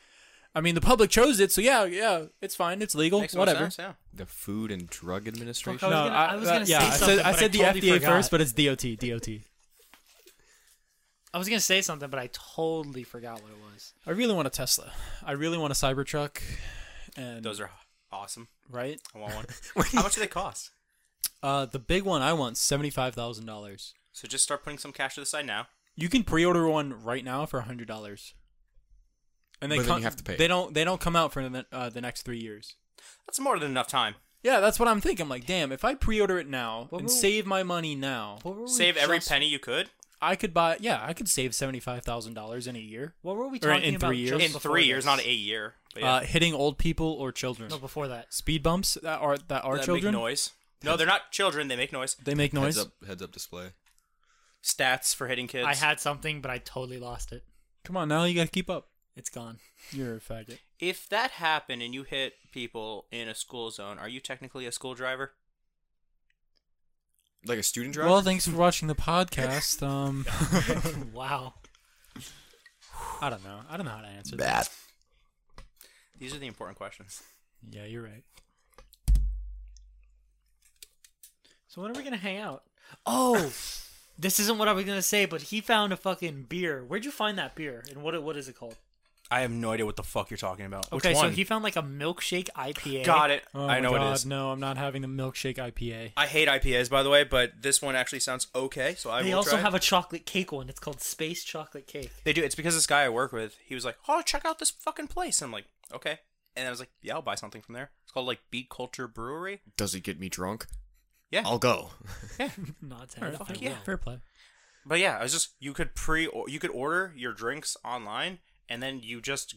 Speaker 1: I mean the public chose it, so yeah, yeah, it's fine, it's legal,
Speaker 3: Makes more
Speaker 1: whatever.
Speaker 3: sense, yeah.
Speaker 4: The Food and Drug Administration.
Speaker 1: No, uh,
Speaker 2: I was gonna- I was gonna say
Speaker 1: yeah,
Speaker 2: something,
Speaker 1: I said, I
Speaker 2: but I
Speaker 1: said the
Speaker 2: totally
Speaker 1: FDA
Speaker 2: forgot.
Speaker 1: first, but it's DOT, DOT.
Speaker 2: I was gonna say something, but I totally forgot what it was.
Speaker 1: I really want a Tesla. I really want a Cybertruck, and
Speaker 3: Those are awesome.
Speaker 1: right.
Speaker 3: I want [laughs] one. How much do they cost?
Speaker 1: Uh, the big one I want seventy five thousand dollars.
Speaker 3: So just start putting some cash to the side now.
Speaker 1: You can pre-order one right now for hundred dollars. And they
Speaker 4: But then
Speaker 1: come-
Speaker 4: you have to pay.
Speaker 1: They don't. They don't come out for the, uh, the next three years.
Speaker 3: That's more than enough time.
Speaker 1: Yeah, that's what I'm thinking. I'm like, damn, if I pre-order it now
Speaker 8: What
Speaker 1: and
Speaker 8: were-
Speaker 1: save my money now,
Speaker 8: What were we
Speaker 3: Save every
Speaker 8: just-
Speaker 3: penny you could.
Speaker 1: I could buy. Yeah, I could save seventy five thousand dollars in a year.
Speaker 8: What were we
Speaker 1: Or in
Speaker 8: talking about?
Speaker 1: three
Speaker 8: just
Speaker 1: years?
Speaker 3: In
Speaker 8: before
Speaker 3: three years,
Speaker 8: this?
Speaker 3: not a year. But yeah.
Speaker 1: Uh, hitting old people or children.
Speaker 8: No, before that.
Speaker 1: Speed bumps that are that are
Speaker 3: That make
Speaker 1: children.
Speaker 3: noise. No, they're not children. They make noise.
Speaker 1: They make noise.
Speaker 4: Heads up. Heads up display.
Speaker 3: Stats for hitting kids.
Speaker 2: I had something, but I totally lost it.
Speaker 1: Come on, now you gotta keep up.
Speaker 2: It's gone. [laughs]
Speaker 1: You're a faggot.
Speaker 3: if that happened and you hit people in a school zone, are you technically a school driver?
Speaker 4: Like a student driver.
Speaker 1: Well, thanks for watching the podcast.
Speaker 3: [laughs]
Speaker 1: Um,
Speaker 2: wow.
Speaker 1: I don't know. I don't know how to answer that.
Speaker 6: Bad.
Speaker 3: These are the important questions.
Speaker 1: Yeah, you're right.
Speaker 2: So when are we gonna hang out?
Speaker 3: [laughs]
Speaker 2: Oh, this isn't what I was gonna say, but he found a fucking beer. Where'd you find that beer? And what what is it called?
Speaker 3: I have no idea what the fuck you're talking about.
Speaker 2: Okay, so he found like a milkshake IPA.
Speaker 3: got it.
Speaker 1: Oh my
Speaker 3: I know
Speaker 1: God,
Speaker 3: it is.
Speaker 1: No, I'm not having the milkshake IPA.
Speaker 3: I hate IPAs, by the way, but this one actually sounds okay. So I
Speaker 2: They
Speaker 3: will
Speaker 2: also
Speaker 3: try it.
Speaker 2: have a chocolate cake one. It's called Space Chocolate Cake.
Speaker 3: They do. It's because this guy I work with, he was like, "Oh, check out this fucking place." And I'm like, "Okay." And I was like, "Yeah, I'll buy something from there." It's called like Beat Culture Brewery.
Speaker 4: Does it get me drunk?
Speaker 3: Yeah.
Speaker 4: I'll go.
Speaker 2: [laughs] Not
Speaker 1: All right,
Speaker 2: ten.
Speaker 1: fair,
Speaker 3: yeah.
Speaker 1: fair play.
Speaker 3: But yeah, I was just you could pre or you could order your drinks online, and then you just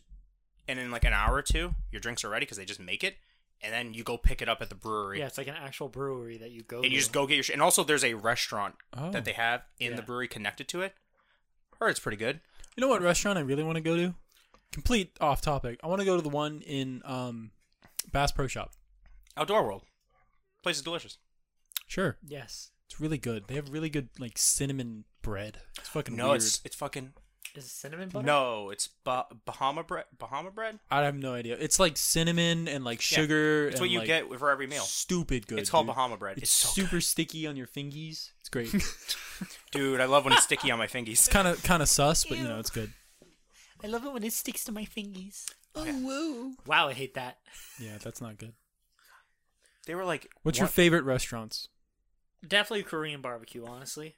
Speaker 3: and in like an hour or two, your drinks are ready because they just make it, and then you go pick it up at the brewery.
Speaker 2: Yeah, it's like an actual brewery that you go.
Speaker 3: And you
Speaker 2: to.
Speaker 3: just go get your shit. And also, there's a restaurant
Speaker 1: Oh.
Speaker 3: that they have in the
Speaker 2: Yeah.
Speaker 3: brewery connected to it. Heard it's pretty good.
Speaker 1: You know what restaurant I really want to go to? Complete off topic. I want to go to the one in um, Bass Pro Shop.
Speaker 3: Outdoor World. Place is delicious.
Speaker 1: Sure,
Speaker 2: Yes.
Speaker 1: it's really good. They have really good like cinnamon bread. It's fucking
Speaker 3: No,
Speaker 1: weird.
Speaker 3: it's it's fucking
Speaker 2: Is it cinnamon butter?
Speaker 3: no, it's ba- Bahama bread. Bahama bread.
Speaker 1: I have no idea. It's like cinnamon and like
Speaker 3: Yeah.
Speaker 1: sugar.
Speaker 3: It's
Speaker 1: and,
Speaker 3: what you
Speaker 1: like,
Speaker 3: get for every meal.
Speaker 1: Stupid good.
Speaker 3: It's called
Speaker 1: dude.
Speaker 3: Bahama bread.
Speaker 1: It's,
Speaker 3: It's, so
Speaker 1: super
Speaker 3: good.
Speaker 1: sticky on your fingies. It's
Speaker 3: [laughs]
Speaker 1: great. it's
Speaker 3: dude. I love when it's sticky on
Speaker 1: [laughs]
Speaker 3: my fingers.
Speaker 1: kind of kind of sus, but you know it's good.
Speaker 2: I love it when it sticks to my fingers. Oh whoa! Wow, I hate that.
Speaker 1: Yeah, that's not good.
Speaker 9: They were like,
Speaker 1: What's your
Speaker 9: one-
Speaker 1: favorite restaurants?
Speaker 2: Definitely Korean barbecue, honestly.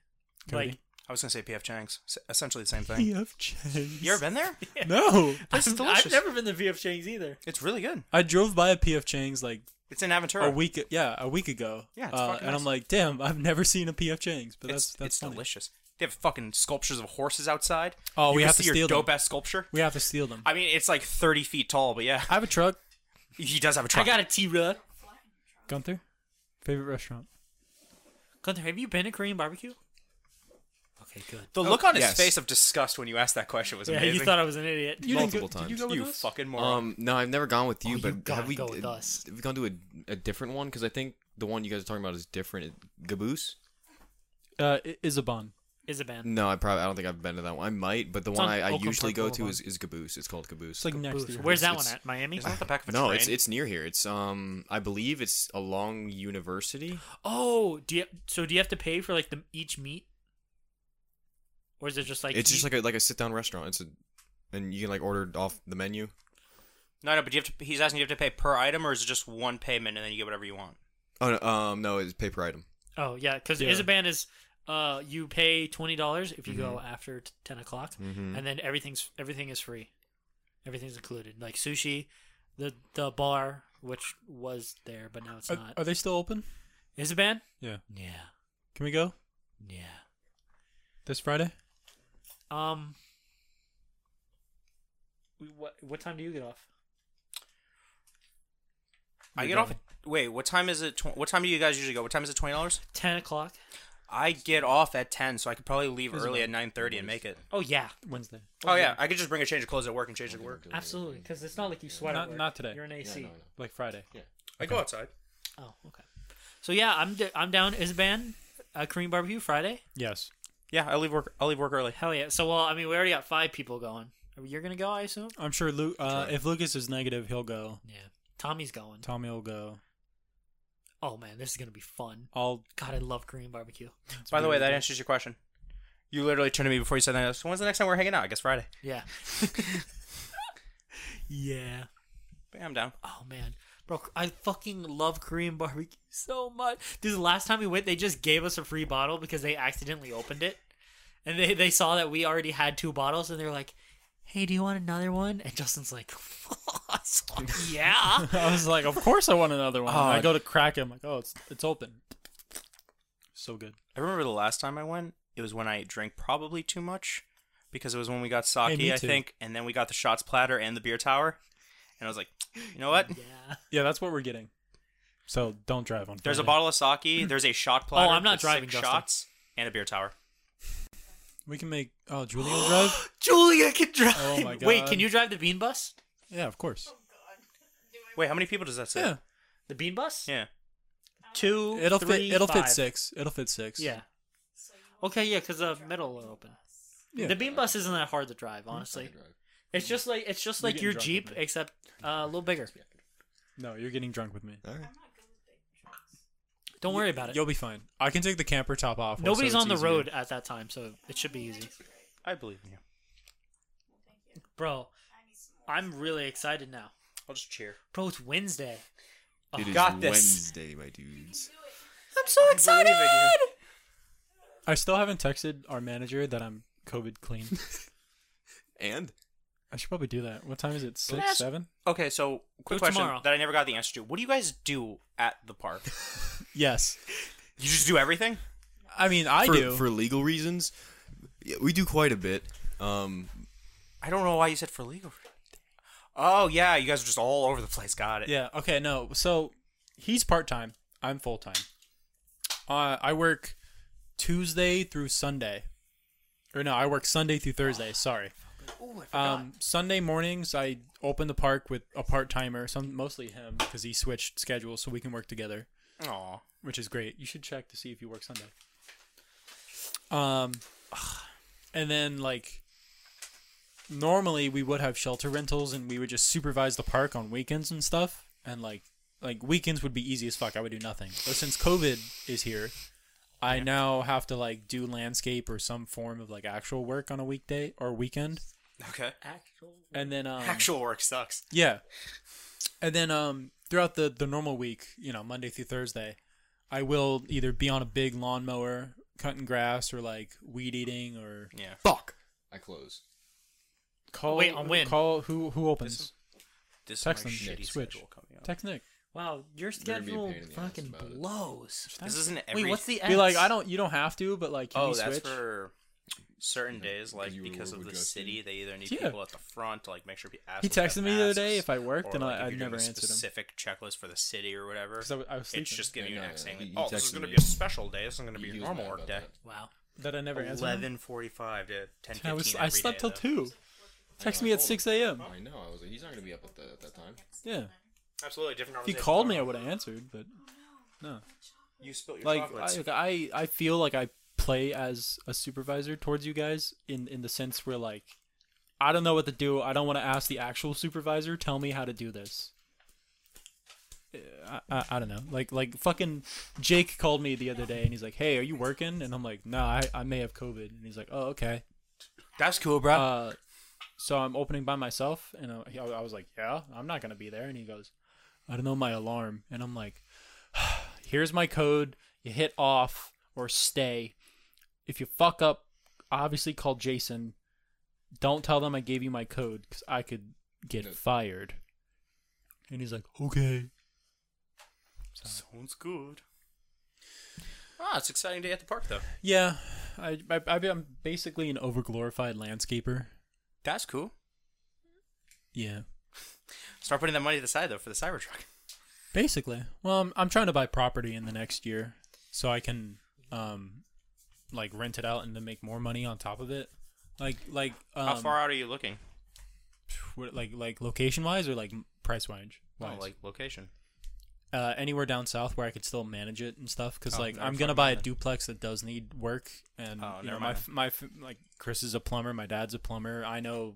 Speaker 1: Cody?
Speaker 4: [laughs]
Speaker 2: Like
Speaker 3: I was gonna say PF Chang's, S- essentially the same thing.
Speaker 1: PF Chang's.
Speaker 9: You ever been there?
Speaker 1: [laughs] No,
Speaker 3: It's
Speaker 2: I've-
Speaker 3: delicious.
Speaker 2: I've never been to VF Chang's either.
Speaker 3: It's really good.
Speaker 1: I drove by a PF Chang's like
Speaker 3: It's in Aventura.
Speaker 1: a week. Yeah, a week ago.
Speaker 3: Yeah, it's
Speaker 1: Uh,
Speaker 3: fucking
Speaker 1: and
Speaker 3: nice.
Speaker 1: I'm like, damn, I've never seen a PF Chang's, but
Speaker 3: it's
Speaker 1: that's that's
Speaker 3: it's
Speaker 1: funny.
Speaker 3: delicious. They have fucking sculptures of horses outside.
Speaker 1: Oh,
Speaker 3: you
Speaker 1: we
Speaker 3: can
Speaker 1: have to
Speaker 3: see your
Speaker 1: steal them.
Speaker 3: dope ass sculpture.
Speaker 1: We have to steal them. I,
Speaker 3: I mean, it's like thirty feet tall, but yeah, [laughs]
Speaker 1: have a truck,
Speaker 3: he does have
Speaker 2: I
Speaker 3: a truck.
Speaker 2: got a T Rud.
Speaker 1: Gunther. Favorite restaurant?
Speaker 2: Gunther, have you been to Korean barbecue? Okay, good.
Speaker 1: Oh,
Speaker 3: the look on his
Speaker 4: yes.
Speaker 3: face of disgust when you asked that question was
Speaker 2: Yeah,
Speaker 3: amazing.
Speaker 2: you thought I was an idiot.
Speaker 1: You
Speaker 4: Multiple
Speaker 1: didn't go, Did you
Speaker 4: times.
Speaker 1: go with
Speaker 3: You
Speaker 1: us?
Speaker 3: fucking moron.
Speaker 4: Um, no, I've never gone with you,
Speaker 2: you
Speaker 4: but
Speaker 2: gotta
Speaker 4: have we
Speaker 2: go with
Speaker 4: uh,
Speaker 2: us.
Speaker 4: Have we gone to a, a different one? Because I think the one you guys are talking about is different. Gaboose?
Speaker 1: Uh, I- Isabon.
Speaker 2: Is a band.
Speaker 4: No, I probably I don't think I've been to that one. I might, but the one
Speaker 2: on
Speaker 4: I, I
Speaker 2: Oakland
Speaker 4: usually
Speaker 2: Park
Speaker 4: go to
Speaker 2: Boulevard.
Speaker 4: is, is Gaboose. It's called Caboose.
Speaker 1: It's like next to your
Speaker 2: Where's that
Speaker 4: It's-
Speaker 2: one at? Miami?
Speaker 3: Isn't that the back of a
Speaker 4: no,
Speaker 3: train?
Speaker 4: it's it's near here. It's um, I believe it's along University.
Speaker 2: Oh, do you so do you have to pay for like the each meat? Or is it just like
Speaker 4: it's just
Speaker 2: you-
Speaker 4: like a like a sit down restaurant. It's a, and you can like order off the menu.
Speaker 3: no, no. But you have to. He's asking you have to pay per item, or is it just one payment and then you get whatever you want?
Speaker 4: Oh no, um, no, it's pay per item.
Speaker 2: Oh yeah, because
Speaker 1: Yeah.
Speaker 2: Isaban is uh you pay twenty dollars if you go after t- ten o'clock, and then everything's everything is free, everything's included like sushi, the the bar which was there but now it's
Speaker 1: Are,
Speaker 2: not.
Speaker 1: are they still open?
Speaker 2: Isaban?
Speaker 1: Yeah.
Speaker 2: Yeah,
Speaker 1: Can we go
Speaker 2: yeah.
Speaker 1: this Friday?
Speaker 2: Um, we, what what time do you get off?
Speaker 3: I get off. at- Wait, what time is it? Tw- what time do you guys usually go? What time is it? Twenty dollars.
Speaker 2: Ten o'clock.
Speaker 3: I get off at ten, so I could probably leave early at nine thirty and make it.
Speaker 2: Oh yeah,
Speaker 1: Wednesday.
Speaker 3: Oh yeah, I could just bring a change of clothes at work and change at work.
Speaker 2: absolutely. Because it's not like you sweat.
Speaker 1: Not-
Speaker 2: at work.
Speaker 1: not today.
Speaker 2: You're in AC.
Speaker 1: Like Friday.
Speaker 3: I go outside.
Speaker 2: Oh okay. So yeah, I'm d- I'm down Isaban, uh, Korean barbecue Friday.
Speaker 1: Yes.
Speaker 3: Yeah, I leave work. I'll leave work early.
Speaker 2: Hell yeah. So, well, I mean, we already got five people going. Are- You're going to go, I assume?
Speaker 1: I'm sure Luke. Uh, if Lucas is negative, he'll go.
Speaker 2: Yeah. Tommy's going.
Speaker 1: Tommy will go.
Speaker 2: Oh, man, this is going to be fun.
Speaker 1: I'll.
Speaker 2: God, I love Korean barbecue.
Speaker 3: By the way, that answers your question. You literally turned to me before you said that. So when's the next time we're hanging out? I guess Friday.
Speaker 1: [laughs]
Speaker 2: Yeah. yeah.
Speaker 3: But yeah, I'm down.
Speaker 2: Oh, man. Bro, I fucking love Korean barbecue [laughs] so much. Dude, the last time we went, they just gave us a free bottle because they accidentally opened it. And they, they saw that we already had two bottles, and they're like, hey, do you want another one? And Justin's like, [laughs]
Speaker 1: [laughs]
Speaker 2: yeah.
Speaker 1: I was like, of course I want another one.
Speaker 3: Oh,
Speaker 1: I go to crack it. I'm like, oh, it's it's open. So good.
Speaker 3: I remember the last time I went. It was when I drank probably too much, because it was when we got sake,
Speaker 1: me
Speaker 3: I
Speaker 1: too.
Speaker 3: think, and then we got the shots platter and the beer tower. And I was like, you
Speaker 2: [laughs]
Speaker 3: know what?
Speaker 2: Yeah.
Speaker 1: Yeah, that's what we're getting. So don't drive on.
Speaker 3: There's a
Speaker 1: Friday.
Speaker 3: bottle of
Speaker 2: [clears throat]
Speaker 3: sake. There's a shot platter.
Speaker 2: Oh, I'm not
Speaker 3: with
Speaker 2: driving,
Speaker 3: six
Speaker 2: Justin.
Speaker 3: shots and a beer tower.
Speaker 1: We can make. Oh, Julia will
Speaker 2: [gasps]
Speaker 1: drive.
Speaker 2: Julia can drive.
Speaker 1: Oh my
Speaker 2: Wait,
Speaker 1: God.
Speaker 2: can you drive the bean bus?
Speaker 1: Yeah, of course.
Speaker 3: Wait, how many people does that say?
Speaker 1: Yeah,
Speaker 2: The bean bus?
Speaker 3: Yeah.
Speaker 2: Two.
Speaker 1: it'll
Speaker 2: three,
Speaker 1: fit. It'll
Speaker 2: five.
Speaker 1: fit six. It'll fit six.
Speaker 2: Yeah. Okay, yeah, because the middle will open.
Speaker 1: Yeah.
Speaker 2: The bean bus isn't that hard to drive, honestly. It's just like it's just like
Speaker 1: getting
Speaker 2: your
Speaker 1: drunk
Speaker 2: Jeep,
Speaker 1: with me.
Speaker 2: except uh, a little bigger.
Speaker 1: No, you're getting drunk with me.
Speaker 4: All right.
Speaker 2: Don't worry about it.
Speaker 1: You'll be fine. I can take the camper top off. so
Speaker 2: Nobody's
Speaker 1: it's
Speaker 2: on the
Speaker 1: easier.
Speaker 2: road at that time, so it should be easy.
Speaker 3: I believe in you.
Speaker 2: Bro, I'm really excited now.
Speaker 3: I'll just cheer.
Speaker 2: Bro, it's Wednesday.
Speaker 4: It is
Speaker 3: got this.
Speaker 4: Wednesday, my dudes.
Speaker 2: I'm so excited.
Speaker 1: I still haven't texted our manager that I'm COVID
Speaker 2: [laughs]
Speaker 1: clean.
Speaker 4: And
Speaker 1: I should probably do that. What time is it? Six,
Speaker 2: [laughs]
Speaker 3: Last-
Speaker 1: seven?
Speaker 3: Okay, so quick
Speaker 2: Do it
Speaker 3: question
Speaker 2: tomorrow.
Speaker 3: that I never got the answer to. What do you guys do at
Speaker 2: [laughs]
Speaker 3: the park?
Speaker 1: Yes.
Speaker 3: you just do everything?
Speaker 1: I mean, I
Speaker 4: for,
Speaker 1: do.
Speaker 4: for legal reasons, yeah, we do quite a bit. Um,
Speaker 3: I don't know why you said for legal. Oh yeah, you guys are just all over the place. Got it.
Speaker 1: Yeah. Okay. No. So he's part time. I'm full time. Uh, I work Tuesday through Sunday, or no, I work Sunday through Thursday. Sorry. Um, Sunday mornings, I open the park with a part timer, some mostly him because he switched schedules so we can work together,
Speaker 3: Aw.
Speaker 1: which is great. You should check to see if you work Sunday. Um, and then like normally we would have shelter rentals and we would just supervise the park on weekends and stuff and like like weekends would be easy as fuck i would do nothing but since covid is here i now have to like do landscape or some form of like actual work on a weekday or weekend
Speaker 3: Okay.
Speaker 1: and then um
Speaker 3: Actual work sucks.
Speaker 1: yeah and then um throughout the the normal week, you know, Monday through Thursday, I will either be on a big lawnmower cutting grass or like weed eating or
Speaker 9: Yeah.
Speaker 4: Fuck. I close.
Speaker 1: call
Speaker 2: Wait, on when?
Speaker 1: call who who opens
Speaker 3: This
Speaker 1: Text
Speaker 3: is
Speaker 1: them,
Speaker 3: my shitty
Speaker 1: switch.
Speaker 3: schedule coming up.
Speaker 1: text Nick
Speaker 2: Wow, your
Speaker 4: They're gonna be a
Speaker 2: schedule
Speaker 4: pain in the ass
Speaker 2: fucking
Speaker 4: about it.
Speaker 2: blows.
Speaker 3: This isn't every.
Speaker 2: Wait, what's the
Speaker 1: be like
Speaker 2: X?
Speaker 1: I don't you don't have to but like can
Speaker 3: Oh,
Speaker 1: you
Speaker 3: that's
Speaker 1: E switch
Speaker 3: for certain days, like
Speaker 4: you
Speaker 3: because of
Speaker 4: would
Speaker 3: the
Speaker 4: go to-
Speaker 3: city, they either need
Speaker 1: Yeah.
Speaker 3: people at the front to like make sure. pe-
Speaker 1: he
Speaker 3: assholes have
Speaker 1: texted me the other day
Speaker 3: masks,
Speaker 1: if I worked
Speaker 3: or,
Speaker 1: and
Speaker 3: like,
Speaker 1: I,
Speaker 3: if
Speaker 1: I
Speaker 3: you're doing
Speaker 1: never
Speaker 3: a
Speaker 1: answered him
Speaker 3: Specific checklist for the city or whatever.
Speaker 1: because I, w- I was sleeping.
Speaker 3: It's just giving you
Speaker 4: I
Speaker 3: an
Speaker 4: know,
Speaker 3: X saying,
Speaker 4: he-
Speaker 3: like,
Speaker 4: he
Speaker 3: "Oh, this is
Speaker 4: texted
Speaker 3: going to
Speaker 4: me
Speaker 3: be a
Speaker 4: that.
Speaker 3: special day. This is going to be
Speaker 4: He
Speaker 3: your
Speaker 4: was
Speaker 3: normal
Speaker 4: mad
Speaker 3: work
Speaker 4: about
Speaker 3: day."
Speaker 4: that.
Speaker 2: Wow.
Speaker 1: that I never answered. him.
Speaker 3: Eleven forty-five to ten fifteen.
Speaker 1: I was I slept till two.
Speaker 4: I
Speaker 1: Text
Speaker 4: know,
Speaker 1: me
Speaker 4: I
Speaker 1: at
Speaker 4: told
Speaker 1: six
Speaker 4: him.
Speaker 1: a.m.
Speaker 4: I know. I was like, he's not gonna be up at, the, at that time.
Speaker 1: Yeah,
Speaker 3: Absolutely different.
Speaker 1: if he called me, I would have answered. But
Speaker 3: You spilt your
Speaker 1: like, I,
Speaker 3: chocolates.
Speaker 1: like, I I feel like I play as a supervisor towards you guys in in the sense where like I don't know what to do. I don't want to ask the actual supervisor. Tell me how to do this. Uh, I, I, I don't know. Like like fucking Jake called me the other day and he's like, "Hey, are you working?" And I'm like, "No, I, I may have COVID." And he's like, "Oh, okay."
Speaker 9: That's cool, bro.
Speaker 1: Uh, so I'm opening by myself, and uh, I, I I was like, "Yeah, I'm not gonna be there." And he goes, "I don't know my alarm," and I'm like, [sighs] "Here's my code. You hit off or stay. If you fuck up, obviously call Jason. Don't tell them I gave you my code because I could get
Speaker 4: No.
Speaker 1: fired." And he's like, "Okay."
Speaker 3: Sounds good. Ah, it's an exciting day at the park though.
Speaker 1: Yeah, I, I I'm basically an overglorified landscaper.
Speaker 3: That's cool.
Speaker 1: Yeah.
Speaker 3: Start putting that money to the side though for the Cybertruck.
Speaker 1: Basically. Well, I'm, I'm trying to buy property in the next year so I can um like rent it out and then make more money on top of it. Like like um
Speaker 3: How far out are you looking?
Speaker 1: what- like like location wise or like price range?
Speaker 3: Well,
Speaker 1: wise?
Speaker 3: Oh, like location.
Speaker 1: uh, anywhere down south where I could still manage it and stuff. Because
Speaker 3: Oh,
Speaker 1: like
Speaker 3: never
Speaker 1: I'm gonna
Speaker 3: fucking
Speaker 1: buy a
Speaker 3: mind then.
Speaker 1: duplex that does need work, and
Speaker 3: Oh,
Speaker 1: you know
Speaker 3: never
Speaker 1: my
Speaker 3: mind
Speaker 1: f- my f- like Chris is a plumber, my dad's a plumber. I know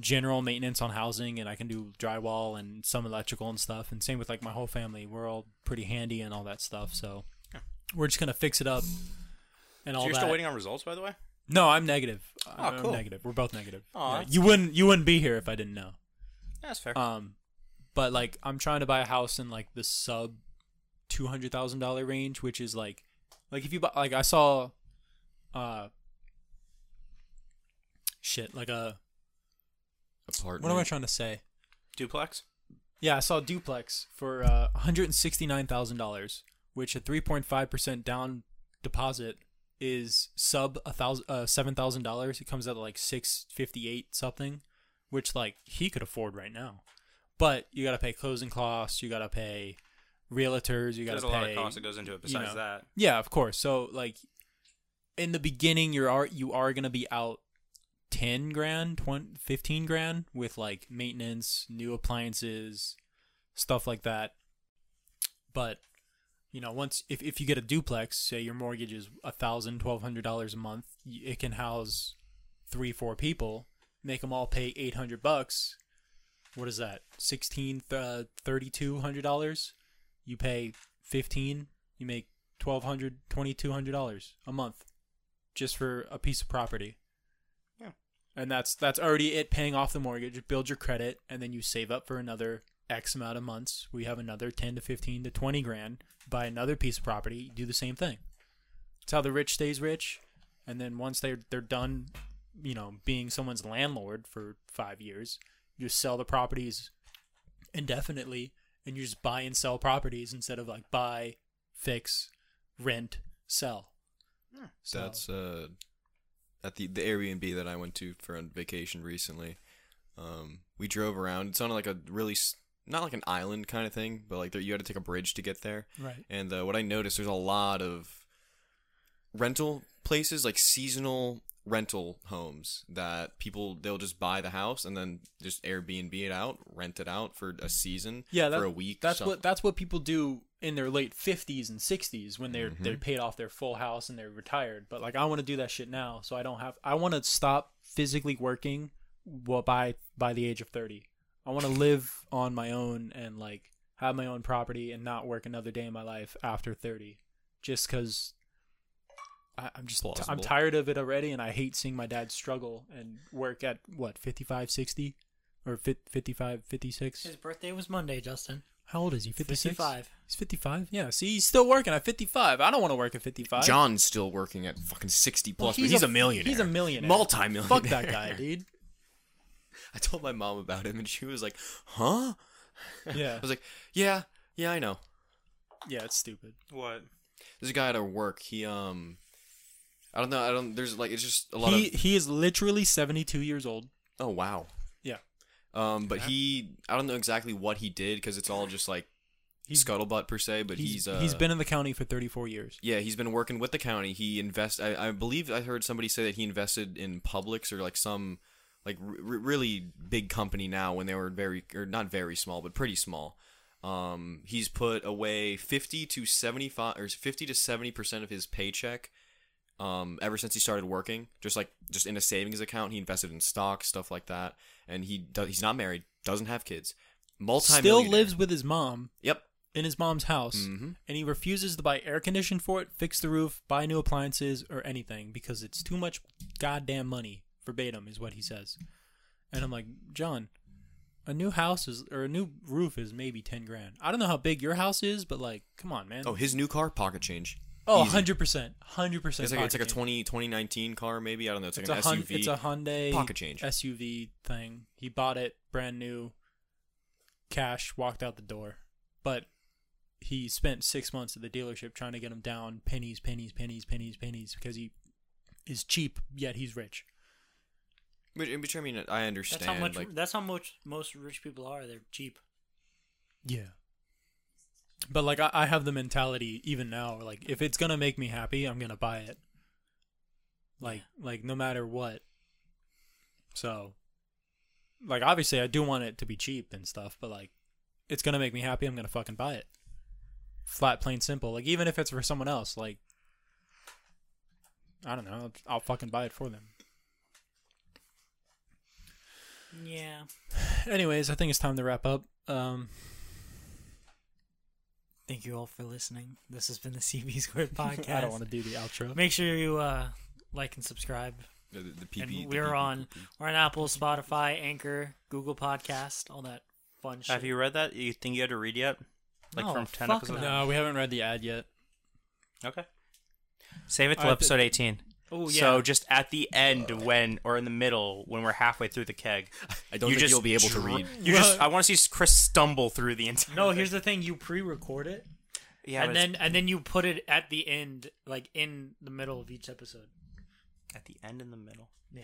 Speaker 1: general maintenance on housing, and I can do drywall and some electrical and stuff. And same with like my whole family, we're all pretty handy and all that stuff. So we're just gonna fix it up. And all
Speaker 3: So you're
Speaker 1: that.
Speaker 3: still waiting on results, by the way.
Speaker 1: No, I'm negative. I'm
Speaker 3: cool.
Speaker 1: negative. We're both negative.
Speaker 3: Aw,
Speaker 1: Yeah,
Speaker 3: that's
Speaker 1: you wouldn't you wouldn't be here if I didn't know.
Speaker 3: That's fair.
Speaker 1: Um, but like I'm trying to buy a house in like the sub two hundred thousand dollar range, which is like, like if you buy like I saw, uh, shit like a
Speaker 4: Apartment.
Speaker 1: what am I trying to say?
Speaker 3: Duplex.
Speaker 1: Yeah, I saw a duplex for uh, one hundred and sixty nine thousand dollars, which a three point five percent down deposit is sub a thousand uh, seven thousand dollars. It comes out to like six fifty eight something, which like he could afford right now, but you got to pay closing costs, you got to pay realtors, you got to
Speaker 3: There's
Speaker 1: pay
Speaker 3: a lot of cost that goes into it
Speaker 1: you
Speaker 3: besides
Speaker 1: know.
Speaker 3: that.
Speaker 1: yeah, of course. So like in the beginning you're are you are going to be out 10 grand, 20, 15 grand with like maintenance, new appliances, stuff like that. But you know, once if, if you get a duplex, say your mortgage is a thousand, twelve hundred dollars a month, y- it can house three, four people. Make them all pay eight hundred bucks. What is that? Sixteen, uh, thirty-two hundred dollars. You pay fifteen. You make twelve hundred, twenty-two hundred dollars a month, just for a piece of property.
Speaker 3: Yeah.
Speaker 1: And that's that's already it paying off the mortgage. You build your credit, and then you save up for another X amount of months. We have another ten to fifteen to twenty grand. Buy another piece of property. you Do the same thing. It's how the rich stays rich. And then once they're they're done, you know, being someone's landlord for five years, you just sell the properties indefinitely, and you just buy and sell properties instead of like buy, fix, rent, sell. So
Speaker 4: That's uh, at the the Airbnb that I went to for a vacation recently. Um, we drove around. It's on like a really s- not like an island kind of thing, but like there, you had to take a bridge to get there.
Speaker 1: right.
Speaker 4: And uh, what I noticed, there's a lot of rental places, like seasonal rental homes that people they'll just buy the house and then just Airbnb it out, rent it out for a season,
Speaker 1: Yeah, that,
Speaker 4: for a week.
Speaker 1: That's
Speaker 4: something.
Speaker 1: what that's what people do in their late fifties and sixties when they're
Speaker 4: Mm-hmm.
Speaker 1: they're paid off their full house and they're retired. But like I want to do that shit now, so I don't have. I want to stop physically working. Well, by by the age of thirty, I
Speaker 4: [laughs]
Speaker 1: want to live on my own and like have my own property and not work another day in my life after thirty, just because. I'm just i I'm
Speaker 4: Plausible.
Speaker 1: tired of it already, and I hate seeing my dad struggle and work at what 55, 60, or fif- 55, 56.
Speaker 8: His birthday was Monday, Justin.
Speaker 1: How old is he? 56?
Speaker 2: 55.
Speaker 1: He's 55? Yeah. See, he's still working at 55. I don't want to work at 55.
Speaker 4: John's still working at fucking sixty plus,
Speaker 1: he's
Speaker 4: but he's
Speaker 1: a-
Speaker 4: a, millionaire.
Speaker 1: he's a millionaire.
Speaker 4: Multi-millionaire.
Speaker 1: [laughs] Fuck that
Speaker 4: [laughs]
Speaker 1: guy, dude.
Speaker 4: I told my mom about him, and she was like, "Huh?"
Speaker 1: Yeah.
Speaker 4: I was like, "Yeah, yeah, I know."
Speaker 1: Yeah, it's stupid.
Speaker 10: What?
Speaker 4: There's a guy at our work. He um, I don't know. I don't. There's like it's just a lot
Speaker 1: He,
Speaker 4: of.
Speaker 1: he is literally 72 years old.
Speaker 4: Oh wow.
Speaker 1: Yeah.
Speaker 4: Um, but he, I don't know exactly what he did because it's all just like
Speaker 1: He's-
Speaker 4: scuttlebutt per se. But he's
Speaker 1: He's,
Speaker 4: uh,
Speaker 1: he's been in the county for 34 years.
Speaker 4: Yeah, he's been working with the county. He invest. I, I believe I heard somebody say that he invested in Publix or like some like r- r- really big company now when they were very or not very small but pretty small. Um, he's put away fifty to seventy five or fifty to seventy percent of his paycheck. Um, ever since he started working, just like just in a savings account, he invested in stocks, stuff like that. And he do- he's not married, doesn't have kids, multi
Speaker 1: Still lives with his mom
Speaker 4: Yep,
Speaker 1: in his mom's house,
Speaker 4: Mhm.
Speaker 1: and he refuses to buy air conditioning for it, fix the roof, buy new appliances, or anything because it's too much goddamn money. Verbatim is what he says. And I'm like, John, a new house is or a new roof is maybe ten grand. I don't know how big your house is, but like, come on, man.
Speaker 4: Oh, his new car, pocket change.
Speaker 1: Oh,
Speaker 4: Easy.
Speaker 1: 100%. 100%.
Speaker 4: It's like, it's like a
Speaker 1: pocket change.
Speaker 4: 20, 2019 car, maybe. I don't know. It's like
Speaker 1: It's
Speaker 4: an
Speaker 1: a, hun-
Speaker 4: SUV.
Speaker 1: it's a Hyundai
Speaker 4: Pocket change.
Speaker 1: SUV thing. He bought it brand new, cash, walked out the door. But he spent six months at the dealership trying to get him down pennies, pennies, pennies, pennies, pennies because he is cheap yet he's rich.
Speaker 4: Which, which, uh, I mean, I understand.
Speaker 2: That's how much.
Speaker 4: like,
Speaker 2: that's how much most rich people are. They're cheap.
Speaker 1: Yeah. But like I, I have the mentality even now, like if it's gonna make me happy, I'm gonna buy it. Like like no matter what. So like obviously I do want it to be cheap and stuff, but like it's gonna make me happy, I'm gonna fucking buy it. Flat, plain, simple. Like even if it's for someone else, like I don't know, I'll, I'll fucking buy it for them.
Speaker 2: Yeah.
Speaker 1: Anyways, I think it's time to wrap up. Um, [laughs]
Speaker 2: Thank you all for listening. This has been the [laughs] CB Squared podcast.
Speaker 1: I don't want to do the outro.
Speaker 2: Make sure you uh, like and subscribe.
Speaker 4: the, the
Speaker 2: and
Speaker 4: PP. the
Speaker 2: we're
Speaker 4: PP.
Speaker 2: on we're on Apple, Spotify, Anchor, Google Podcast, all that fun shit.
Speaker 3: Have you read that? You think you had to read yet? Like
Speaker 2: No,
Speaker 3: from ten
Speaker 2: fuck
Speaker 3: episodes.
Speaker 1: No, we haven't read the ad yet.
Speaker 3: Okay. Save it till
Speaker 1: I
Speaker 3: episode eighteen.
Speaker 2: Oh yeah.
Speaker 3: So just at the end, when or in the middle, when we're halfway through the keg,
Speaker 4: I don't
Speaker 3: you
Speaker 4: think
Speaker 3: just
Speaker 4: you'll be able to
Speaker 3: dr-
Speaker 4: read.
Speaker 3: You just I want to see Chris stumble through the entire.
Speaker 2: no, here's the thing: you pre-record it,
Speaker 3: yeah,
Speaker 2: and
Speaker 3: but it's
Speaker 2: then and then you put it at the end, like in the middle of each episode.
Speaker 3: at the end in the middle.
Speaker 2: Yeah,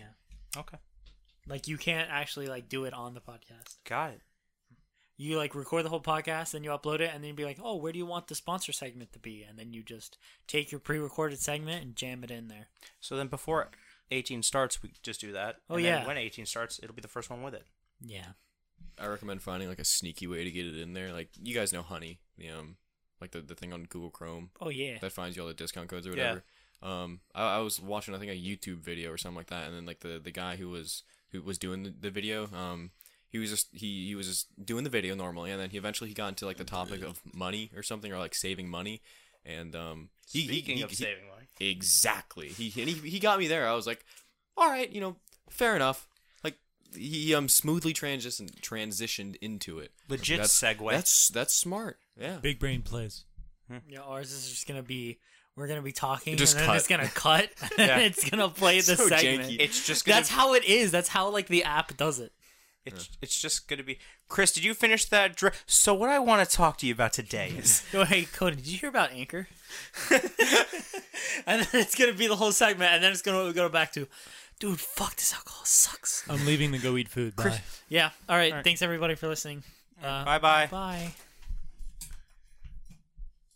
Speaker 3: Okay,
Speaker 2: like you can't actually like do it on the podcast.
Speaker 3: got it.
Speaker 2: You like record the whole podcast, then you upload it, and then you be like, "Oh, where do you want the sponsor segment to be?" And then you just take your pre-recorded segment and jam it in there.
Speaker 3: So then before eighteen starts, we just do that.
Speaker 2: Oh,
Speaker 3: and then
Speaker 2: yeah.
Speaker 3: when eighteen starts, it'll be the first one with it.
Speaker 2: Yeah.
Speaker 4: I recommend finding like a sneaky way to get it in there. Like you guys know Honey, the um, like the, the thing on Google Chrome
Speaker 2: Oh yeah.
Speaker 4: that finds you all the discount codes or
Speaker 3: Yeah.
Speaker 4: whatever. Um, I, I was watching I think a YouTube video or something like that, and then like the, the guy who was who was doing the, the video, um, he was just he, he was just doing the video normally, and then he eventually he got into like the topic of money or something or like saving money, and um, he, he-
Speaker 3: Speaking
Speaker 4: he-
Speaker 3: of
Speaker 4: he-
Speaker 3: saving money,
Speaker 4: Exactly. He and he, he got me there. I was like, all right, you know, fair enough. Like he um smoothly transition transitioned into it.
Speaker 3: Legit segue.
Speaker 4: That's that's smart. Yeah.
Speaker 1: Big brain plays.
Speaker 2: Yeah, ours is just gonna be we're gonna be talking
Speaker 4: Just
Speaker 2: and then
Speaker 4: cut.
Speaker 2: it's gonna cut [laughs] and
Speaker 3: Yeah.
Speaker 2: it's gonna play the
Speaker 4: So
Speaker 2: segment.
Speaker 4: janky.
Speaker 3: it's just gonna
Speaker 2: That's how it is. That's how like the app does it. [laughs]
Speaker 3: It's it's just gonna be Chris. Did you finish that? Dr- so what I want to talk to you about today [laughs] is
Speaker 2: Yo, hey Cody, did you hear about Anchor? [laughs] and then it's gonna be the whole segment, and then it's gonna go back to, dude, fuck this alcohol sucks.
Speaker 1: I'm leaving to go eat food. Bye.
Speaker 3: Uh-huh.
Speaker 2: Yeah. All right. Thanks everybody for listening. Uh,
Speaker 3: bye bye.
Speaker 2: bye.